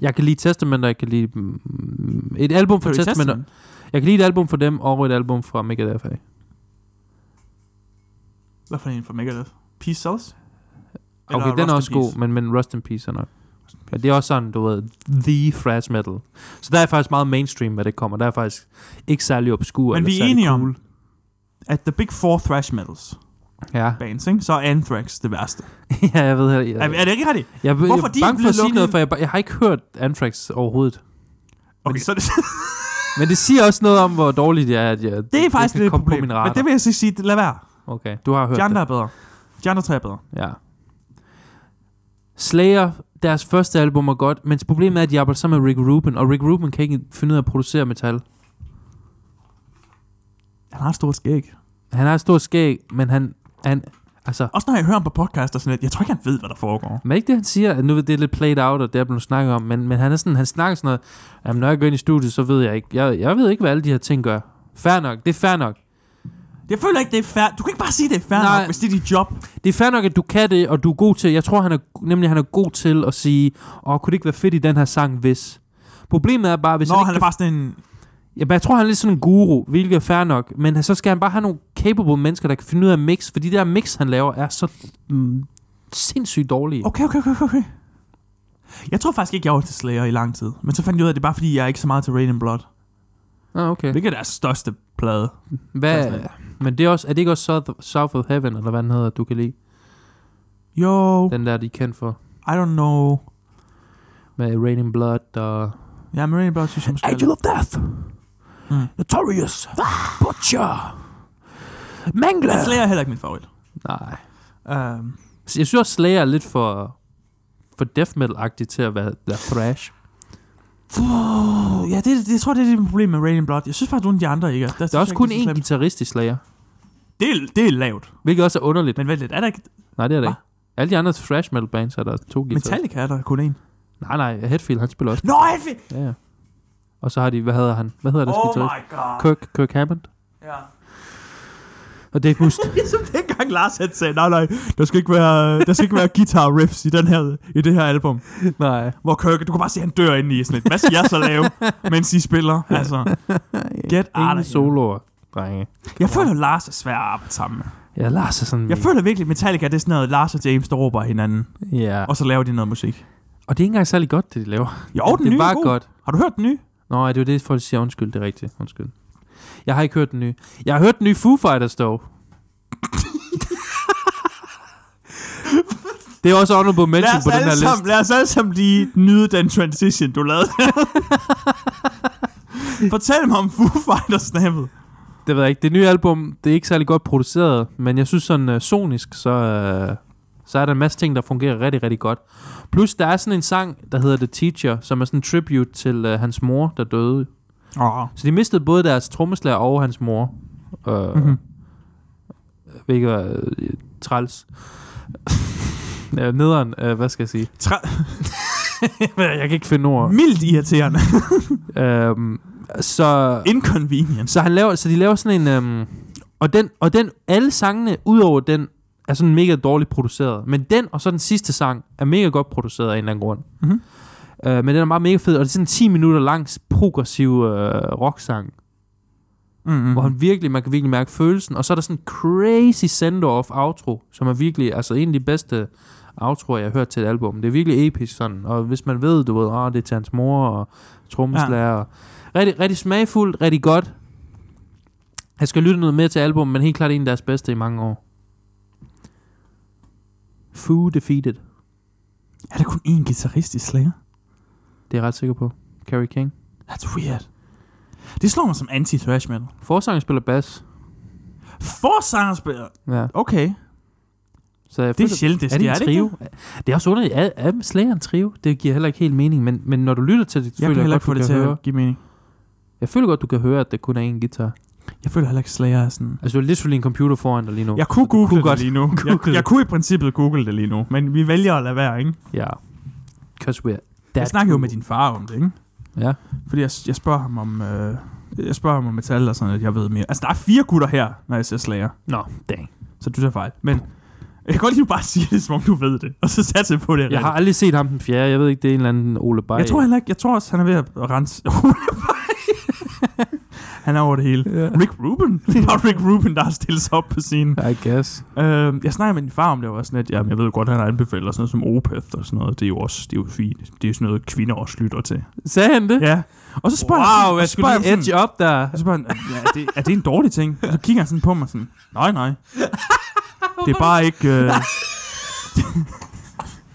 Jeg kan lide Testament, og jeg kan lide... mm, Et album Du fra er til Testament, og- Testament. Jeg kan lide et album fra dem, og et album fra Megadeth af. Hvad for en fra Megadeth? Peace Cells? Okay, den er også god, men, men Rust in Peace er nok. Men det er også sådan, du ved, the thrash metal. Så der er faktisk meget mainstream, hvad det kommer. Der er faktisk ikke særlig obskur. Men eller vi er særlig enige cool. om, at The Big Four thrash metals Ja, bands, ikke? så er Anthrax det værste. ja jeg ved her. Jeg, Er, er det ikke rigtigt? jeg, ved- hvorfor jeg de er bange for ikke blevet at sige lukket noget, ind? for jeg, jeg har ikke hørt Anthrax overhovedet. Okay, så er det, Men det siger også noget om, hvor dårligt jeg er, at jeg det er faktisk kan lidt et komme problem. på min Men radar. det vil jeg så sige, lad være. Okay, du har hørt De det. andre er bedre. De andre tre er bedre. Ja. Slayer, deres første album er godt, men problemet er, at de arbejder sammen med Rick Rubin, og Rick Rubin kan ikke finde ud af at producere metal. Han har et stort skæg. Han har et stort skæg, men han... han altså, Også når jeg hører ham på podcast og sådan lidt, jeg tror ikke, han ved, hvad der foregår. men ikke det, han siger, at nu er det lidt played out, og det er blevet snakket om, men, men han, er sådan, han snakker sådan noget, jamen, når jeg går ind i studiet, så ved jeg ikke, jeg, jeg ved ikke, hvad alle de her ting gør. Fair nok, det er fair nok. Jeg føler ikke, det er fair. Du kan ikke bare sige, det er fair Nej. nok, hvis det er dit job. Det er fair nok, at du kan det, og du er god til, jeg tror han er, nemlig, han er god til at sige, åh, kunne det ikke være fedt i den her sang, hvis... Problemet er bare, hvis Nå, han ikke han kan er bare sådan en... Ja, men jeg tror, han er lidt sådan en guru, hvilket er fair nok. Men så skal han bare have nogle capable mennesker, der kan finde ud af at mix. Fordi det der mix, han laver, er så mm, sindssygt dårlige. Okay, okay, okay, okay. Jeg tror faktisk ikke, jeg var til Slayer i lang tid. Men så fandt jeg ud af, at det er bare fordi, jeg er ikke så meget til Rain and Blood. Ah, okay. Hvilket er deres største plade. Hvad, Fascinerende. men det er, også, er det ikke også South, South of Heaven, eller hvad den hedder, du kan lide? Jo, Den der, de er kendt for. I don't know. Med Rain in Blood og... Ja, Marine Blood synes jeg måske... er of Death! Hmm. Mm. Notorious! Butcher! Mangler! lidt- Slayer er heller ikke min favorit. Nej. Um, Så Altså, Jeg synes også, Slayer er lidt for, for death metal-agtigt til at være, være thrash. Puh, ja, det, det, jeg tror, det er det problem med Radiant Blood. Jeg synes faktisk, nogle af de andre ikke er. Der er også kun én guitarist i Slayer, Det, er- det er lavt. hvilket også er underligt. Men vent lidt, er der ikke... Nej, det er det Hva? ikke. Alle de andre thrash metal bands er der to guitarister. Metallica er der kun én. Nej, nej, Hetfield, han spiller også. Nå, Alfie! Ja, ja. Og så har de, hvad hedder han? Hvad hedder deres Oh guitarist? my god. Kirk, Kirk Hammond Ja. og Dave Must. Ligesom dengang Lars han sagde, nej, nej, der skal ikke være, der skal ikke være guitar riffs i, den her, i det her album. nej. Hvor Kirk, du kan bare se, han dør inde i sådan et. Hvad skal jeg så lave, mens I spiller? Altså, get out Ingen of here. soloer, drenge. Jeg føler, Lars er svær at arbejde sammen med. Ja, Lars er sådan... Jeg mega- føler virkelig, Metallica det er sådan noget, Lars og James, der råber af hinanden. Ja. Og så laver de noget musik. Og det er ikke engang særlig godt, det de laver. Jo, Ja, den det nye var er god. godt. Har du hørt den nye? Nå, ja, det var det, folk siger. Undskyld, det er rigtigt. Undskyld. Jeg har ikke hørt den nye. Jeg har hørt den nye Foo Fighters, dog. det er også honorable mention på den her liste. sammen, lad os alle sammen lige nyde den transition, du lavede. Fortæl mig om Foo Fighters snappet. Det ved jeg ikke. Det nye album, det er ikke særlig godt produceret, men jeg synes sådan uh, sonisk, så, uh, så er der en masse ting, der fungerer rigtig, rigtig godt. Plus, der er sådan en sang, der hedder The Teacher, som er sådan en tribute til uh, hans mor, der døde. Oh. Så de mistede både deres trommeslager og hans mor. Uh, Mhm. mm-hmm. Hvilket var uh, træls. Øh, Nederen, uh, hvad skal jeg sige? Tra- jeg kan ikke finde ord. Mildt irriterende. Uh, så Inconvenience. Så han laver, så de laver sådan en... Øhm, og, den, og den, alle sangene, udover den, er sådan mega dårligt produceret. Men den og så den sidste sang er mega godt produceret af en eller anden grund. Mhm. Øh, men den er meget mega fed, og det er sådan en 10 minutter lang progressiv øh, rocksang, mm. Mm-hmm. hvor han virkelig, man kan virkelig mærke følelsen. Og så er der sådan en crazy send-off outro, som er virkelig, altså en af de bedste outroer, jeg har hørt til et album. Det er virkelig episk sådan, og hvis man ved, du ved, ah, det er til hans mor og trommeslager. Ja. Rigtig, rigtig smagfuldt, rigtig godt. Jeg skal lytte noget mere til album, men helt klart en af deres bedste i mange år. Foo Defeated, Er der kun én guitarist i Slayer? det er jeg ret sikker på. Carrie King. That's weird. Det slår mig som anti-thrash metal. Forsanger spiller bass. Forsangerspiller. Ja, Okay. så jeg Det er føler- sjældent, det er det sker. en trio? Det, det er også underligt. Er, er Slayer en trio? Det giver heller ikke helt mening, men, men når du lytter til det, Jeg føler kan jeg heller godt, ikke få du det kan til høre. at give mening. Jeg føler godt, du kan høre, at det kun er én guitar. Jeg føler heller ikke, Slayer er sådan... Altså, du har literally en computer foran dig lige nu. Jeg kunne google kunne det godt lige nu. google Jeg, jeg det. kunne i princippet google det lige nu, men vi vælger at lade være, ikke? Ja. Cause we're Jeg that snakker jo cool. med din far om det, ikke? Ja. Fordi jeg, jeg spørger ham om... Øh, jeg spørger ham om metal og sådan, at jeg ved mere. Altså, der er fire gutter her, når jeg ser Slayer. Nå, dang. Så du tager fejl. Men jeg kan godt lide, at du bare siger det, som om du ved det. Og så satser jeg på det. er Jeg har rigtigt. aldrig set ham den fjerde. Jeg ved ikke, det er en eller anden Ole Bay. jeg tror heller ikke... Jeg tror også, han er ved at rense... han er over det hele. Ja. Rick Rubin. Det var Rick Rubin, der har stillet sig op på scenen. I guess. Øh, jeg snakker med din far om det, og var sådan, at jamen, jeg ved jo godt, at han anbefaler sådan noget som Opeth og sådan noget. Det er jo også det er jo fint. Det er jo sådan noget, kvinder også lytter til. Sagde han det? Ja. Og så spørger han, Wow, og jeg så skulle spørger lige han edge op der. Og så spørger han, ja, er, det, er det en dårlig ting? Og så kigger han sådan på mig sådan, nej, nej. Det er bare ikke... Øh...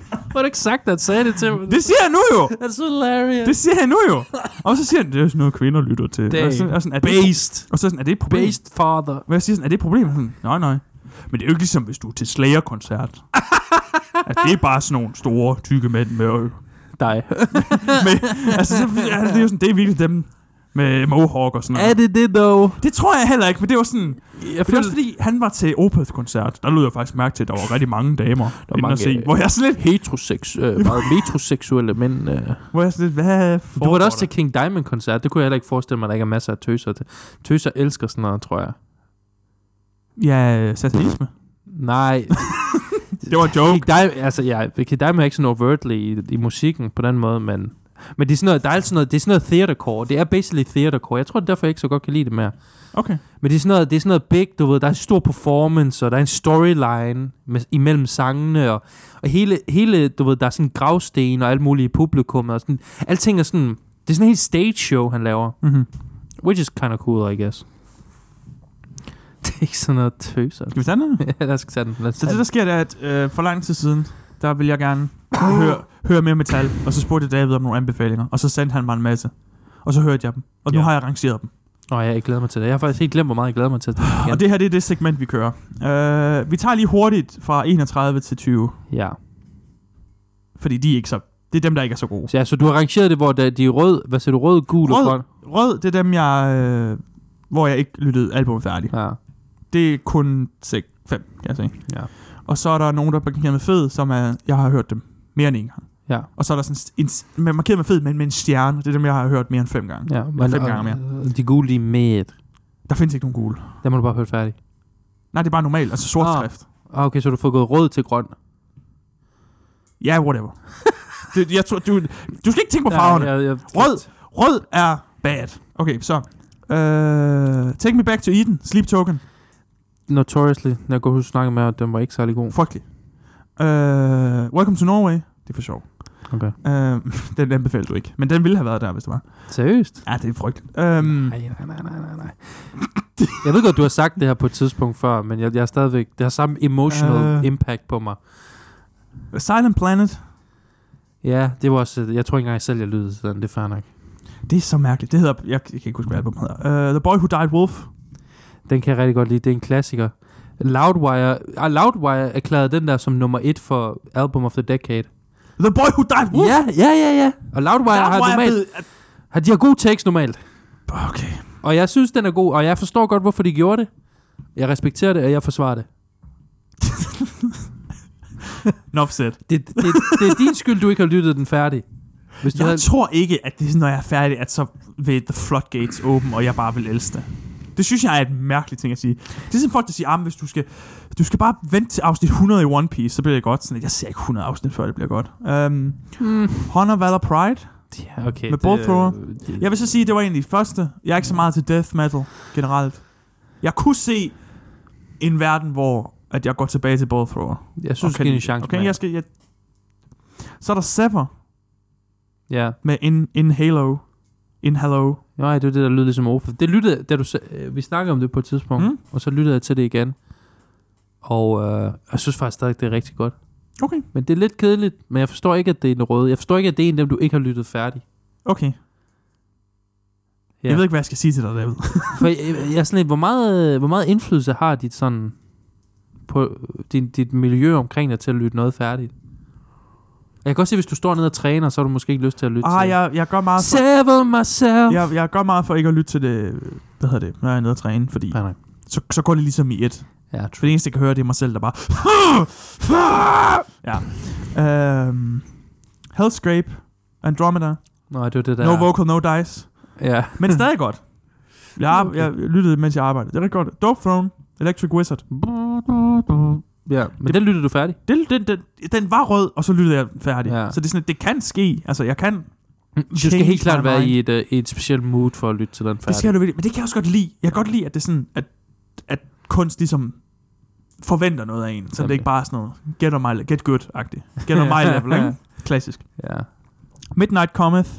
Hvor har du ikke sagt, at sagde det til mig? Det siger jeg nu jo! That's hilarious. Det siger jeg nu jo! Og så siger han, det er jo sådan noget, kvinder lytter til. Damn. Og, sådan, og, sådan, er det, Based. og så sådan, er det et problem? Based father. Og jeg siger sådan, er det et problem? Og Sådan, nej, nej. Men det er jo ikke ligesom, hvis du er til Slayer-koncert. at det er bare sådan nogle store, tykke mænd med... ø- Dig. med altså, så, ja, det er jo sådan, det er virkelig dem med mohawk og sådan noget. Er det det, dog? Det tror jeg heller ikke, men det var sådan... Jeg For det er også fordi, han var til Opeth-koncert. Der lød jeg faktisk mærke til, at der var rigtig mange damer der var mange, mange, at se. øh, Hvor jeg sådan lidt... heteroseks, øh, meget metroseksuelle mænd. Øh. Hvor jeg sådan lidt hvad Du var da foregår også til King Diamond-koncert. Det kunne jeg heller ikke forestille mig, at der ikke er masser af tøser til. Tøser elsker sådan noget, tror jeg. der? Ja, satanisme. Nej, Det var en joke. King Diamond, altså, ja, King Diamond er ikke sådan overtly i, i musikken på den måde, men... Men det er sådan noget, der er altid noget, det er sådan noget theatercore. Det er basically theatercore. Jeg tror, det er derfor, jeg ikke så godt kan lide det mere. Okay. Men det er sådan noget, det er sådan noget big, du ved, der er en stor performance, og der er en storyline med, imellem sangene, og, og hele, hele, du ved, der er sådan gravsten og alt muligt i publikum, og sådan, alting er sådan, det er sådan en helt stage show, han laver, Mm-hmm. which is kind of cool, I guess. Det er ikke sådan noget tøser. Skal vi tage den her? ja, lad os tage den. Lad os Så tage det, der sker, det er, at øh, for lang tid siden, der ville jeg gerne høre, høre mere metal. Og så spurgte jeg David om nogle anbefalinger, og så sendte han mig en masse. Og så hørte jeg dem. Og nu Ja. har jeg rangeret dem. Nå ja, jeg glæder mig til det. Jeg har faktisk helt glemt, hvor meget jeg glæder mig til det. Ja. Og det her, det er det segment, vi kører. Uh, vi tager lige hurtigt fra 31 til 20, Ja. fordi de er ikke så... Det er dem, der ikke er så gode. Så, ja, så du har rangeret det, hvor der- de er rød, hvad siger du, rød, gul og Rød. grøn? Rød, det er dem, jeg... Øh, hvor jeg ikke lyttede albumet færdigt. Ja. Det er kun 6, 5, kan jeg sige. Ja. Og så er der nogen, der er markeret med fed, som er, jeg har hørt dem mere end en gang. Ja. Og så er der sådan en, men markeret med fed, men med en stjerne. Det er dem, jeg har hørt mere end fem gange. Ja. ja men, fem gange mere. De gule, de er med. Der findes ikke nogen gule. Der må du bare høre færdig. Nej, det er bare normalt, altså sort Ah. ah. skrift. Ah, okay, så du får gået rød til grøn. Ja, yeah, whatever. det, jeg tror, du, du skal ikke tænke på farverne. Ja, jeg, jeg, Rød. Rød er bad. Okay, så. Uh, take me back to Eden. Sleep Token. Notoriously, når jeg går huske snakke med, at den var ikke særlig god. Frygtelig. Uh, welcome to Norway. Det er for sjov. Okay. Uh, den anbefaler du ikke. Men den ville have været der, hvis det var. Seriøst? Ja, det er frygteligt. Um, Nej, nej, nej, nej, nej, nej. jeg ved godt, du har sagt det her på et tidspunkt før, men jeg, jeg er stadigvæk... Det har samme emotional Øh. impact på mig. Silent Planet. Ja, det var også... Jeg tror ikke engang jeg selv, jeg lyttede til den. Det er fair nok. Det er så mærkeligt. Det hedder... Jeg, jeg kan ikke huske, hvad albumet hedder. Uh, The Boy Who Died Wolf. Den kan jeg rigtig godt lide. Det er en klassiker. Loudwire, ah, Loudwire erklærede den der som nummer et for Album of the Decade. The Boy Who Died Wolf. Ja, ja, ja, ja. Og Loudwire, Der har var jeg normalt... ved, at- Har, de har god tekst normalt. Okay. Og jeg synes, den er god, og jeg forstår godt, hvorfor de gjorde det. Jeg respekterer det, og jeg forsvarer det. Nuff said. Det, det, det, det er din skyld, du ikke har lyttet den færdig. Hvis du havde... Jeg tror ikke, at det er sådan, når jeg er færdig, at så vil the floodgates åben, og jeg bare vil elske det. Det synes jeg er et mærkeligt ting at sige. Det er sådan folk, der siger, at hvis du skal, du skal bare vente til afsnit 100 i One Piece, så bliver det godt. Sådan, at jeg ser ikke 100 afsnit, før det bliver godt. Um, Mm. Honor, Valor, Pride. Ja, okay, Med Bullthrower. det- Jeg vil så sige, at det var egentlig det første. Jeg er ikke så meget til death metal generelt. Jeg kunne se en verden, hvor at jeg går tilbage til Bullthrower. Jeg synes, Og kan- okay. det er en chance. Okay, mand. jeg skal... Jeg... Så er der Sever Ja. med In, in Halo. In Halo. Nej, det er det, der lyder ligesom Ofa. Det lyttede, da du, sa- øh, vi snakkede om det på et tidspunkt, Mm. mm. og så lyttede jeg til det igen. Og øh, jeg synes faktisk stadig, det er rigtig godt. Okay. Men det er lidt kedeligt, men jeg forstår ikke, at det er en røde. Jeg forstår ikke, at det er en af dem, du ikke har lyttet færdig. Okay. Ja. Jeg ved ikke, hvad jeg skal sige til dig, David. For jeg, jeg er sådan lidt, hvor meget, øh, hvor meget indflydelse har dit sådan på øh, din, dit miljø omkring dig til at lytte noget færdigt? Jeg kan også se, hvis du står nede og træner, så har du måske ikke lyst til at lytte Ah, til jeg, jeg, gør meget for, Seven myself. jeg, jeg gør meget for ikke at lytte til det, hvad hedder det, når jeg er nede og træne, fordi Nej, nej. så, så går det ligesom i et. Ja, For det eneste, jeg kan høre, det er mig selv, der bare... Ja. Øhm, Hellscrape, Andromeda, Nej, det var det der. No Vocal, No Dice. Ja. Men stadig godt. Jeg, Okay. jeg lyttede, mens jeg arbejdede. Det er rigtig godt. Dope Throne, Electric Wizard. Ja, men det, den lyttede du færdig. Det, den, den, den var rød, og så lyttede jeg færdig. Ja. Så det er sådan, at det kan ske. Altså, jeg kan Du skal Change helt klart my være mind. i et, øh, i et specielt mood for at lytte til den Det færdig. skal du virkelig. Men det kan jeg også godt lide. Jeg kan godt lide, at det er sådan, at, at kunst ligesom forventer noget af en. Så det Jamen. ikke bare er sådan noget, get on my, get good-agtigt. Get on my level, ikke? Klassisk. Ja. Midnight Cometh.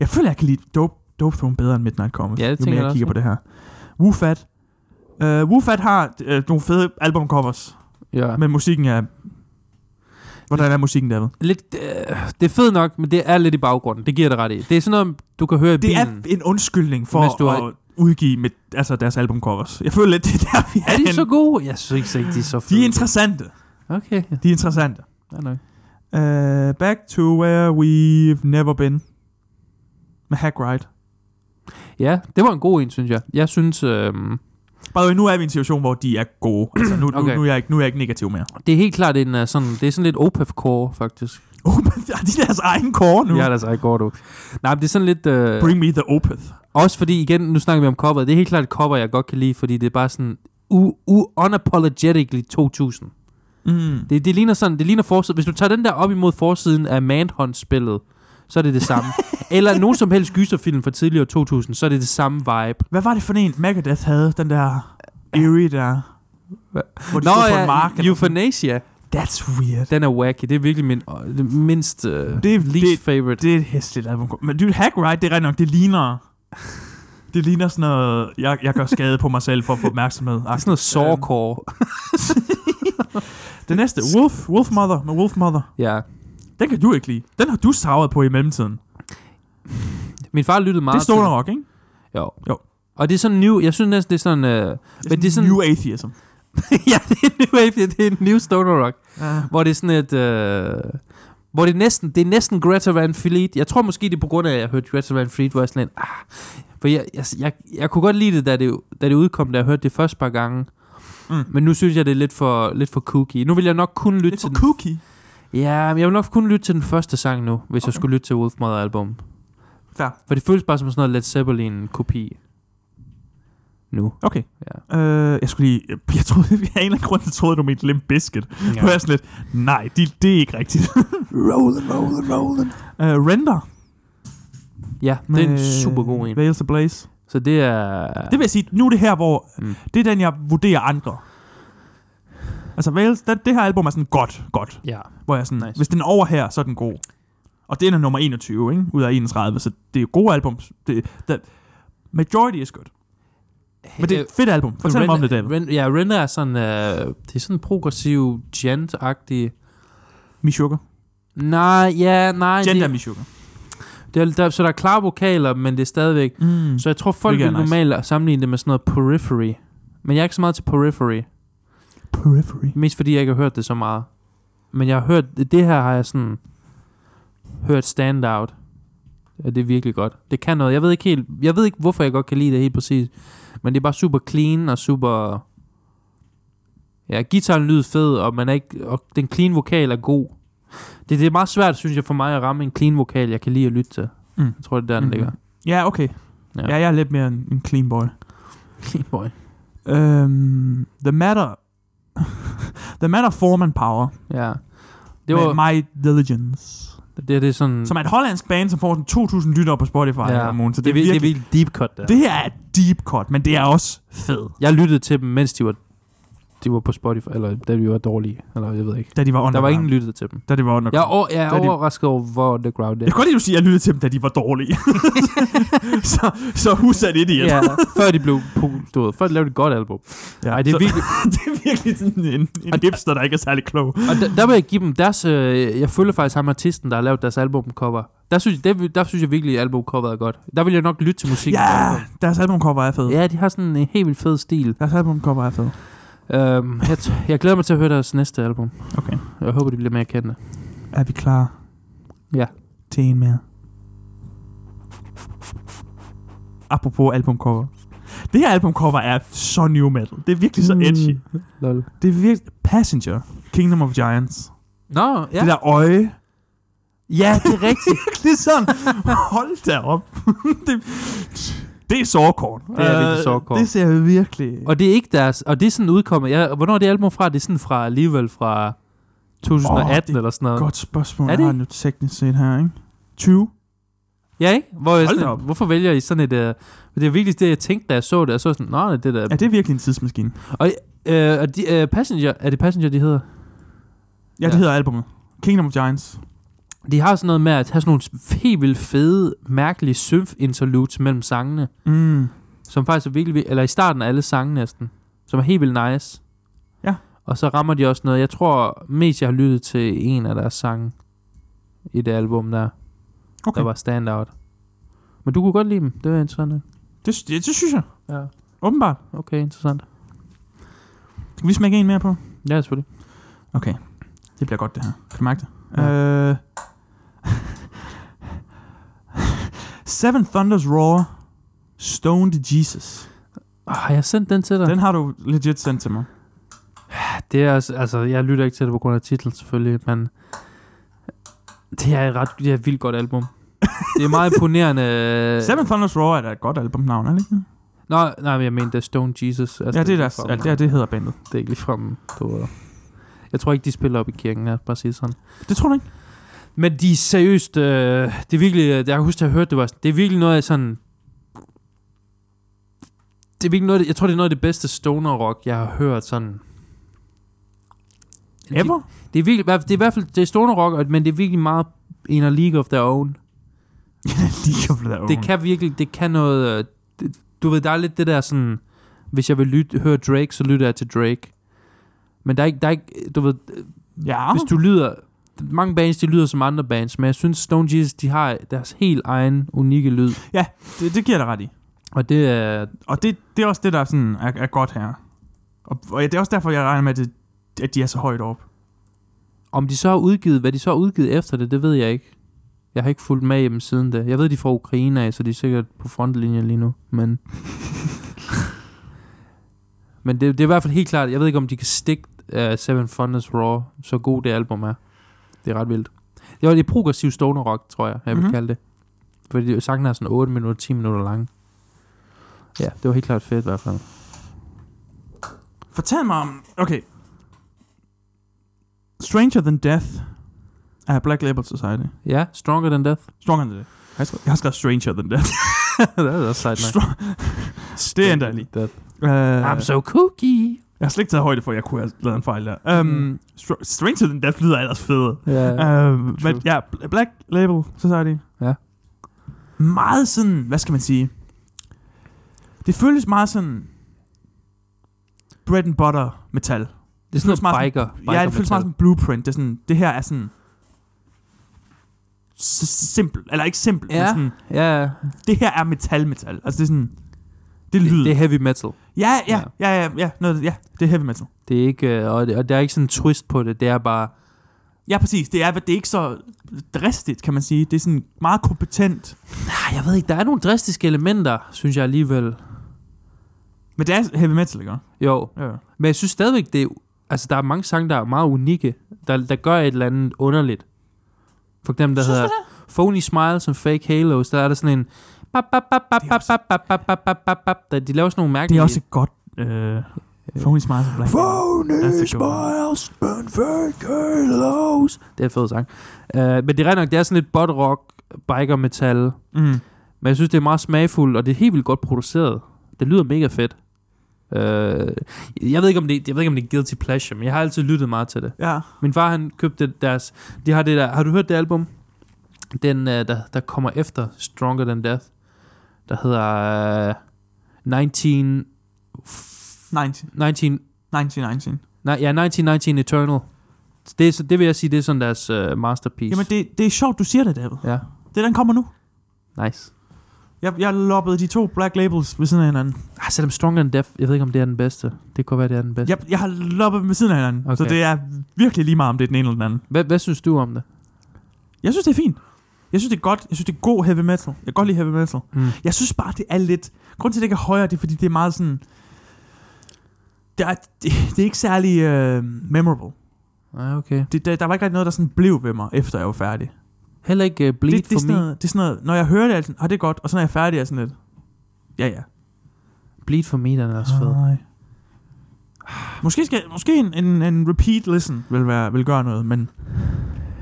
Jeg føler, jeg kan lide Dope, dope Throne bedre end Midnight Cometh. Ja, det jo tænker mere jeg jeg også, kigger ja. på det her. Wufat. Uh, Wufat har uh, nogle fede albumcovers, ja. men musikken er... Hvordan er musikken, David? Lidt, øh, det er fedt nok, men det er lidt i baggrunden. Det giver jeg dig ret i. Det er sådan noget, du kan høre i Det er bilen. en undskyldning Mens for du du har- at udgive med, altså deres albumcovers. Jeg føler lidt, det er der, vi er, Er de henne. så gode? Jeg synes ikke, de er så fede. De er interessante. Okay, ja, De er interessante. fair nok. Uh, back to where we've never been. Med Hack Ride. Ja, det var en god en, synes jeg. Jeg synes, øh, By the way, nu er vi i en situation, hvor de er gode. Altså, nu, okay. Okay. nu, nu, er jeg ikke, nu er jeg ikke negativ mere. det er helt klart en uh, sådan, det er sådan lidt OPEF-core, faktisk. Opeth, er de deres egen kåre nu? Ja, altså, det er så ikke godt ud. Nej, men det er sådan lidt... Øh, Bring me the Opeth. også fordi, igen, nu snakker vi om cover. Det er helt klart et cover, jeg godt kan lide, fordi det er bare sådan... U, u, unapologetically 2000. Mm. Det, det ligner sådan, det ligner forsiden. Hvis du tager den der op imod forsiden af Manhunt-spillet, så er det det samme. Eller nogen som helst gyserfilm fra tidligere 2000, så er det det samme vibe. Hvad var det for en, Megadeth havde? Den der eerie der... Hvor de Nå, stod på en mark. eller sådan. Euthanasia. That's weird. Den er wacky. Det er virkelig min øh, det mindst... Øh, det, Det er least least favorite. det er et hæsligt album. Men du, Hack Ride, det er rigtigt nok, det ligner... Det ligner sådan noget, jeg, jeg gør skade på mig selv for at få opmærksomhed. Det er sådan noget sårkår. Det næste, Wolf, Wolf Mother med Wolf Mother. Ja. Den kan du ikke lide. Den har du savret på i mellemtiden. Min far lyttede meget det stod til der nok, ikke? Jo. Jo. Og det er sådan new, jeg synes næsten, det er sådan... Øh, men det er sådan, New atheism. ja, det er new wave, det er en new stoner rock, Ja. hvor det er sådan et... Øh, hvor det er næsten, det er næsten Greta Van Fleet. Jeg tror måske, det er på grund af, at jeg hørte Greta Van Fleet, hvor jeg sådan lidt, ah, for jeg, jeg, jeg, jeg kunne godt lide det, da det, da det udkom, da jeg hørte det første par gange. Mm. Men nu synes jeg, det er lidt for, lidt for kooky. Nu vil jeg nok kun lytte Lidt til for den kooky. Ja, men jeg vil nok kun lytte til den første sang nu, hvis okay. jeg skulle lytte til Wolf Mother album. Fair. For det føles bare som sådan noget Led Zeppelin-kopi. Nu. Okay. Ja. Øh, jeg skulle lige... Jeg troede, jeg af en eller anden grund, jeg troede, du mente Limp Bizkit. Ja. Nu er jeg sådan lidt... Nej, de, det er ikke rigtigt. Rollin', rollin', rollin'. øh, Render. Ja, det er en super god en. Veils of Blaze. Så det er... Øh, Det vil jeg sige, nu er det her, hvor... Mm. Mm. Det er den, jeg vurderer andre. Altså, Veils, det, det her album er sådan godt, godt. Ja. Hvor jeg sådan, Nice. nice. hvis den er over her, så er den god. Og det er nummer 21, ikke? Ud af 31, så det er jo gode album. Det, det, majority is good. Men det er et fedt album. Fortæl mig om det, David. Ren, ja, Ren er sådan... Øh, det er sådan progressiv gent-agtig... Mishuga. Nej, ja, nej. Gender det, Mishuga. det er, der, så der er klare vokaler, men det er stadigvæk... Mm. Så jeg tror, folk Hvilket er vil nice. normalt sammenligne det med sådan noget Periphery. Men jeg er ikke så meget til Periphery. Periphery. Mest fordi jeg ikke har hørt det så meget. Men jeg har hørt, det her har jeg sådan hørt stand out. Ja, det er virkelig godt. Det kan noget. Jeg ved ikke helt, jeg ved ikke hvorfor jeg godt kan lide det helt præcis. Men det er bare super clean og super... Ja, gitaren lyder fed, og, man er ikke, og den clean vokal er god. Det, det er meget svært, synes jeg, for mig at ramme en clean vokal, jeg kan lide at lytte til. Mm. Jeg tror, det er der, den Mhm. ligger. Ja, okay. Ja. Ja. ja, jeg er lidt mere en, en clean boy. Clean boy. Øhm, the Matter... the Matter Form and Power. Ja. Det Det, var, Mm. My Diligence. det, det er sådan... Som er et hollandsk band, som får sådan 2.000 lyttere på Spotify ja. om ugen. Så det, er det, er virkelig, virkelig deep cut, der. det her er et deep cut, men det er også fed. Jeg lyttede til dem, mens de var, de var på Spotify, eller da de var dårlige, eller jeg ved ikke. Da de var underground. Der var ingen lyttet til dem. Da de var underground. Jeg er, over, jeg er Der er de- overrasket over, hvor underground det Jeg er. kan godt lide, at du siger, at jeg lyttede til dem, da de var dårlige. så, så who's an idiot? Ja, før de blev pu- du ved, før de lavede et godt album. ja. Ej, det er så, virkelig, det er virkelig sådan en, en Og- hipster, der ikke er særlig klog. og der, der vil jeg give dem deres, øh, jeg følger faktisk ham artisten, der har lavet deres albumcover. Der synes, der, der synes jeg virkelig, at albumcoveret er godt. Der vil jeg nok lytte til musikken. Ja, på album. deres albumcover er fed. ja, de har sådan en helt vildt fed stil. Deres albumcover er fed. Øhm, jeg, t- jeg glæder mig til at høre deres næste album. Okay. Jeg håber, de bliver mere kendte. Er vi klar? Ja. Til en mere. Apropos albumcover. Det her albumcover er så new metal. Det er virkelig så edgy. Mm. Lol. Det er virkelig... Passenger. Kingdom of Giants. Nå, Ja. ja. Det der øje. Ja, det er rigtigt. Virkelig sådan. Hold da op. det, det er sårkort. Det er virkelig sårkort. Det ser jeg virkelig... Og det er ikke deres, og det er sådan udkommet. Ja, hvornår er det album fra? Det er sådan fra alligevel fra 2018 Åh, det er eller sådan noget. Godt spørgsmål, Er er det? det jeg har nu teknisk set her, ikke? 20. Ja, ikke? Hvor jeg Hold da sådan, op. hvorfor vælger I sådan et... Uh, det er virkelig det, jeg tænkte, da jeg så det. Jeg så sådan, nej, det der... Er det virkelig en tidsmaskine? Øh, og de, uh, Passenger, er det Passenger, de hedder? Ja, det Ja. hedder albumet. Kingdom of Giants. De har sådan noget med at have sådan nogle helt vildt fede, mærkelige synth-interludes mellem sangene, Mm. som faktisk er virkelig... vild- Eller i starten af alle sange næsten, som er helt vildt nice. Ja. Og så rammer de også noget. Jeg tror mest, jeg har lyttet til en af deres sange i det album der. okay. Okay. der var standout. Men du kunne godt lide dem. Det var interessant. ikke? Det, sy- det, det synes jeg. Ja. Åbenbart. Okay, interessant. Skal vi smække en mere på? Ja, selvfølgelig. Okay. Det bliver godt, det her. Kan du mærke det? Ja. Ja. Øh... Seven Thunders Roar. Stoned Jesus. Oh, jeg sendte den til dig. Den har du legit sendt til mig. Det er altså, altså, jeg lytter ikke til det på grund af titlen selvfølgelig, men det er et ret det er et vildt godt album. det er meget imponerende. Øh. Seven Thunders Roar er da et godt albumnavn, er det ikke? Nå, nej, men jeg mente det er Stone Jesus. Altså, Ja, det er ikke deres, ligefrem- ja, det, er- det hedder bandet. Det er ikke ligefrem, du ved. Jeg tror ikke, de spiller op i kirken, lad os bare sige sådan. Det tror du ikke? Men de er seriøst, øh, det er virkelig, jeg kan huske, at jeg hørte det var, sådan- det er virkelig noget af sådan, det er virkelig noget, af det- jeg tror, det er noget af det bedste stoner rock, jeg har hørt sådan. Ever? Det er, virkelig, det er i hvert fald, det er stoner rock, og- men det er virkelig meget en af League of Their Own. Mm. League of Their Own. Det kan virkelig, det kan noget, øh, det, du ved, der er lidt det der sådan, hvis jeg vil lytte, høre Drake, så lytter jeg til Drake. Men der er ikke, der er ikke du ved, Ja. hvis du lyder... Mange bands, de lyder som andre bands, men jeg synes Stone Jesus, de har deres helt egen unikke lyd. Det, det giver jeg dig ret i. Og det er... Og det, det er også det, der sådan er, er godt her. Og, og ja, det er også derfor, jeg regner med, at, det, at de er så højt op. Om de så har udgivet, hvad de så har udgivet efter det, det ved jeg ikke. Jeg har ikke fulgt med i dem siden da. Jeg ved, de får Ukraine af, så de er sikkert på frontlinjen lige nu. Men, men det, det er i hvert fald helt klart. Jeg ved ikke, om de kan stikke uh, Seven Thunders Raw, så god det album er. Det er ret vildt. Det var det progressiv stoner rock, tror jeg, jeg vil Mhm. kalde det. Fordi sangen er sådan 8 minutter, 10 minutter lang. Ja, det var helt klart fedt i hvert fald. Fortæl mig om... Okay. Stranger Than Death er Black Label Society. Ja, Stronger Than Death. Stronger Than Death. Jeg har skrevet- Jeg har skrevet Stranger Than Death. det er også sejt nok. Strong- det ændrer jeg lige. Death. Uh, I'm so kooky. jeg har slet ikke taget højde for, at jeg kunne have lavet en fejl der. Um, Mm. Str- Stranger Than Death lyder ellers federe. Ja. Uh, men ja, Bl- Black Label Society. Ja. Meget sådan, hvad skal man sige? Det føles meget sådan bread and butter metal. Det er sådan føles meget noget som- biker. biker ja, det føles meget som blueprint. Det, er sådan, det her er sådan s- simpel, eller ikke simpel, ja. men Ja. sådan, Ja, ja. det her er metal metal. Altså det er sådan, det er lyd. det er heavy metal. ja, ja, ja, ja, ja, noget, ja, det er heavy metal. Det er ikke, øh, og, det, og der er ikke sådan en twist på det. Det er bare, Ja, præcis. Det er, det er ikke så dristigt, kan man sige. Det er sådan meget kompetent. ah, jeg ved ikke, der er nogle dristiske elementer, synes jeg alligevel. Men det er heavy metal, ikke? Jo, Ja, ja. men jeg synes stadigvæk, det er, altså, der er mange sange, der er meget unikke, der, der gør et eller andet underligt. For eksempel, der Synes du hedder Phony Smiles and Fake Halos, der er der sådan en... bap, bap, bap, bap, Det er bap, også- bap, bap, bap, bap, bap, bap, der- De laver sådan nogle Det mærkelige... er også et godt... Øh, Phony Smiles and Black. Phony That's a good one. Smiles and Fake Halos. Det er en fed sang. Uh, men det er rent nok, det er sådan lidt bot rock, biker metal. Mm. Men jeg synes, det er meget smagfuldt, og det er helt vildt godt produceret. Det lyder mega fedt. Øh, jeg, ved ikke, om det, jeg ved ikke, om det er guilty pleasure, men jeg har altid lyttet meget til det. Ja. Min far, han købte deres... De har, det der, har du hørt det album? Den, øh, der, der kommer efter Stronger Than Death. Der hedder... øh, 19... 19, 19 19, 19. nej, ja, 1919 Eternal. Det, er så- det vil jeg sige, det er sådan deres øh, masterpiece. Jamen, det, det er sjovt, du siger det, David. Ja. Det, den kommer nu. Nice. Jeg, jeg loppede de to Black Labels ved siden af hinanden. Ah, selvom Stronger Than Death, jeg ved ikke, om det er den bedste. Det kunne være, det er den bedste. Jeg, jeg har loppet dem ved siden af hinanden. Okay. Så Okay. det er virkelig lige meget, om det er den ene eller den anden. Hvad, hvad synes du om det? Jeg synes, det er fint. Jeg synes, det er godt. Jeg synes, det er god heavy metal. Jeg kan godt lide heavy metal. Mm. Jeg synes bare, det er lidt... Grunden til, at det ikke er højere, det er, fordi det er meget sådan... Det er, det, det er ikke særlig øh, memorable. Ah, okay. Det, der, der var ikke rigtig noget, der sådan blev ved mig, efter jeg var færdig. Heller ikke uh, Bleed det, det, er for sådan Me. noget, det er sådan noget, når jeg hører det, er jeg sådan, ah, det er godt, og så når jeg er færdig, er jeg sådan lidt, ja, ja. Bleed for Me, den er Ah. også fed. Nej. Måske, skal, måske en, en, en repeat listen vil, være, vil gøre noget, men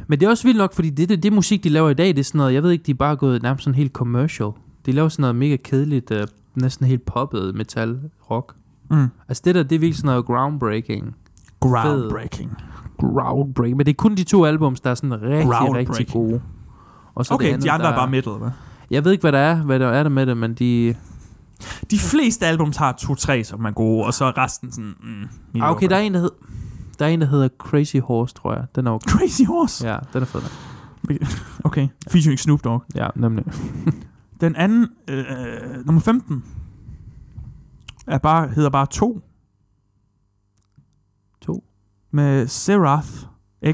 Men det er også vildt nok, fordi det, det, det musik, de laver i dag, det er sådan noget, jeg ved ikke, de er bare gået nærmest sådan helt commercial. De laver sådan noget mega kedeligt, uh, næsten helt poppet metal rock. mm. Altså det der, det er virkelig sådan noget groundbreaking. groundbreaking. Groundbreaking. Men det er kun de to albums, der er sådan rigtig, rigtig Groundbreaking. gode. Og så det Okay, andet, de andre der er bare metal, hva'? Jeg ved ikke, hvad der er, hvad der er der med det, men de... De fleste albums har to-tre, som er gode, og så er resten sådan... Mm, Ah, okay, mediocre. der er en, der hed... Der er en, der hedder Crazy Horse, tror jeg. Den er okay. Crazy Horse. Ja, den er fed. nok. Okay, featuring Snoop Dogg. Ja, nemlig. Den anden, øh, nummer 15, er bare, hedder bare to. To. Med E Serath.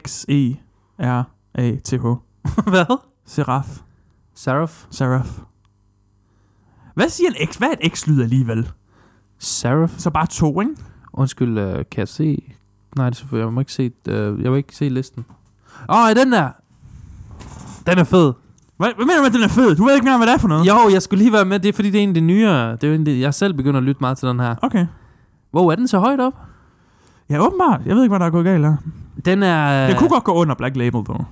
X-E-R-A-T-H. hvad? Seraph. Seraph? Seraph. Hvad siger en X? Hvad er et X-lyd alligevel? Seraph? Så bare to, ikke? Undskyld, øh, kan jeg se? Nej, det er selvfølgelig, jeg må ikke se, øh, jeg må ikke se listen. Åh, oh, den der! Den er fed. Hvad, hvad mener du med, at den er fed? Du ved ikke engang, hvad det er for noget. Jo, jeg skulle lige være med, det er fordi, det er en af de nyere. Det er jo en, af de- jeg selv begynder at lytte meget til den her. Okay. Wow, er den så højt op? Ja, åbenbart. Jeg ved ikke, hvad der er gået galt her. Den er... Øh. Det kunne godt gå under Black Label, dog.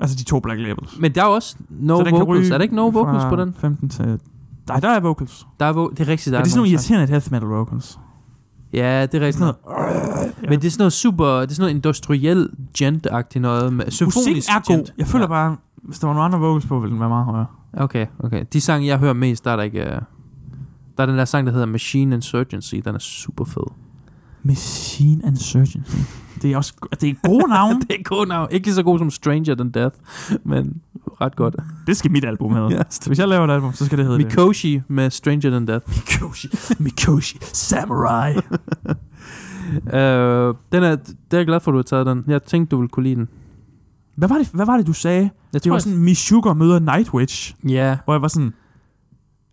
Altså de to Black Labels. Men der er også no Så den kan vocals. ryge Er der ikke no vocals fra på den? 15 til... Nej, der er vocals. Der Der er vo- det er rigtigt, der er, er, er det sådan nogle nogle sange. irriterende death metal vocals? Ja, det er rigtigt. Sådan noget. Men det er sådan noget super, det er sådan noget industriel gent-agtigt noget. Med, Musikken symfonisk er god. gent. Jeg føler bare, hvis der var nogle andre vocals på, ville den være meget højere. Ja. Okay, okay. De sange, jeg hører mest, der er der ikke... øh, Der er den der sang, der hedder Machine Insurgency. Den er super fed. Machine and Surgeon. Det er også det er gode navne. det er god navn. Ikke lige så god som Stranger Than Death, men ret godt. Det skal mit album hedde. Ja, Så Hvis jeg laver et album, så skal det hedde det. Mikoshi med Stranger Than Death. Mikoshi. Mikoshi. Samurai. Øh, den er, det er jeg glad for, at du har taget den. Jeg tænkte, du ville kunne lide den. Hvad var det, hvad var det du sagde? Jeg Det var sådan, Mishuga møder Nightwitch. Ja, Hvor jeg var sådan...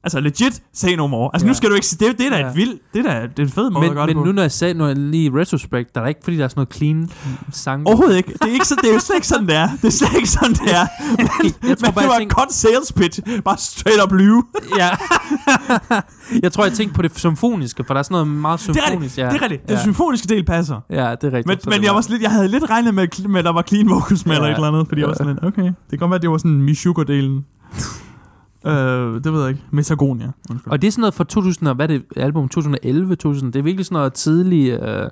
Altså legit, say no more. Altså Ja. nu skal du ikke... Det, det er da Ja. et vildt... Det er da det er en fed måde at gøre men, det på. men nu når jeg sagde noget lige i retrospect, der er da ikke, fordi der er sådan noget clean sang. Overhovedet ikke. Det er, ikke så, det er jo slet ikke sådan, det er. Det er slet ikke sådan, det er. jeg tror Men bare, det var jeg en tænkte, godt sales pitch. Bare straight up lyve. ja. jeg tror, jeg tænkte på det symfoniske, for der er sådan noget meget er rigtigt. symfonisk. Ja. Det er ja. rigtigt. Den Ja. symfoniske del passer. ja, det er rigtigt. Men, Så men det jeg, var- var sådan lidt, jeg havde lidt regnet med, at- med, at der var clean vocals med ja. eller Ja. et eller andet, fordi ja. jeg var Ja. sådan lidt, okay. Det kan godt være, at det var sådan Mishuko-delen. øh, det ved jeg ikke. Metagonia. Undskyld. Og det er sådan noget fra 2000, og hvad er det, album 2011, 2000, det er virkelig sådan noget tidlig... Øh, det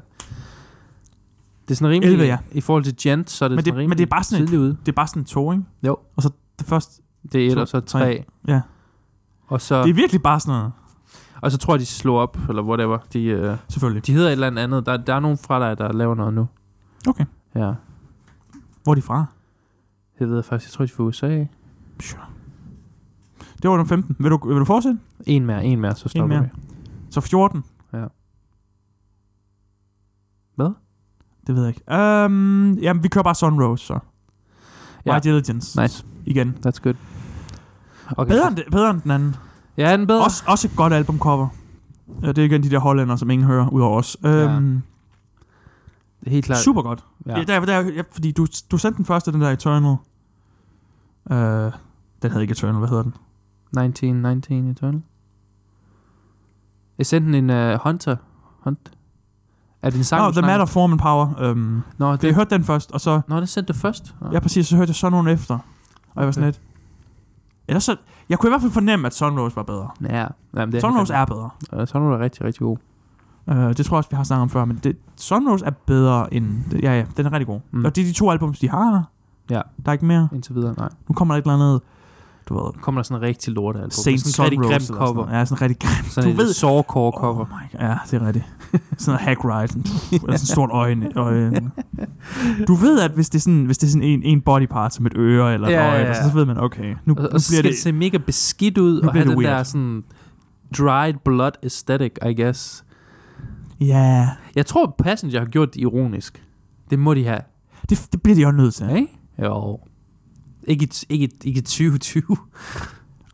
er sådan rimelig... 11, ja. I forhold til Gent, så er det, Men det- sådan rimelig men det er bare sådan et- tidlig ude. Det er bare sådan to, ikke? Jo. Og så det første. Det er et, to- og så tre. tre. Ja. Og så, Det er virkelig bare sådan noget. og så tror jeg, de slår op, eller whatever. De, øh, Selvfølgelig. de hedder et eller andet. Der, der er nogen fra dig, der laver noget nu. Okay. Ja. Hvor er de fra? Det ved jeg faktisk. Jeg tror, de er fra USA. Sure. Det var den 15. Vil du, vil du fortsætte? En mere, en mere, så stopper mere. vi. Så 14. Ja. Hvad? Det ved jeg ikke. Um, jamen, vi kører bare Sunrose, så. Ja. Ja. My Diligence. Nice. Igen. That's good. Okay. Bedre, end, det- bedre end den anden. Ja, den er bedre. Også, også et godt albumcover. Ja, det er igen de der hollænder, som ingen hører ud over os. Um, Ja, ja, Helt klart. super godt. Ja. Ja. Ja, der, der, ja, fordi du, du sendte den første, den der Eternal. Uh, den hedder ikke Eternal, hvad hedder den? 19, 19 Eternal. Jeg sendte en uh, Hunter. Hunt. Er det en sang? Nå, du The snakker Matter, om? Form and Power. Um, Nå, det, jeg det, hørte den først, og så nå, det sendte du først. Nå. Ja, præcis. Så hørte jeg sådan nogen efter. Og jeg var sådan Okay. lidt... Ellers så... Jeg kunne i hvert fald fornemme, at Sunrose var bedre. Ja, jamen, det er Sunrose er bedre. er... Sunrose er rigtig, rigtig god. Uh, det tror jeg også, vi har snakket om før, men det, Sunrose er bedre end... det- Ja, ja, den er rigtig god. Mm. Mm. Og det er de to albums, de har. Ja. Der er ikke mere. Indtil videre, nej. Nu kommer der et eller andet... Du ved... Kommer der sådan en rigtig lort album. Saint sådan en rigtig Sunrose. grim cover. Noget. Ja, sådan en rigtig grim. Sådan Du et ved- sårcore cover. Oh my God. Ja, det er rigtigt. sådan en hack ride. Sådan, pff, eller sådan et stort øjne. øjne. Du ved, at hvis det er sådan, hvis det er sådan en, en body part, som et øre eller et Ja, øje, ja, eller ja. sådan, så ved man, okay, nu, Og, nu og så bliver skal det det... se mega beskidt ud, og bliver have det den weird. der sådan dried blood aesthetic, I guess. Ja, Jeg tror, Passenger har gjort det ironisk. Det må de have. det, det bliver de også nødt til. Ja, ikke? Jo. Ikke i, t- ikke, i- ikke i 2020.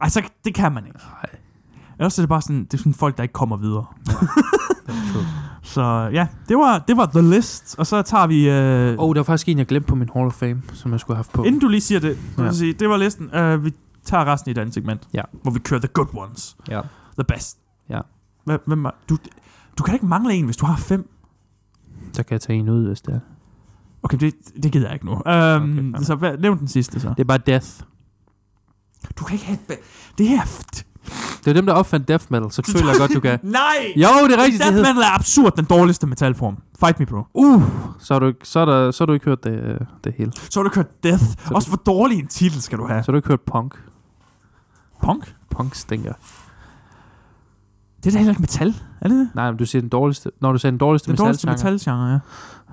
Altså, det kan man ikke. Nej. Ellers er det bare sådan, det er sådan folk, der ikke kommer videre. Så ja, det var, det var The List, og så tager vi... Øh, Åh, oh, der var faktisk en, jeg glemte på min Hall of Fame, som jeg skulle have haft på. Inden du lige siger det, så Ja. vil jeg sige, det var listen. Øh, vi tager resten i et andet segment, Ja. hvor vi kører The Good Ones. Ja. The Best. Ja. Hvem, hvem var, du, du kan ikke mangle en, hvis du har fem. Så kan jeg tage en ud, hvis det er. Okay, det, det gider jeg ikke nu. Øhm, fair okay, nok. så hvad, nævn den sidste så. Det er bare Death. Du kan ikke have... Det her... F- Det er dem, der opfandt Death Metal, så føler jeg godt, du kan. Nej! Jo, det er rigtigt, det Death hed. Metal er absurd den dårligste metalform. Fight me, bro. Uh, så har du, ikke- så er der, så har du ikke hørt det, øh, det hele. Så har du kørt Death. du- Også hvor dårlig en titel skal du have. Så har du ikke hørt Punk. Punk? Punk stinker. Det er da heller ikke metal, er det det? Nej, men du siger den dårligste. Når du sagde den dårligste Den dårligste metalgenre.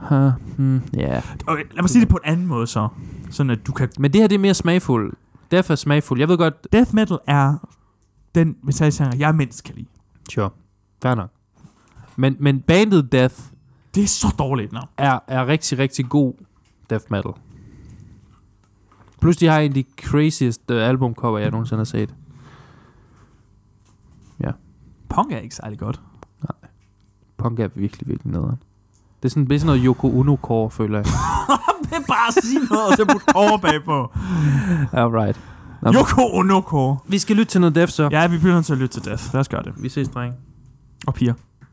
metalgenre, ja. Huh, hmm, ja. Okay, lad mig sige det på en anden måde så. Sådan at du kan... Men det her, det er mere smagfuldt. Derfor er smagfuldt. Jeg ved godt... Death metal er den metalgenre, jeg mindst kan lide. Sure. Fair nok. Men, men bandet Death Det er så dårligt navn. er, er rigtig, rigtig god death metal. Plus de har en af de craziest uh, albumcover, jeg nogensinde har set. Punk er ikke særlig godt. Punk er virkelig, virkelig nederen. Det er sådan, det er sådan noget Yoko Ono-core, føler jeg. det er bare at sige noget, og så putte over bagpå. Alright. Nå, men- Yoko Onoko. Vi skal lytte til noget death, så. Ja, vi bliver nødt til at lytte til Death. Lad os gøre det. Vi ses, dreng. Og piger.